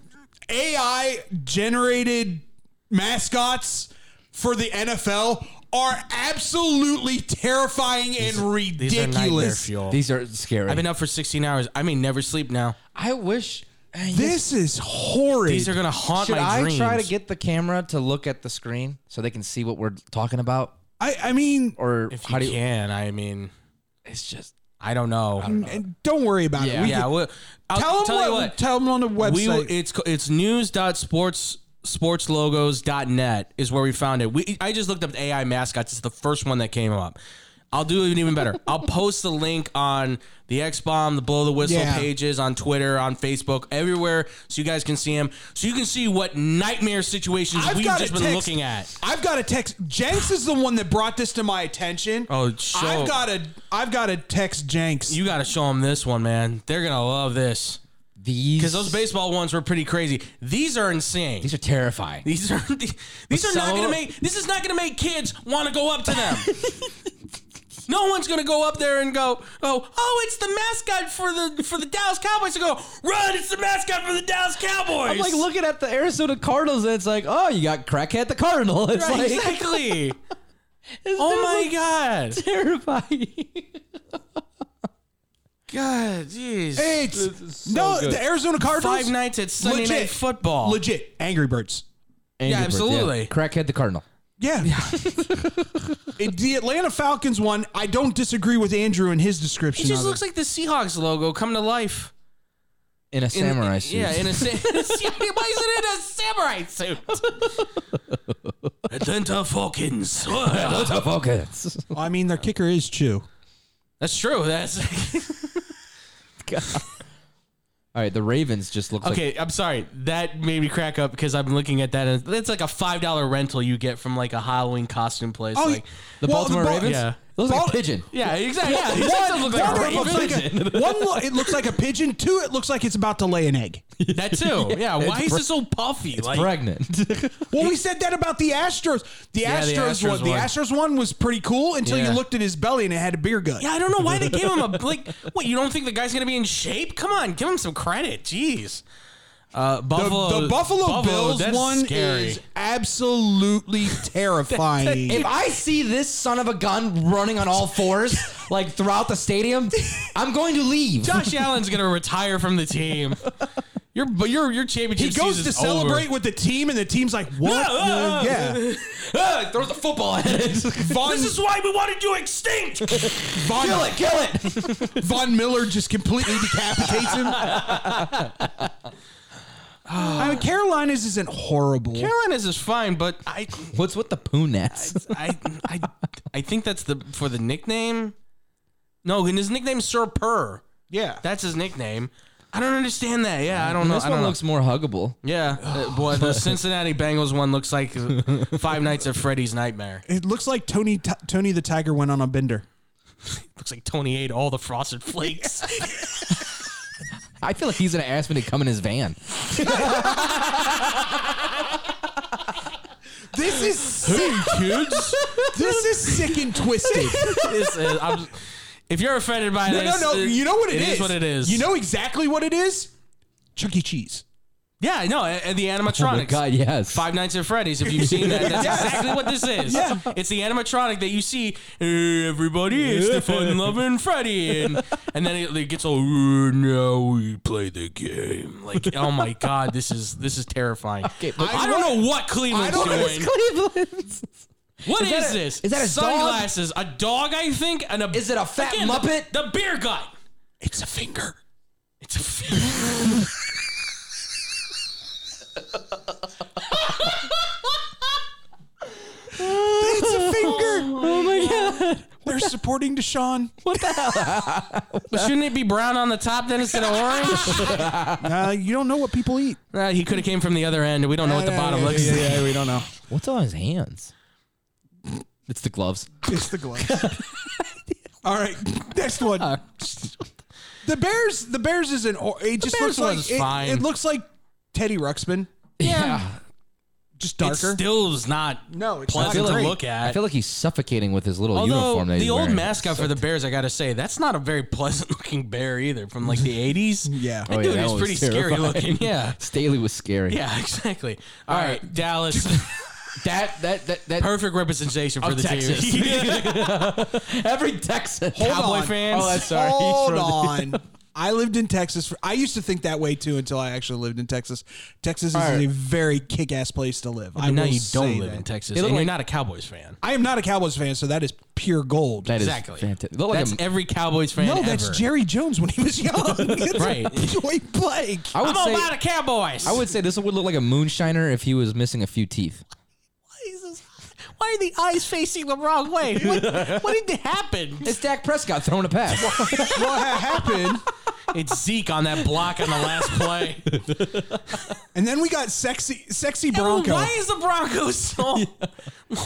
Speaker 3: AI generated mascots for the NFL are absolutely terrifying and
Speaker 2: These are nightmare
Speaker 3: ridiculous.
Speaker 2: fuel.
Speaker 1: These are scary.
Speaker 2: I've been up for 16 hours. I may never sleep now.
Speaker 1: I wish.
Speaker 3: This is horrid.
Speaker 2: These are gonna haunt
Speaker 1: Should
Speaker 2: my
Speaker 1: I
Speaker 2: dreams.
Speaker 1: try to get the camera to look at the screen so they can see what we're talking about?
Speaker 3: I, I mean,
Speaker 1: Or
Speaker 2: If
Speaker 1: how
Speaker 2: you
Speaker 1: do you?
Speaker 2: can, I mean,
Speaker 1: It's just.
Speaker 2: I don't know.
Speaker 3: and don't worry about it.
Speaker 1: Yeah.
Speaker 3: We
Speaker 2: Uh, yeah,
Speaker 3: could-
Speaker 2: well, I'll
Speaker 3: tell them
Speaker 2: tell
Speaker 3: what,
Speaker 2: you what.
Speaker 3: Tell them on the website.
Speaker 2: we it's it's news.sports sportslogos.net is where we found it. We I just looked up AI mascots. It's the first one that came up. I'll do it even better. I'll post the link on the X Bomb, the Blow the Whistle
Speaker 3: Yeah.
Speaker 2: pages on Twitter, on Facebook, everywhere, so you guys can see them. So you can see what nightmare situations
Speaker 3: I've
Speaker 2: we've
Speaker 3: got
Speaker 2: just
Speaker 3: a
Speaker 2: been
Speaker 3: text-
Speaker 2: looking at.
Speaker 3: I've got a text. Jenks is the one that brought this to my attention.
Speaker 2: Oh, show-
Speaker 3: I've got a. I've got a text Jenks.
Speaker 2: You got to show them this one, man. They're gonna love this
Speaker 1: These
Speaker 2: because those baseball ones were pretty crazy. These are insane.
Speaker 1: these are terrifying.
Speaker 2: These are these are not
Speaker 1: some of
Speaker 2: gonna
Speaker 1: them-
Speaker 2: make this is not gonna make kids want to go up to them. no one's gonna go up there and go, oh, oh, it's the mascot for the for the Dallas Cowboys to go run. It's the mascot for the Dallas Cowboys.
Speaker 1: I'm like looking at the Arizona Cardinals, and it's like, oh, you got crackhead the Cardinal. It's
Speaker 2: Right,
Speaker 1: like
Speaker 2: exactly. oh my god,
Speaker 1: terrifying.
Speaker 2: god, jeez.
Speaker 3: It's no the Arizona Cardinals.
Speaker 2: Five nights at Sunday Night Football.
Speaker 3: Legit. Angry Birds.
Speaker 1: Angry Birds,
Speaker 2: absolutely.
Speaker 1: Crackhead the Cardinal.
Speaker 3: Yeah. It- the Atlanta Falcons one. I don't disagree with Andrew in his
Speaker 2: It
Speaker 3: description.
Speaker 2: just
Speaker 3: of
Speaker 2: looks like the Seahawks logo come to life.
Speaker 1: In a
Speaker 2: In-
Speaker 1: samurai suit.
Speaker 2: Yeah, in a, sa- in a sa- why is it in a samurai suit? Atlanta Falcons.
Speaker 1: Oh, focus.
Speaker 3: Well, I mean, their kicker is Chew.
Speaker 2: That's true. That's
Speaker 1: All right, the Ravens just look like.
Speaker 2: okay. I'm sorry. That made me crack up because I'm looking at that. And it's like a five dollar rental you get from like a Halloween costume place.
Speaker 3: Oh,
Speaker 2: like,
Speaker 1: The
Speaker 3: Well,
Speaker 1: Baltimore
Speaker 3: Bal-
Speaker 1: Ravens?
Speaker 2: Yeah.
Speaker 1: Looks like
Speaker 3: Bal-
Speaker 1: a pigeon.
Speaker 2: yeah, exactly. Yeah, these
Speaker 3: One,
Speaker 2: things look
Speaker 3: one,
Speaker 2: like
Speaker 3: it looks like
Speaker 2: ravens.
Speaker 3: a, one lo- it looks like a pigeon. Two, it looks like it's about to lay an egg.
Speaker 2: that too. Yeah, why
Speaker 1: It's
Speaker 2: is it so puffy? like,
Speaker 1: Pregnant.
Speaker 3: Well, we said that about the Astros. The
Speaker 2: Yeah,
Speaker 3: Astros,
Speaker 2: the Astros
Speaker 3: one. The
Speaker 2: one.
Speaker 3: Astros one was pretty cool until you
Speaker 2: Yeah.
Speaker 3: looked at his belly and it had a beer gut.
Speaker 2: yeah, I don't know why they gave him a like. What you don't think the guy's gonna be in shape? Come on, give him some credit. Jeez. Uh,
Speaker 3: The,
Speaker 2: Buffalo,
Speaker 3: the Buffalo, Bills
Speaker 2: that's
Speaker 3: one
Speaker 2: scary.
Speaker 3: is absolutely terrifying.
Speaker 1: If I see this son of a gun running on all fours, like throughout the stadium, I'm going to leave.
Speaker 2: Josh Allen's gonna retire from the team. Your but your your
Speaker 3: he
Speaker 2: championship
Speaker 3: goes
Speaker 2: season's
Speaker 3: to celebrate
Speaker 2: over.
Speaker 3: with the team, and the team's like, "What?
Speaker 2: No,
Speaker 3: the-
Speaker 2: uh,
Speaker 3: yeah,
Speaker 1: Ah, throws the football at it.
Speaker 3: Von,
Speaker 2: This is why we wanted you extinct.
Speaker 3: Von,
Speaker 1: kill it, kill it.
Speaker 3: Von Miller just completely decapitates him." I mean, Carolina's isn't horrible.
Speaker 2: Carolina's is fine, but I
Speaker 1: What's with the poonats?
Speaker 2: I I I think that's the for the nickname. No, and his nickname's Sir Purr.
Speaker 3: yeah,
Speaker 2: That's his nickname. I don't understand that. Yeah, I don't know.
Speaker 1: This
Speaker 2: I
Speaker 1: one
Speaker 2: don't know.
Speaker 1: looks more huggable.
Speaker 2: yeah, uh, boy, the Cincinnati Bengals one looks like Five Nights at Freddy's Nightmare.
Speaker 3: it looks like Tony T- Tony the Tiger went on a bender.
Speaker 2: Looks like Tony ate all the frosted flakes.
Speaker 1: I feel like he's gonna ask me to come in his van.
Speaker 3: This is sick. This is sick and twisted.
Speaker 2: This is- uh, I'm- if you're offended by
Speaker 3: No,
Speaker 2: this,
Speaker 3: no, no.
Speaker 2: it-
Speaker 3: You know what it is.
Speaker 2: It is what it is.
Speaker 3: You know exactly what it is? Chuck E. Cheese.
Speaker 2: Yeah, I know. And and the
Speaker 1: Oh my
Speaker 2: animatronics.
Speaker 1: god, yes.
Speaker 2: Five Nights at Freddy's. If you've seen that, that's exactly what this is.
Speaker 3: Yeah.
Speaker 2: It's the animatronic that you see. "Hey, everybody, it's the fun loving Freddy, and, and then it, it gets all. "Uh, Now we play the game. Like, oh my god, this is this is terrifying. I, don't know what Cleveland's
Speaker 3: I don't-
Speaker 2: doing.
Speaker 1: Cleveland.
Speaker 2: What is,
Speaker 1: that a-
Speaker 2: this?
Speaker 1: is that a dog?
Speaker 2: sunglasses? A dog, I think, and a
Speaker 1: Is it a fat
Speaker 2: Again, the-
Speaker 1: Muppet?
Speaker 2: The, beer gut.
Speaker 3: It's a finger.
Speaker 2: It's a. F-
Speaker 3: It's a finger. Oh my god. They're supporting Deshaun.
Speaker 2: shouldn't it be brown on the top then instead of orange?
Speaker 3: Uh, you don't know what people eat.
Speaker 2: Nah, he could have came from the other end. We don't know what the bottom
Speaker 3: yeah,
Speaker 2: looks
Speaker 3: yeah,
Speaker 2: like.
Speaker 3: yeah, we don't know.
Speaker 1: What's on his hands? It's the gloves.
Speaker 3: It's the gloves. All right, next one. The Bears. The Bears isn't. or- It just looks
Speaker 2: Bears one's
Speaker 3: like it,
Speaker 2: fine.
Speaker 3: it looks like Teddy Ruxpin,
Speaker 1: Yeah.
Speaker 3: just
Speaker 2: It
Speaker 3: darker.
Speaker 2: still is not
Speaker 3: No, it's
Speaker 2: pleasant
Speaker 3: not
Speaker 2: to
Speaker 3: great.
Speaker 2: look
Speaker 1: I
Speaker 2: at.
Speaker 1: feel like he's suffocating with his little
Speaker 2: Although
Speaker 1: uniform. That
Speaker 2: the
Speaker 1: he's
Speaker 2: old
Speaker 1: wearing.
Speaker 2: mascot for the Bears, I gotta say, that's not a very pleasant looking bear either. From like the eighties,
Speaker 3: Yeah.
Speaker 2: that
Speaker 1: Oh, yeah,
Speaker 2: dude
Speaker 1: that
Speaker 2: is
Speaker 1: one was
Speaker 2: pretty scary
Speaker 1: terrifying.
Speaker 2: looking. Yeah,
Speaker 1: Staley was scary.
Speaker 2: yeah, exactly. All right, Dallas,
Speaker 1: That that that that
Speaker 2: perfect representation for
Speaker 1: Of
Speaker 2: the
Speaker 1: Texas.
Speaker 2: team. Yeah.
Speaker 1: every Texan.
Speaker 2: Cowboy
Speaker 3: on.
Speaker 2: fans.
Speaker 1: Oh, that's- Sorry,
Speaker 3: Hold
Speaker 1: from
Speaker 3: on. I lived in Texas. For, I used to think that way too until I actually lived in Texas. Texas is a
Speaker 1: right.
Speaker 3: very kick-ass place to live. I
Speaker 2: But now
Speaker 3: will
Speaker 2: you
Speaker 3: say
Speaker 2: don't live
Speaker 3: that.
Speaker 2: in Texas,
Speaker 1: They
Speaker 2: and
Speaker 1: look
Speaker 2: you're
Speaker 1: like-
Speaker 2: not a Cowboys fan.
Speaker 3: I am not a Cowboys fan, so that is pure gold.
Speaker 1: That is
Speaker 2: Exactly.
Speaker 1: fantastic. Look like
Speaker 2: That's
Speaker 1: a-
Speaker 2: every Cowboys fan.
Speaker 3: no, that's
Speaker 2: ever.
Speaker 3: Jerry Jones when he was young. It's
Speaker 2: Right.
Speaker 3: Joy Blake.
Speaker 1: I would
Speaker 2: I'm all
Speaker 1: say
Speaker 2: about the Cowboys.
Speaker 1: I would say this would look like a moonshiner if he was missing a few teeth.
Speaker 2: Why are the eyes facing the wrong way? What, what did happen?
Speaker 1: It's Dak Prescott throwing a pass.
Speaker 3: what happened?
Speaker 2: It's Zeke on that block on the last play.
Speaker 3: And then we got sexy, sexy
Speaker 2: Yeah, well,
Speaker 3: Bronco.
Speaker 2: Why is the Broncos so?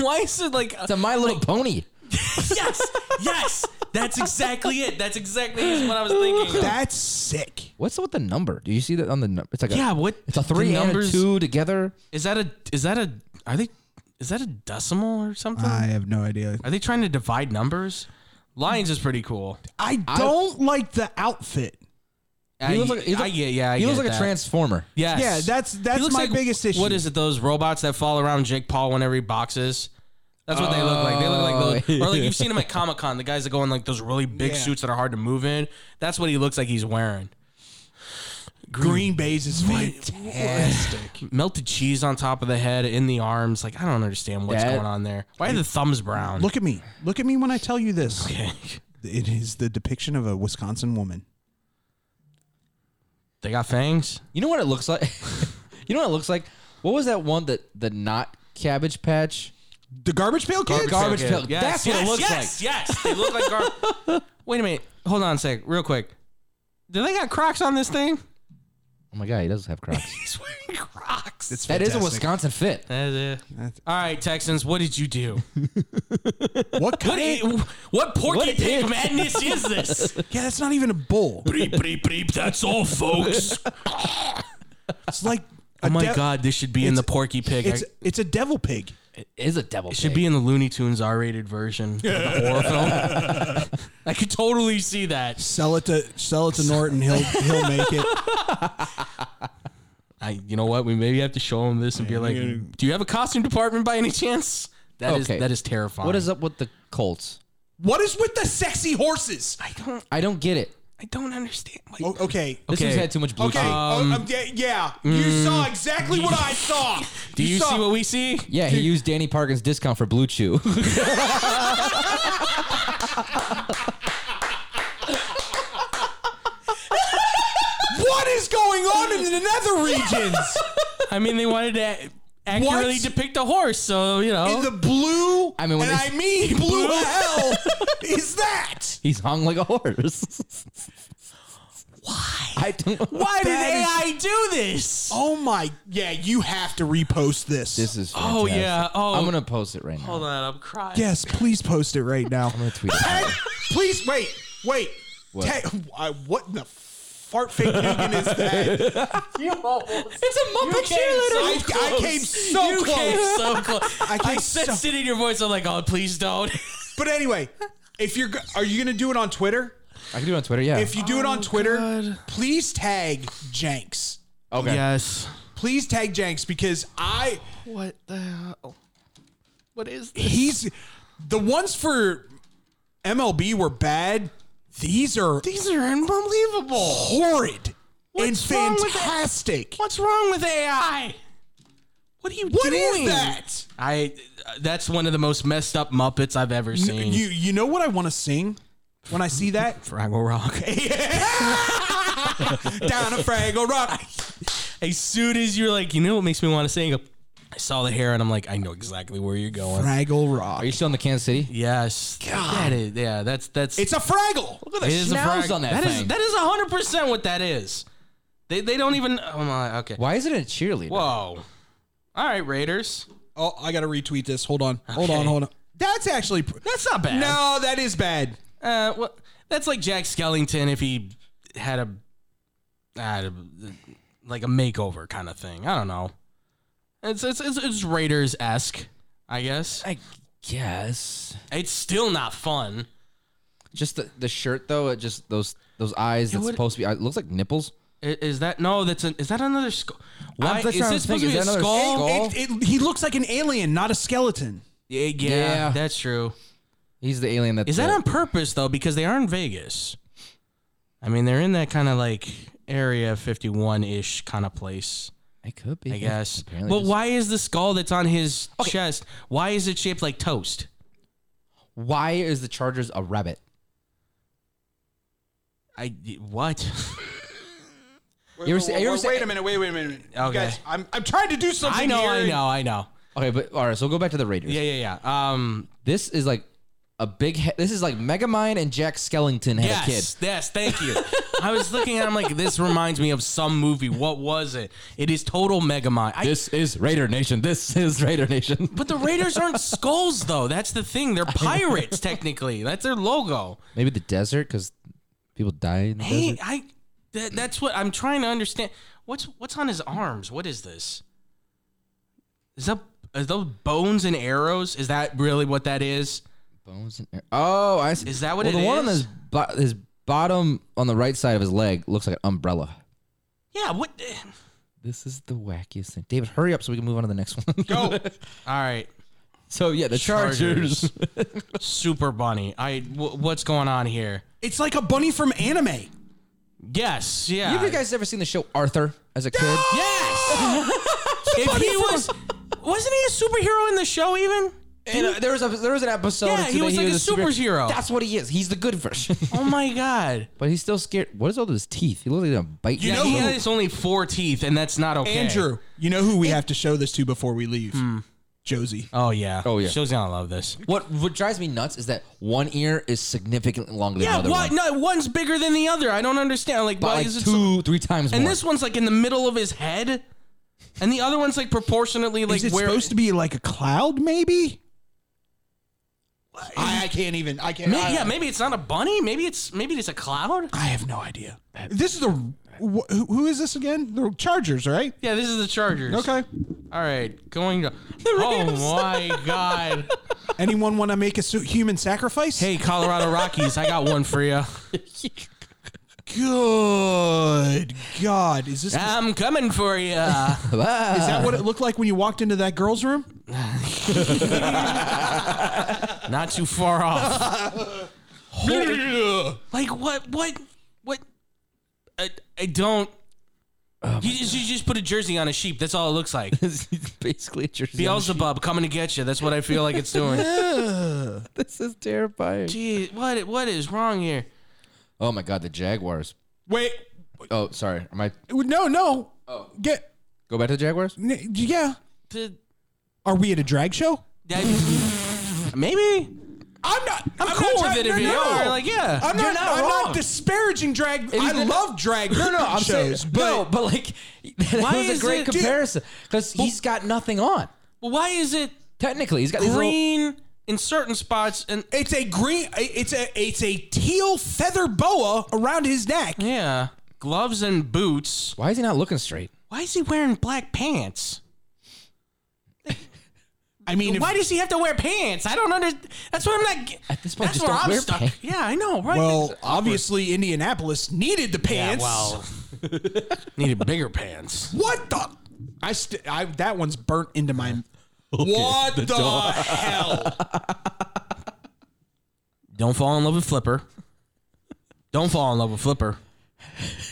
Speaker 2: Why is it like?
Speaker 1: it's a My Little Pony.
Speaker 2: yes, yes. That's exactly it. That's exactly what I was thinking. of.
Speaker 3: That's sick.
Speaker 1: What's with the number? Do you see that on the number? It's like
Speaker 2: yeah.
Speaker 1: a,
Speaker 2: What?
Speaker 1: It's a
Speaker 2: the
Speaker 1: three and a two together.
Speaker 2: Is that a? Is that a? Are they? Is that a decimal or something?
Speaker 3: I have no idea.
Speaker 2: are they trying to divide numbers? Lions is pretty cool.
Speaker 3: I don't like the outfit.
Speaker 2: I,
Speaker 1: looks like- he
Speaker 2: I
Speaker 1: look-
Speaker 2: get- yeah, I
Speaker 1: he looks
Speaker 2: get
Speaker 1: like a
Speaker 2: that.
Speaker 1: transformer.
Speaker 2: Yes.
Speaker 3: Yeah, that's-
Speaker 2: He
Speaker 3: that's
Speaker 2: looks
Speaker 3: my biggest issue.
Speaker 2: What is it? Those robots that fall around Jake Paul whenever he boxes. That's what they look like. They look like
Speaker 1: Oh,
Speaker 2: those, or like you've seen them at Comic Con. The guys that go in like those really big suits that are hard to move in. That's what he looks like he's wearing.
Speaker 3: Green Bay's is fantastic.
Speaker 2: Melted cheese on top of the head, in the arms. Like I don't understand what's
Speaker 1: That-
Speaker 2: going on there. Why are the thumbs brown?
Speaker 3: Look at me. Look at me when I tell you this. It is the depiction of a Wisconsin woman.
Speaker 2: they got fangs.
Speaker 1: You know what it looks like? you know what it looks like? What was that one that the not cabbage patch?
Speaker 3: The garbage pail kid.
Speaker 1: Garbage
Speaker 2: Okay.
Speaker 1: pail. That's what it looks
Speaker 2: yes, Yes, they look like. Gar- Wait a minute. Hold on a sec. Real quick. Do they got Crocs on this thing?
Speaker 1: Oh my god, he does have Crocs.
Speaker 2: He's wearing Crocs.
Speaker 3: It's
Speaker 1: that is a
Speaker 3: fantastic.
Speaker 1: Wisconsin fit.
Speaker 2: eh, All right, Texans, what did you do?
Speaker 3: What
Speaker 2: What,
Speaker 3: kind? of,
Speaker 2: what porky
Speaker 1: What
Speaker 2: pig
Speaker 1: is-
Speaker 2: madness is this?
Speaker 3: yeah, that's not even a bull.
Speaker 2: bleep, bleep, bleep. That's all, folks.
Speaker 3: It's like a
Speaker 2: Oh my
Speaker 3: dev-
Speaker 2: God, this should be in the
Speaker 3: It's-
Speaker 2: porky pig.
Speaker 3: It's
Speaker 2: I-
Speaker 3: it's a devil pig.
Speaker 1: It is a devil.
Speaker 2: it should be in the Looney Tunes R-rated version of the horror film. I could totally see that.
Speaker 3: Sell it to sell it to Norton. He'll he'll make it.
Speaker 2: I, you know what? We maybe have to show him this and be like, "Do you have a costume department by any chance?" That is
Speaker 1: Okay.
Speaker 2: that is terrifying.
Speaker 1: What is up with the Colts?
Speaker 3: What is with the sexy horses?
Speaker 2: I don't
Speaker 1: I don't get it.
Speaker 2: I don't understand. Like,
Speaker 3: O- okay.
Speaker 1: This
Speaker 2: Okay. Uh,
Speaker 1: dude's had too much blue.
Speaker 3: Okay.
Speaker 1: cheese.
Speaker 3: oh, um, yeah, yeah. you saw exactly what I saw.
Speaker 2: do you,
Speaker 3: saw-
Speaker 2: see what we see?
Speaker 1: yeah, he used Danny Parkin's discount for Blue Chew.
Speaker 3: What is going on in the nether regions?
Speaker 2: I mean, they wanted to accurately
Speaker 3: What?
Speaker 2: depict a horse, so you know.
Speaker 3: In the blue,
Speaker 1: I mean, when
Speaker 3: and
Speaker 1: they-
Speaker 3: I mean blue hell, is that?
Speaker 1: He's hung like a horse. Why? I don't.
Speaker 2: Why did
Speaker 3: That
Speaker 2: AI do this?
Speaker 3: Oh my, yeah, you have to repost this.
Speaker 1: This is.
Speaker 2: Oh,
Speaker 1: fantastic.
Speaker 2: yeah. Oh.
Speaker 1: I'm gonna post it right now.
Speaker 2: Hold on, I'm crying.
Speaker 3: yes, please post it right now.
Speaker 1: I'm gonna tweet it.
Speaker 3: Ted, please wait, wait.
Speaker 1: What?
Speaker 3: Ted, I, what in the fart fake Nugan is that?
Speaker 7: It's a
Speaker 3: I,
Speaker 7: Muppet
Speaker 3: I came so
Speaker 7: You
Speaker 3: close.
Speaker 7: came so close.
Speaker 3: I
Speaker 7: I,
Speaker 3: came
Speaker 7: sensed
Speaker 3: so-
Speaker 7: it in your voice. I'm like, oh, please don't.
Speaker 3: But anyway, if you're, go- are you gonna do it on Twitter?
Speaker 1: I can do it on Twitter. Yeah.
Speaker 3: If you do it on Twitter,
Speaker 2: Oh, God.
Speaker 3: please tag Jenks.
Speaker 1: okay.
Speaker 2: Yes.
Speaker 3: Please tag Jenks because I
Speaker 2: What the hell? What is this?
Speaker 3: he's the ones for MLB were bad. These are
Speaker 2: These are unbelievable.
Speaker 3: horrid
Speaker 2: What's wrong
Speaker 3: and
Speaker 2: with it?
Speaker 3: fantastic.
Speaker 2: What's wrong with AI? What are you
Speaker 3: What
Speaker 2: doing?
Speaker 3: is that?
Speaker 2: I. That's one of the most messed up Muppets I've ever seen.
Speaker 3: You you know what I want to sing when I see that?
Speaker 2: Fraggle Rock.
Speaker 3: Down a Fraggle Rock.
Speaker 2: as soon as you're like, you know what makes me want to sing? I saw the hair and I'm like, I know exactly where you're going.
Speaker 3: Fraggle Rock.
Speaker 1: Are you still in the Kansas City?
Speaker 2: yes. That is, yeah, that's that's
Speaker 3: It's a Fraggle.
Speaker 2: Look at the
Speaker 1: schnauz on that
Speaker 2: that is-
Speaker 1: thing.
Speaker 2: that is hundred percent what that is. They they don't even oh my okay.
Speaker 1: Why is it a cheerleader?
Speaker 2: Whoa. All right, Raiders.
Speaker 3: Oh, I gotta retweet this. Hold on. Hold
Speaker 2: Okay.
Speaker 3: on. Hold on. That's actually pr-
Speaker 2: That's not bad.
Speaker 3: no. That is bad.
Speaker 2: Uh, well, that's like Jack Skellington if he had a, had a like a makeover kind of thing. I don't know. It's it's it's, it's Raiders esque, I guess.
Speaker 1: I guess.
Speaker 2: It's still not fun.
Speaker 1: Just the, the shirt though. It just those those eyes. That's
Speaker 2: what-
Speaker 1: supposed to be. It looks like nipples.
Speaker 2: I- Is that no? That's an, is that another skull? Why
Speaker 1: I'm just
Speaker 2: is
Speaker 1: trying
Speaker 2: this
Speaker 1: to think,
Speaker 2: supposed to
Speaker 1: is
Speaker 2: be a
Speaker 1: that another
Speaker 2: skull?
Speaker 1: skull?
Speaker 3: It, it, he looks like an alien, not a skeleton.
Speaker 2: Yeah, yeah,
Speaker 1: Yeah.
Speaker 2: that's true.
Speaker 1: He's the alien. That's
Speaker 2: Is that
Speaker 1: uh,
Speaker 2: on purpose though? Because they are in Vegas. I mean, they're in that kind of like area fifty one ish kind of place.
Speaker 1: It could be.
Speaker 2: I guess.
Speaker 1: Apparently
Speaker 2: but
Speaker 1: just-
Speaker 2: why is the skull that's on his chest? Why is it shaped like toast?
Speaker 1: Why is the Chargers a rabbit?
Speaker 2: I what?
Speaker 1: You ever see- you ever see-
Speaker 3: minute. Wait, wait a minute.
Speaker 2: Okay.
Speaker 3: I'm, I'm trying to do something.
Speaker 2: I know,
Speaker 3: here.
Speaker 2: I know, I know.
Speaker 1: Okay, but all right. So we'll go back to the Raiders.
Speaker 2: Yeah, yeah, yeah. Um,
Speaker 1: This is like a big. He- this is like Megamind and Jack Skellington had
Speaker 2: yes,
Speaker 1: a kid.
Speaker 2: yes. Thank you. I was looking at. it, I'm like, this reminds me of some movie. What was it? It is total Megamind. I,
Speaker 1: This is Raider Nation. This is Raider Nation.
Speaker 2: but the Raiders aren't skulls though. That's the thing. They're pirates technically. That's their logo.
Speaker 1: Maybe the desert because people die in the
Speaker 2: Hey,
Speaker 1: desert.
Speaker 2: I that, that's what I'm trying to understand. What's what's on his arms? What is this? Is that are those bones and arrows? Is that really what that is?
Speaker 1: Bones and air. Oh, I see.
Speaker 2: Is that what
Speaker 1: well,
Speaker 2: it
Speaker 1: the one on
Speaker 2: is?
Speaker 1: his bo- his bottom on the right side of his leg looks like an umbrella.
Speaker 2: Yeah, what
Speaker 1: This is the wackiest thing. David, hurry up so we can move on to the next one. Go.
Speaker 2: oh, All right.
Speaker 1: so yeah, the Chargers.
Speaker 2: Chargers. Super bunny. I w- what's going on here?
Speaker 3: It's like a bunny from anime.
Speaker 2: Yes, yeah.
Speaker 1: Have you guys ever seen the show Arthur as a kid?
Speaker 2: Yes. if he was wasn't he a superhero in the show even?
Speaker 1: And, uh, there was a there was an episode.
Speaker 2: Yeah,
Speaker 1: of
Speaker 2: he
Speaker 1: today
Speaker 2: was like a superhero.
Speaker 1: That's what he is. He's the good version.
Speaker 2: Oh my god.
Speaker 1: but he's still scared. What is all those teeth? He looks like he's gonna bite you.
Speaker 2: yeah, he has only 4 teeth and that's not okay.
Speaker 3: Andrew, you know who we have to show this to before we leave? Josie.
Speaker 2: Oh yeah.
Speaker 1: Oh, yeah.
Speaker 2: She's gonna love this.
Speaker 1: What what drives me nuts is that one ear is significantly longer than the
Speaker 2: Yeah,
Speaker 1: other
Speaker 2: why?
Speaker 1: one.
Speaker 2: No, one's bigger than the other. I don't understand. Like,
Speaker 1: By
Speaker 2: why
Speaker 1: like
Speaker 2: is it? so-
Speaker 1: two, three times
Speaker 2: and
Speaker 1: more.
Speaker 2: this one's like in the middle of his head, and the other one's like proportionately like
Speaker 3: Is it
Speaker 2: where?
Speaker 3: supposed to be like a cloud, maybe? I, I can't even. I can't.
Speaker 2: May-
Speaker 3: I,
Speaker 2: yeah, maybe it's not a bunny. Maybe it's maybe it's a cloud.
Speaker 3: I have no idea. This is the. Wh- who- who is this again? The Chargers, right?
Speaker 2: Yeah, this is the Chargers.
Speaker 3: Okay.
Speaker 2: All right, going to. Oh my God!
Speaker 3: Anyone want to make a su- human sacrifice?
Speaker 2: Hey, Colorado Rockies, I got one for you.
Speaker 3: good God. Is this.
Speaker 2: I'm coming for you.
Speaker 3: Is that what it looked like when you walked into that girl's room?
Speaker 2: Not too far off. Holy- like what? What? What? I, I don't.
Speaker 1: Um,
Speaker 2: you, just, you just put a jersey on a sheep. That's all it looks like.
Speaker 1: He's basically a jersey.
Speaker 2: Beelzebub coming to get you. That's what I feel like it's doing.
Speaker 1: This is terrifying.
Speaker 2: Gee, what? What is wrong here?
Speaker 1: Oh my god, the Jaguars.
Speaker 3: Wait.
Speaker 1: Oh, sorry. Am I
Speaker 3: No, no. Oh. Get.
Speaker 1: go back to the Jaguars?
Speaker 3: n- Yeah.
Speaker 2: The-
Speaker 3: Are we at a drag show?
Speaker 2: that- maybe.
Speaker 3: I'm not. I'm,
Speaker 2: cool
Speaker 3: not
Speaker 2: with it if you are, like, yeah,
Speaker 3: I'm
Speaker 2: you're
Speaker 3: not.
Speaker 2: not
Speaker 3: I'm
Speaker 2: wrong.
Speaker 3: not disparaging drag. I
Speaker 1: the-
Speaker 3: love drag. No, no,
Speaker 1: I'm
Speaker 3: shows,
Speaker 1: saying-
Speaker 3: but
Speaker 1: no, but like that
Speaker 2: Why
Speaker 1: was
Speaker 2: is
Speaker 1: a great
Speaker 2: it-
Speaker 1: comparison because he's got nothing on.
Speaker 2: Well, why is it
Speaker 1: Technically, he's got these little-
Speaker 2: green in certain spots and
Speaker 3: it's a green. It's a it's a teal feather boa around his neck.
Speaker 2: yeah? gloves and boots.
Speaker 1: Why is he not looking straight?
Speaker 2: Why is he wearing black pants?
Speaker 3: I mean, if-
Speaker 2: Why does he have to wear pants? I don't understand. That's what I'm not. ge-
Speaker 1: At this point,
Speaker 2: that's
Speaker 1: just
Speaker 2: where
Speaker 1: don't
Speaker 2: I'm
Speaker 1: wear
Speaker 2: stuck.
Speaker 1: pants.
Speaker 2: Yeah, I know, right?
Speaker 3: well, obviously Indianapolis needed the pants.
Speaker 2: well, needed bigger pants.
Speaker 3: What the? I, st- I that one's burnt into my. What the, hell?
Speaker 2: Don't fall in love with Flipper. Don't fall in love with Flipper.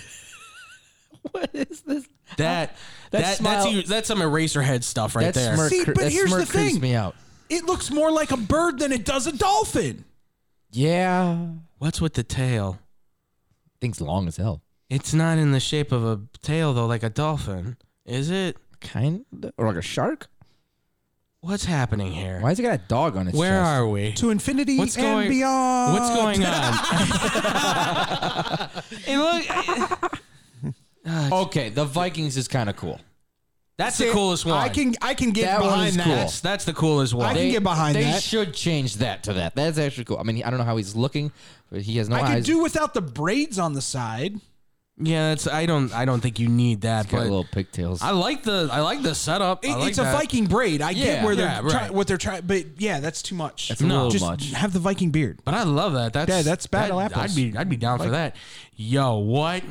Speaker 1: What is this?
Speaker 2: That
Speaker 1: That
Speaker 2: that,
Speaker 1: smile-
Speaker 2: that's you- that's some eraser head stuff right
Speaker 1: That
Speaker 2: there.
Speaker 1: smirk,
Speaker 3: See,
Speaker 1: cre-
Speaker 3: but
Speaker 1: that
Speaker 3: here's
Speaker 1: smirk
Speaker 3: the
Speaker 1: creeps
Speaker 3: thing.
Speaker 1: me out.
Speaker 3: It looks more like a bird than it does a dolphin.
Speaker 1: Yeah,
Speaker 2: What's with the tail?
Speaker 1: thing's long as hell.
Speaker 2: It's not in the shape of a tail though, like a dolphin, is it?
Speaker 1: Kind of, or like a shark.
Speaker 2: What's happening here?
Speaker 1: Why has it got a dog on its
Speaker 2: Where
Speaker 1: chest?
Speaker 2: are we?
Speaker 3: To infinity
Speaker 2: What's
Speaker 3: and
Speaker 2: going-
Speaker 3: beyond.
Speaker 2: What's going on? and look,
Speaker 1: Okay, the Vikings is kind of cool.
Speaker 2: that's the coolest one.
Speaker 3: I can I can get
Speaker 1: That one
Speaker 3: behind
Speaker 1: is
Speaker 3: that.
Speaker 1: cool.
Speaker 2: That's that's the coolest one.
Speaker 3: I can get behind
Speaker 1: they
Speaker 3: that.
Speaker 1: should change that to that. That's actually cool. I mean, I don't know how he's looking, but he has no
Speaker 3: I
Speaker 1: eyes.
Speaker 3: could do without the braids on the side.
Speaker 2: yeah, that's I don't I don't think you need that,
Speaker 1: He's got
Speaker 2: but
Speaker 1: little pigtails.
Speaker 2: I like the I like the setup. I
Speaker 3: It-
Speaker 2: like
Speaker 3: it's
Speaker 2: that.
Speaker 3: a Viking braid. I
Speaker 1: Yeah,
Speaker 3: get where they're
Speaker 2: yeah,
Speaker 3: try-
Speaker 2: right.
Speaker 3: what they're trying, but yeah, that's too much.
Speaker 1: That's a
Speaker 2: No.
Speaker 1: little
Speaker 3: Just
Speaker 1: much.
Speaker 3: have the Viking beard.
Speaker 2: But I love that. That's
Speaker 3: Yeah, that's Battle
Speaker 2: that-
Speaker 3: Apples.
Speaker 2: I'd be I'd be down for that. Yo, what?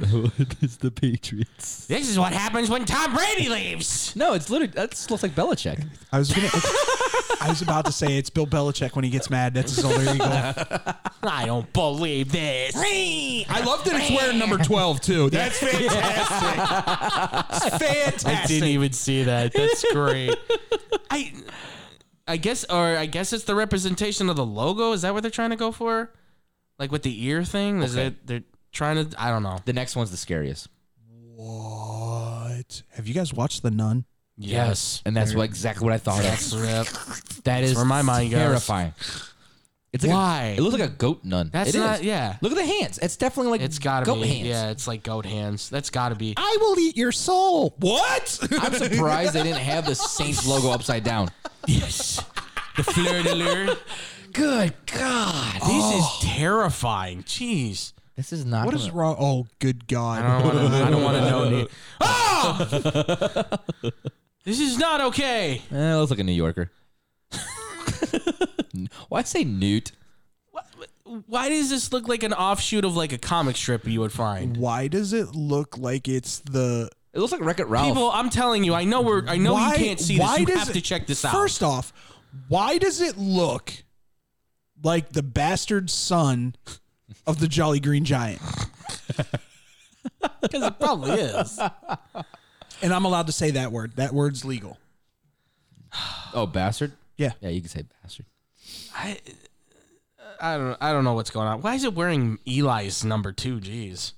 Speaker 1: it's the Patriots.
Speaker 2: this is what happens when Tom Brady leaves.
Speaker 1: No, it's literally that looks like Belichick.
Speaker 3: I was gonna, I was about to say it's Bill Belichick when he gets mad. That's his alter ego.
Speaker 2: I don't believe this.
Speaker 3: I love that it's wearing number twelve too. That's fantastic. It's
Speaker 2: I
Speaker 3: fantastic.
Speaker 2: didn't even see that. That's great. I I guess or I guess it's the representation of the logo. Is that what they're trying to go for? Like with the ear thing? Is
Speaker 1: Okay.
Speaker 2: it they're trying to I don't know.
Speaker 1: The next one's the scariest,
Speaker 3: What? Have you guys watched The Nun?
Speaker 2: Yes.
Speaker 1: and that's what, exactly what I thought of.
Speaker 2: Rip.
Speaker 1: That is
Speaker 2: where my mind goes.
Speaker 1: terrifying. It's like a-
Speaker 2: Why?
Speaker 1: it looks like a goat nun.
Speaker 2: That's
Speaker 1: It is.
Speaker 2: not yeah.
Speaker 1: Look at the hands. It's definitely like
Speaker 2: It's gotta
Speaker 1: goat
Speaker 2: be
Speaker 1: hands.
Speaker 2: yeah, it's like goat hands. That's gotta be
Speaker 3: I will eat your soul. What?
Speaker 1: I'm surprised they didn't have the Saints logo upside down.
Speaker 2: Yes. The fleur de lis.
Speaker 1: Good God.
Speaker 2: This is terrifying. Jeez.
Speaker 1: This is not
Speaker 3: What is wrong? Oh, good God!
Speaker 2: I don't wanna- I don't want to know. Ni- Ah! this is not okay.
Speaker 1: Eh, let's look at New Yorker. Why say Newt?
Speaker 2: Why does this look like an offshoot of like a comic strip you would find?
Speaker 3: Why does it look like it's the?
Speaker 1: It looks like Wreck It Ralph.
Speaker 2: People, I'm telling you, I know we're, I know
Speaker 3: why
Speaker 2: you can't see this.
Speaker 3: why
Speaker 2: You
Speaker 3: does
Speaker 2: have
Speaker 3: it-
Speaker 2: to check this out.
Speaker 3: First off, why does it look like the bastard son of the Jolly Green Giant?
Speaker 2: because it probably is.
Speaker 3: And I'm allowed to say that word. That word's legal.
Speaker 1: oh, bastard.
Speaker 3: Yeah.
Speaker 1: Yeah, you can say bastard.
Speaker 2: I, I don't, I don't know what's going on. Why is it wearing Eli's number two? Jeez.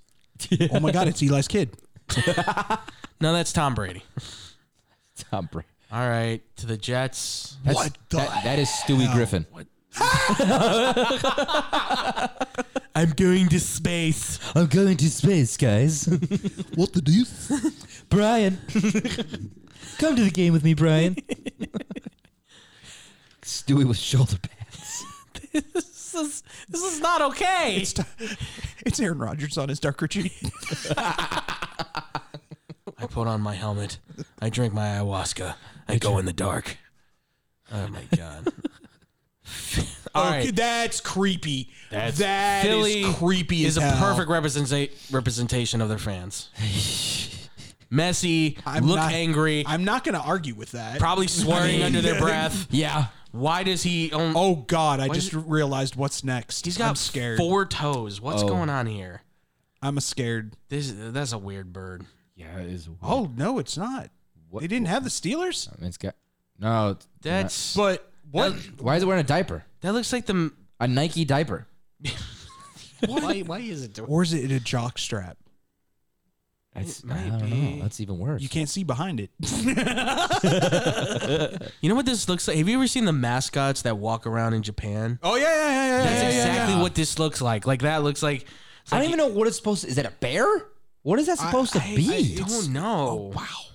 Speaker 3: Oh my God, it's Eli's kid.
Speaker 2: No, that's Tom Brady.
Speaker 1: Tom Brady.
Speaker 2: All right, to the Jets.
Speaker 3: what the?
Speaker 1: That, that is Stewie Griffin.
Speaker 2: I'm going to space.
Speaker 1: I'm going to space, guys.
Speaker 3: what the deuce?
Speaker 1: Brian. Come to the game with me, Brian. Stewie with shoulder pads.
Speaker 2: This is, this is not okay.
Speaker 3: It's, t- it's Aaron Rodgers on his darker cheek.
Speaker 2: I put on my helmet. I drink my ayahuasca. I go in the dark. Oh my god. All right.
Speaker 3: Okay, Oh, that's creepy. That's
Speaker 2: Philly
Speaker 3: creepy
Speaker 2: is
Speaker 3: as
Speaker 2: a
Speaker 3: hell.
Speaker 2: perfect representa- representation of their fans. Messy,
Speaker 3: I'm
Speaker 2: look
Speaker 3: not-
Speaker 2: angry,
Speaker 3: I'm not going to argue with that.
Speaker 2: probably swearing under their breath.
Speaker 1: Yeah.
Speaker 2: Why does he own?
Speaker 3: oh God, I
Speaker 2: is
Speaker 3: just realized what's next.
Speaker 2: he's got
Speaker 3: I'm scared.
Speaker 2: four toes. What's going on here?
Speaker 3: I'm a scared.
Speaker 2: This that's a weird bird.
Speaker 1: Yeah, it is. Oh,
Speaker 3: Oh no, it's not.
Speaker 1: What-
Speaker 3: They didn't have the Steelers,
Speaker 1: it's got. No. it's not.
Speaker 2: That's
Speaker 3: but what?
Speaker 1: Why is it wearing a diaper?
Speaker 2: that looks like the
Speaker 1: A Nike diaper.
Speaker 2: why why is it doing?
Speaker 3: Or is it a jock strap?
Speaker 1: That's,
Speaker 2: might
Speaker 1: I don't
Speaker 2: be.
Speaker 1: know. That's even worse.
Speaker 3: You can't see behind it.
Speaker 2: You know what this looks like? Have you ever seen the mascots that walk around in Japan?
Speaker 3: Oh yeah, yeah, yeah, yeah.
Speaker 2: That's exactly what this looks like. Like that looks like.
Speaker 1: I don't even know what it's supposed to. Is that a bear? What is that supposed to
Speaker 2: I
Speaker 1: be?
Speaker 2: don't know. wow. oh,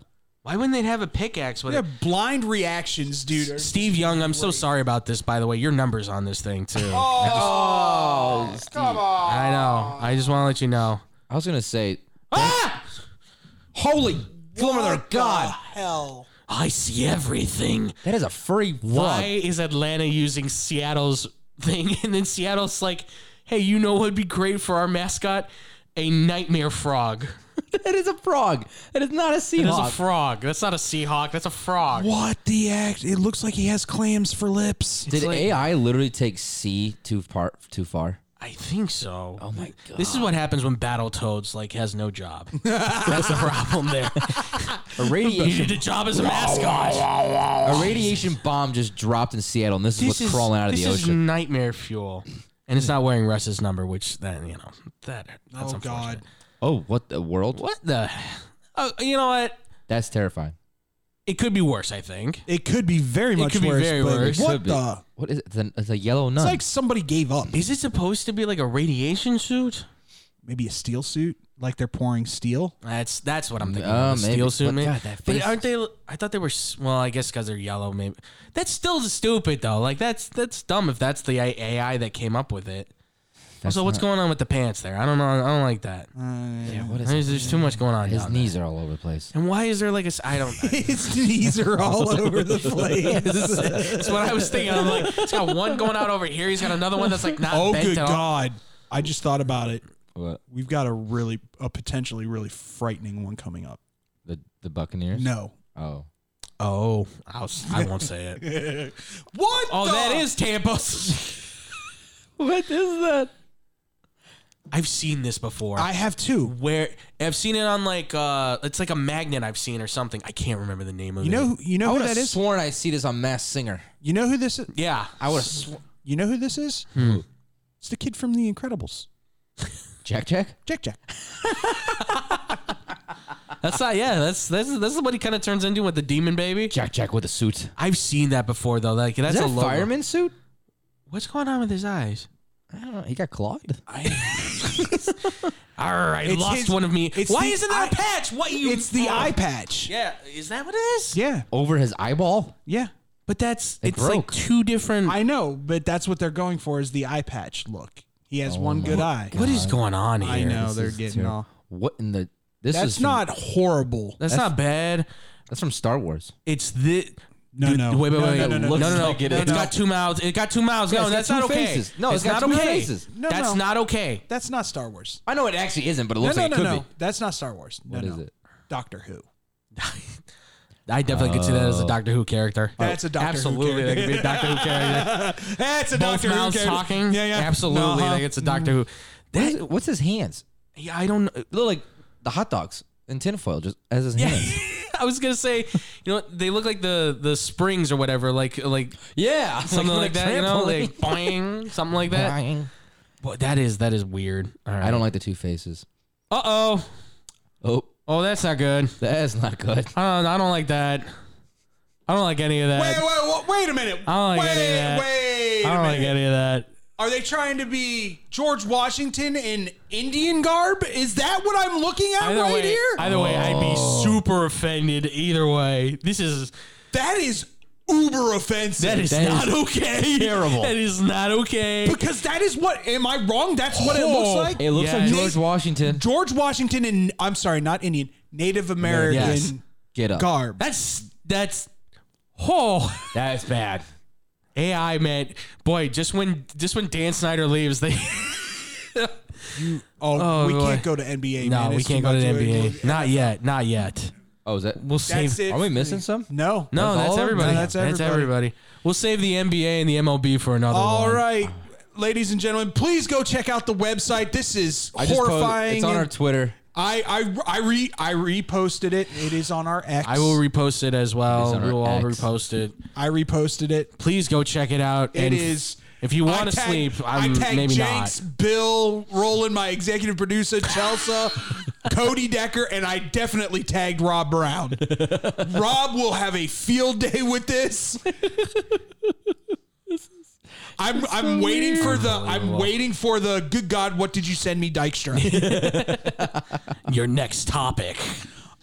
Speaker 2: Why wouldn't they have a pickaxe with
Speaker 3: Yeah,
Speaker 2: it?
Speaker 3: blind reactions, dude. are-
Speaker 2: Steve Young, I'm so sorry about this. By the way, your numbers on this thing too. I just-
Speaker 1: oh,
Speaker 2: I know. I just want to let you know.
Speaker 1: I was gonna say Ah! Holy mother of God.
Speaker 3: Hell.
Speaker 2: I see everything.
Speaker 1: That is a furry
Speaker 2: Why
Speaker 1: frog.
Speaker 2: is Atlanta using Seattle's thing? And then Seattle's like, hey, you know what would be great for our mascot? A nightmare frog.
Speaker 1: That is a frog. That is not a
Speaker 2: It is
Speaker 1: seahawk.
Speaker 2: a frog. That's not a Seahawk. That's a frog.
Speaker 3: What the act? It looks like he has clams for lips.
Speaker 1: Did
Speaker 2: like-
Speaker 1: AI literally take C too far? Too far?
Speaker 2: I think so.
Speaker 1: Oh my god!
Speaker 2: This is what happens when Battletoads like has no job. That's the problem there.
Speaker 1: a
Speaker 2: You
Speaker 1: radiation
Speaker 2: need a job as a mascot.
Speaker 1: a radiation bomb just dropped in Seattle, and this is
Speaker 2: This
Speaker 1: what's
Speaker 2: is
Speaker 1: crawling out of
Speaker 2: this
Speaker 1: the
Speaker 2: is
Speaker 1: ocean.
Speaker 2: nightmare fuel, and it's not wearing Russ's number, which then you know that that's
Speaker 3: Oh,
Speaker 2: unfortunate.
Speaker 3: God.
Speaker 1: oh, what the world?
Speaker 2: What the? Oh, you know what?
Speaker 1: That's terrifying.
Speaker 2: It could be worse. I think.
Speaker 3: It could be very much
Speaker 2: could be
Speaker 3: worse.
Speaker 2: very
Speaker 3: but
Speaker 2: worse.
Speaker 3: What
Speaker 1: Could be.
Speaker 3: the?
Speaker 1: What is it? It's a, it's a yellow nun.
Speaker 3: It's like somebody gave up.
Speaker 2: Is it supposed to be like a radiation suit?
Speaker 3: Maybe a steel suit, like they're pouring steel.
Speaker 2: That's that's what I'm thinking.
Speaker 1: Uh,
Speaker 2: of, the
Speaker 1: maybe.
Speaker 2: Steel suit,
Speaker 1: But
Speaker 2: maybe.
Speaker 1: God, that
Speaker 2: but
Speaker 1: face-
Speaker 2: aren't they? I thought they were. s- Well, I guess because they're yellow. Maybe that's still stupid though. Like that's that's dumb if that's the A- AI that came up with it.
Speaker 1: That's
Speaker 2: also, what's going on with the pants there? I don't know. I don't like that.
Speaker 3: Uh,
Speaker 1: yeah, what is it?
Speaker 2: There's, there's too much going on.
Speaker 1: His
Speaker 2: down
Speaker 1: knees are all over the place.
Speaker 2: There. And why is there like a? s- I don't.
Speaker 3: His knees are all over the place.
Speaker 2: That's what I was thinking. I'm like, it's got one going out over here. He's got another one that's like not.
Speaker 3: Oh,
Speaker 2: bent
Speaker 3: good
Speaker 2: at all.
Speaker 3: God. I just thought about it.
Speaker 1: What
Speaker 3: We've got a really, a potentially really frightening one coming up.
Speaker 1: the the Buccaneers?
Speaker 3: No.
Speaker 1: Oh,
Speaker 2: Oh, I'll, s- I won't say it.
Speaker 3: What?
Speaker 2: Oh,
Speaker 3: the-
Speaker 2: that is Tampa's.
Speaker 1: what is that?
Speaker 2: I've seen this before.
Speaker 3: I have two.
Speaker 2: where I've seen it on like uh it's like a magnet I've seen or something. I can't remember the name of
Speaker 3: You
Speaker 2: it.
Speaker 3: know, who- you
Speaker 1: I
Speaker 3: know who
Speaker 1: would
Speaker 3: that
Speaker 1: have
Speaker 3: is.
Speaker 1: sworn I see this on Mass Singer.
Speaker 3: You know who this is.
Speaker 2: Yeah.
Speaker 1: I would have sworn.
Speaker 3: You know who this is?
Speaker 2: Hmm.
Speaker 3: It's the kid from The Incredibles,
Speaker 1: Jack Jack.
Speaker 3: Jack Jack.
Speaker 2: That's not yeah, that's that's that's what he kinda turns into with the demon baby.
Speaker 1: Jack Jack with a suit.
Speaker 2: I've seen that before though. Like that's
Speaker 1: Is that
Speaker 2: a
Speaker 1: a
Speaker 2: logo.
Speaker 1: fireman suit?
Speaker 2: What's going on with his eyes?
Speaker 1: I don't know. He got clawed.
Speaker 2: Arr, I
Speaker 3: It's
Speaker 2: lost
Speaker 3: his-
Speaker 2: one of me.
Speaker 3: it's
Speaker 2: Why
Speaker 3: the
Speaker 2: isn't there a
Speaker 3: eye-
Speaker 2: patch? What you
Speaker 3: It's the
Speaker 2: oh.
Speaker 3: eye patch.
Speaker 2: Yeah, is that what it is?
Speaker 3: Yeah,
Speaker 1: Over his eyeball.
Speaker 3: yeah.
Speaker 2: But that's it's
Speaker 1: broke.
Speaker 2: like two different
Speaker 3: I know, but that's what they're going for is the eye patch look. He
Speaker 2: Oh
Speaker 3: has one good eye.
Speaker 2: What is going on here?
Speaker 3: I know they're
Speaker 1: is
Speaker 3: getting
Speaker 1: terrible.
Speaker 3: all.
Speaker 1: What in the? This
Speaker 3: That's
Speaker 1: is from-
Speaker 3: not horrible.
Speaker 2: That's, not bad.
Speaker 1: That's from Star Wars.
Speaker 2: It's the
Speaker 3: No,
Speaker 2: Dude,
Speaker 3: no.
Speaker 2: wait, wait,
Speaker 3: No, no,
Speaker 2: wait,
Speaker 3: no, no,
Speaker 2: no, no, no,
Speaker 3: no.
Speaker 2: no.
Speaker 3: Like it
Speaker 2: It's
Speaker 3: is.
Speaker 2: got two mouths. It got two mouths.
Speaker 1: Yeah,
Speaker 2: no,
Speaker 1: it's
Speaker 2: that's
Speaker 1: got
Speaker 2: not
Speaker 1: two
Speaker 2: okay.
Speaker 1: faces. No,
Speaker 2: it's
Speaker 1: it's got
Speaker 2: not
Speaker 1: two
Speaker 2: okay.
Speaker 1: faces.
Speaker 3: No,
Speaker 2: that's
Speaker 3: no.
Speaker 2: not okay.
Speaker 3: That's not Star Wars.
Speaker 1: I know it actually isn't, but it
Speaker 3: No,
Speaker 1: looks
Speaker 3: no,
Speaker 1: like
Speaker 3: no,
Speaker 1: it could
Speaker 3: no.
Speaker 1: be.
Speaker 3: That's not Star Wars. No,
Speaker 1: What
Speaker 3: no.
Speaker 1: is it?
Speaker 3: Doctor Who.
Speaker 2: Oh, I definitely could see that as
Speaker 1: Uh,
Speaker 2: a Doctor Who character.
Speaker 3: That's a Doctor Who
Speaker 2: Absolutely, that could be a Doctor Who character.
Speaker 3: That's a
Speaker 2: Both mouths talking.
Speaker 3: Yeah, yeah.
Speaker 2: Absolutely,
Speaker 3: Uh-huh. Mm-hmm.
Speaker 2: like it's a Doctor Who.
Speaker 1: What is
Speaker 2: That
Speaker 1: it? What's his hands?
Speaker 2: yeah, I don't. know.
Speaker 1: It look like the hot dogs in tinfoil, just as his hands.
Speaker 2: I was gonna say, you know, what, they look like the the springs or whatever, like like
Speaker 1: Yeah,
Speaker 2: something like, that. You know,
Speaker 1: trampoline.
Speaker 2: like boing, something like that.
Speaker 1: Boing.
Speaker 2: But that is that is weird. All right.
Speaker 1: I don't like the two faces.
Speaker 2: Uh oh.
Speaker 1: Oh,
Speaker 2: Oh, that's not good.
Speaker 1: that's not good.
Speaker 2: I don't. I don't like that. I don't like any of that.
Speaker 3: Wait, wait, wait, wait a minute.
Speaker 2: I don't like
Speaker 3: wait,
Speaker 2: any of that.
Speaker 3: wait.
Speaker 2: I
Speaker 3: a
Speaker 2: don't like
Speaker 3: minute.
Speaker 2: any of that.
Speaker 3: Are they trying to be George Washington in Indian garb? Is that what I'm looking at
Speaker 2: Either
Speaker 3: right
Speaker 2: way,
Speaker 3: here?
Speaker 2: either way, I'd be super offended. Either way, this is
Speaker 3: that is uber offensive.
Speaker 2: that is
Speaker 1: That
Speaker 2: not
Speaker 1: is
Speaker 2: okay.
Speaker 1: terrible.
Speaker 2: That is not okay.
Speaker 3: because that is what. Am I wrong? That's what it
Speaker 2: Oh,
Speaker 3: looks like.
Speaker 1: It looks
Speaker 2: Yeah,
Speaker 1: like
Speaker 2: it-
Speaker 1: George Washington.
Speaker 3: George Washington in I'm sorry, not Indian, Native American
Speaker 2: Yes.
Speaker 1: Get up.
Speaker 3: garb.
Speaker 2: That's that's oh, that's bad. AI man, boy, just when just when Dan Snyder leaves, they
Speaker 3: oh,
Speaker 2: Oh,
Speaker 3: we
Speaker 2: boy.
Speaker 3: can't go to NBA.
Speaker 2: no,
Speaker 3: man.
Speaker 2: we
Speaker 3: It's too
Speaker 2: can't go to the
Speaker 3: much.
Speaker 2: NBA. Not yet, not yet.
Speaker 1: Oh, is that?
Speaker 2: We'll save.
Speaker 3: That's it.
Speaker 1: Are we missing some?
Speaker 3: No.
Speaker 2: No,
Speaker 1: That's
Speaker 2: that's,
Speaker 1: all of 'em?
Speaker 2: everybody.
Speaker 3: No,
Speaker 2: that's
Speaker 3: that's
Speaker 2: everybody.
Speaker 3: everybody.
Speaker 2: We'll save the NBA and the MLB for another.
Speaker 3: All
Speaker 2: one.
Speaker 3: right, ladies and gentlemen, please go check out the website. This is
Speaker 1: I just posted-
Speaker 3: horrifying.
Speaker 1: it's on our Twitter.
Speaker 3: I I I re I reposted it. It is on our X.
Speaker 2: I will repost it as well.
Speaker 1: on
Speaker 2: We
Speaker 1: our
Speaker 2: will all
Speaker 1: X.
Speaker 2: repost it.
Speaker 3: I reposted it.
Speaker 2: please go check it out.
Speaker 3: It
Speaker 2: and f-
Speaker 3: is.
Speaker 2: If you want
Speaker 3: I
Speaker 2: to
Speaker 3: tag-
Speaker 2: sleep,
Speaker 3: I
Speaker 2: I'm
Speaker 3: tag
Speaker 2: maybe
Speaker 3: Jenks, Bill, Roland, my executive producer, Chelsea, Cody Decker, and I definitely tagged Rob Brown. Rob will have a field day with this. I'm I'm waiting for the I'm waiting for the good God, what did you send me, Dykstra?
Speaker 2: not. Your next topic.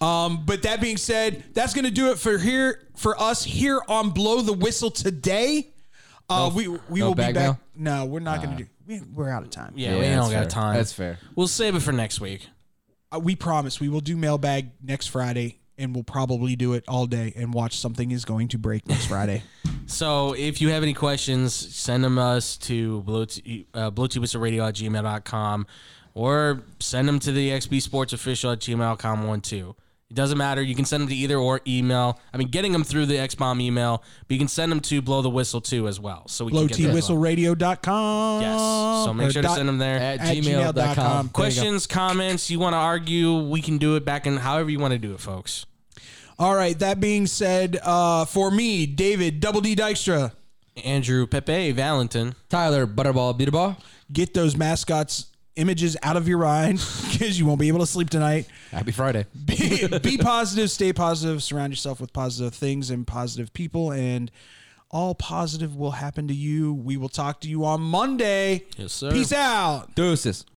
Speaker 3: um, but that being said, that's gonna do it for here for us here on Blow the Whistle today. Uh, we we
Speaker 1: no
Speaker 3: will be
Speaker 1: bag
Speaker 3: back.
Speaker 1: mail?
Speaker 3: No, we're not gonna do. We, we're out of time.
Speaker 2: Yeah,
Speaker 1: Yeah,
Speaker 2: we
Speaker 1: that's
Speaker 2: don't
Speaker 1: fair.
Speaker 2: got time.
Speaker 1: That's fair.
Speaker 2: We'll save it for next week.
Speaker 3: uh, we promise we will do mailbag next Friday, and we'll probably do it all day and watch something is going to break next Friday.
Speaker 2: So if you have any questions, send them us to blow t- uh, blowtubusradio at gmail.com or send them to the XB Sports Official at gmail.com one too. It doesn't matter. You can send them to either or email. I mean, getting them through the XBomb email, but you can send them to Blow the Whistle too as well. So we
Speaker 3: Low
Speaker 2: can get them.
Speaker 3: whistleradiocom
Speaker 2: Yes. So make sure to send them there.
Speaker 1: at,
Speaker 3: At
Speaker 1: gmail.com.
Speaker 3: gmail.com.
Speaker 1: There you go.
Speaker 2: questions, comments, you want to argue, we can do it back in however you want to do it, folks.
Speaker 3: All right. That being said, uh, for me, David Double D Dykstra,
Speaker 2: Andrew Pepe Valentin.
Speaker 1: Tyler Butterball Beautiball.
Speaker 3: get those mascots images out of your mind because you won't be able to sleep tonight.
Speaker 1: Happy Friday.
Speaker 3: be, be positive, stay positive, surround yourself with positive things and positive people, and all positive will happen to you. We will talk to you on Monday.
Speaker 2: Yes, sir.
Speaker 3: Peace out.
Speaker 1: Deuces.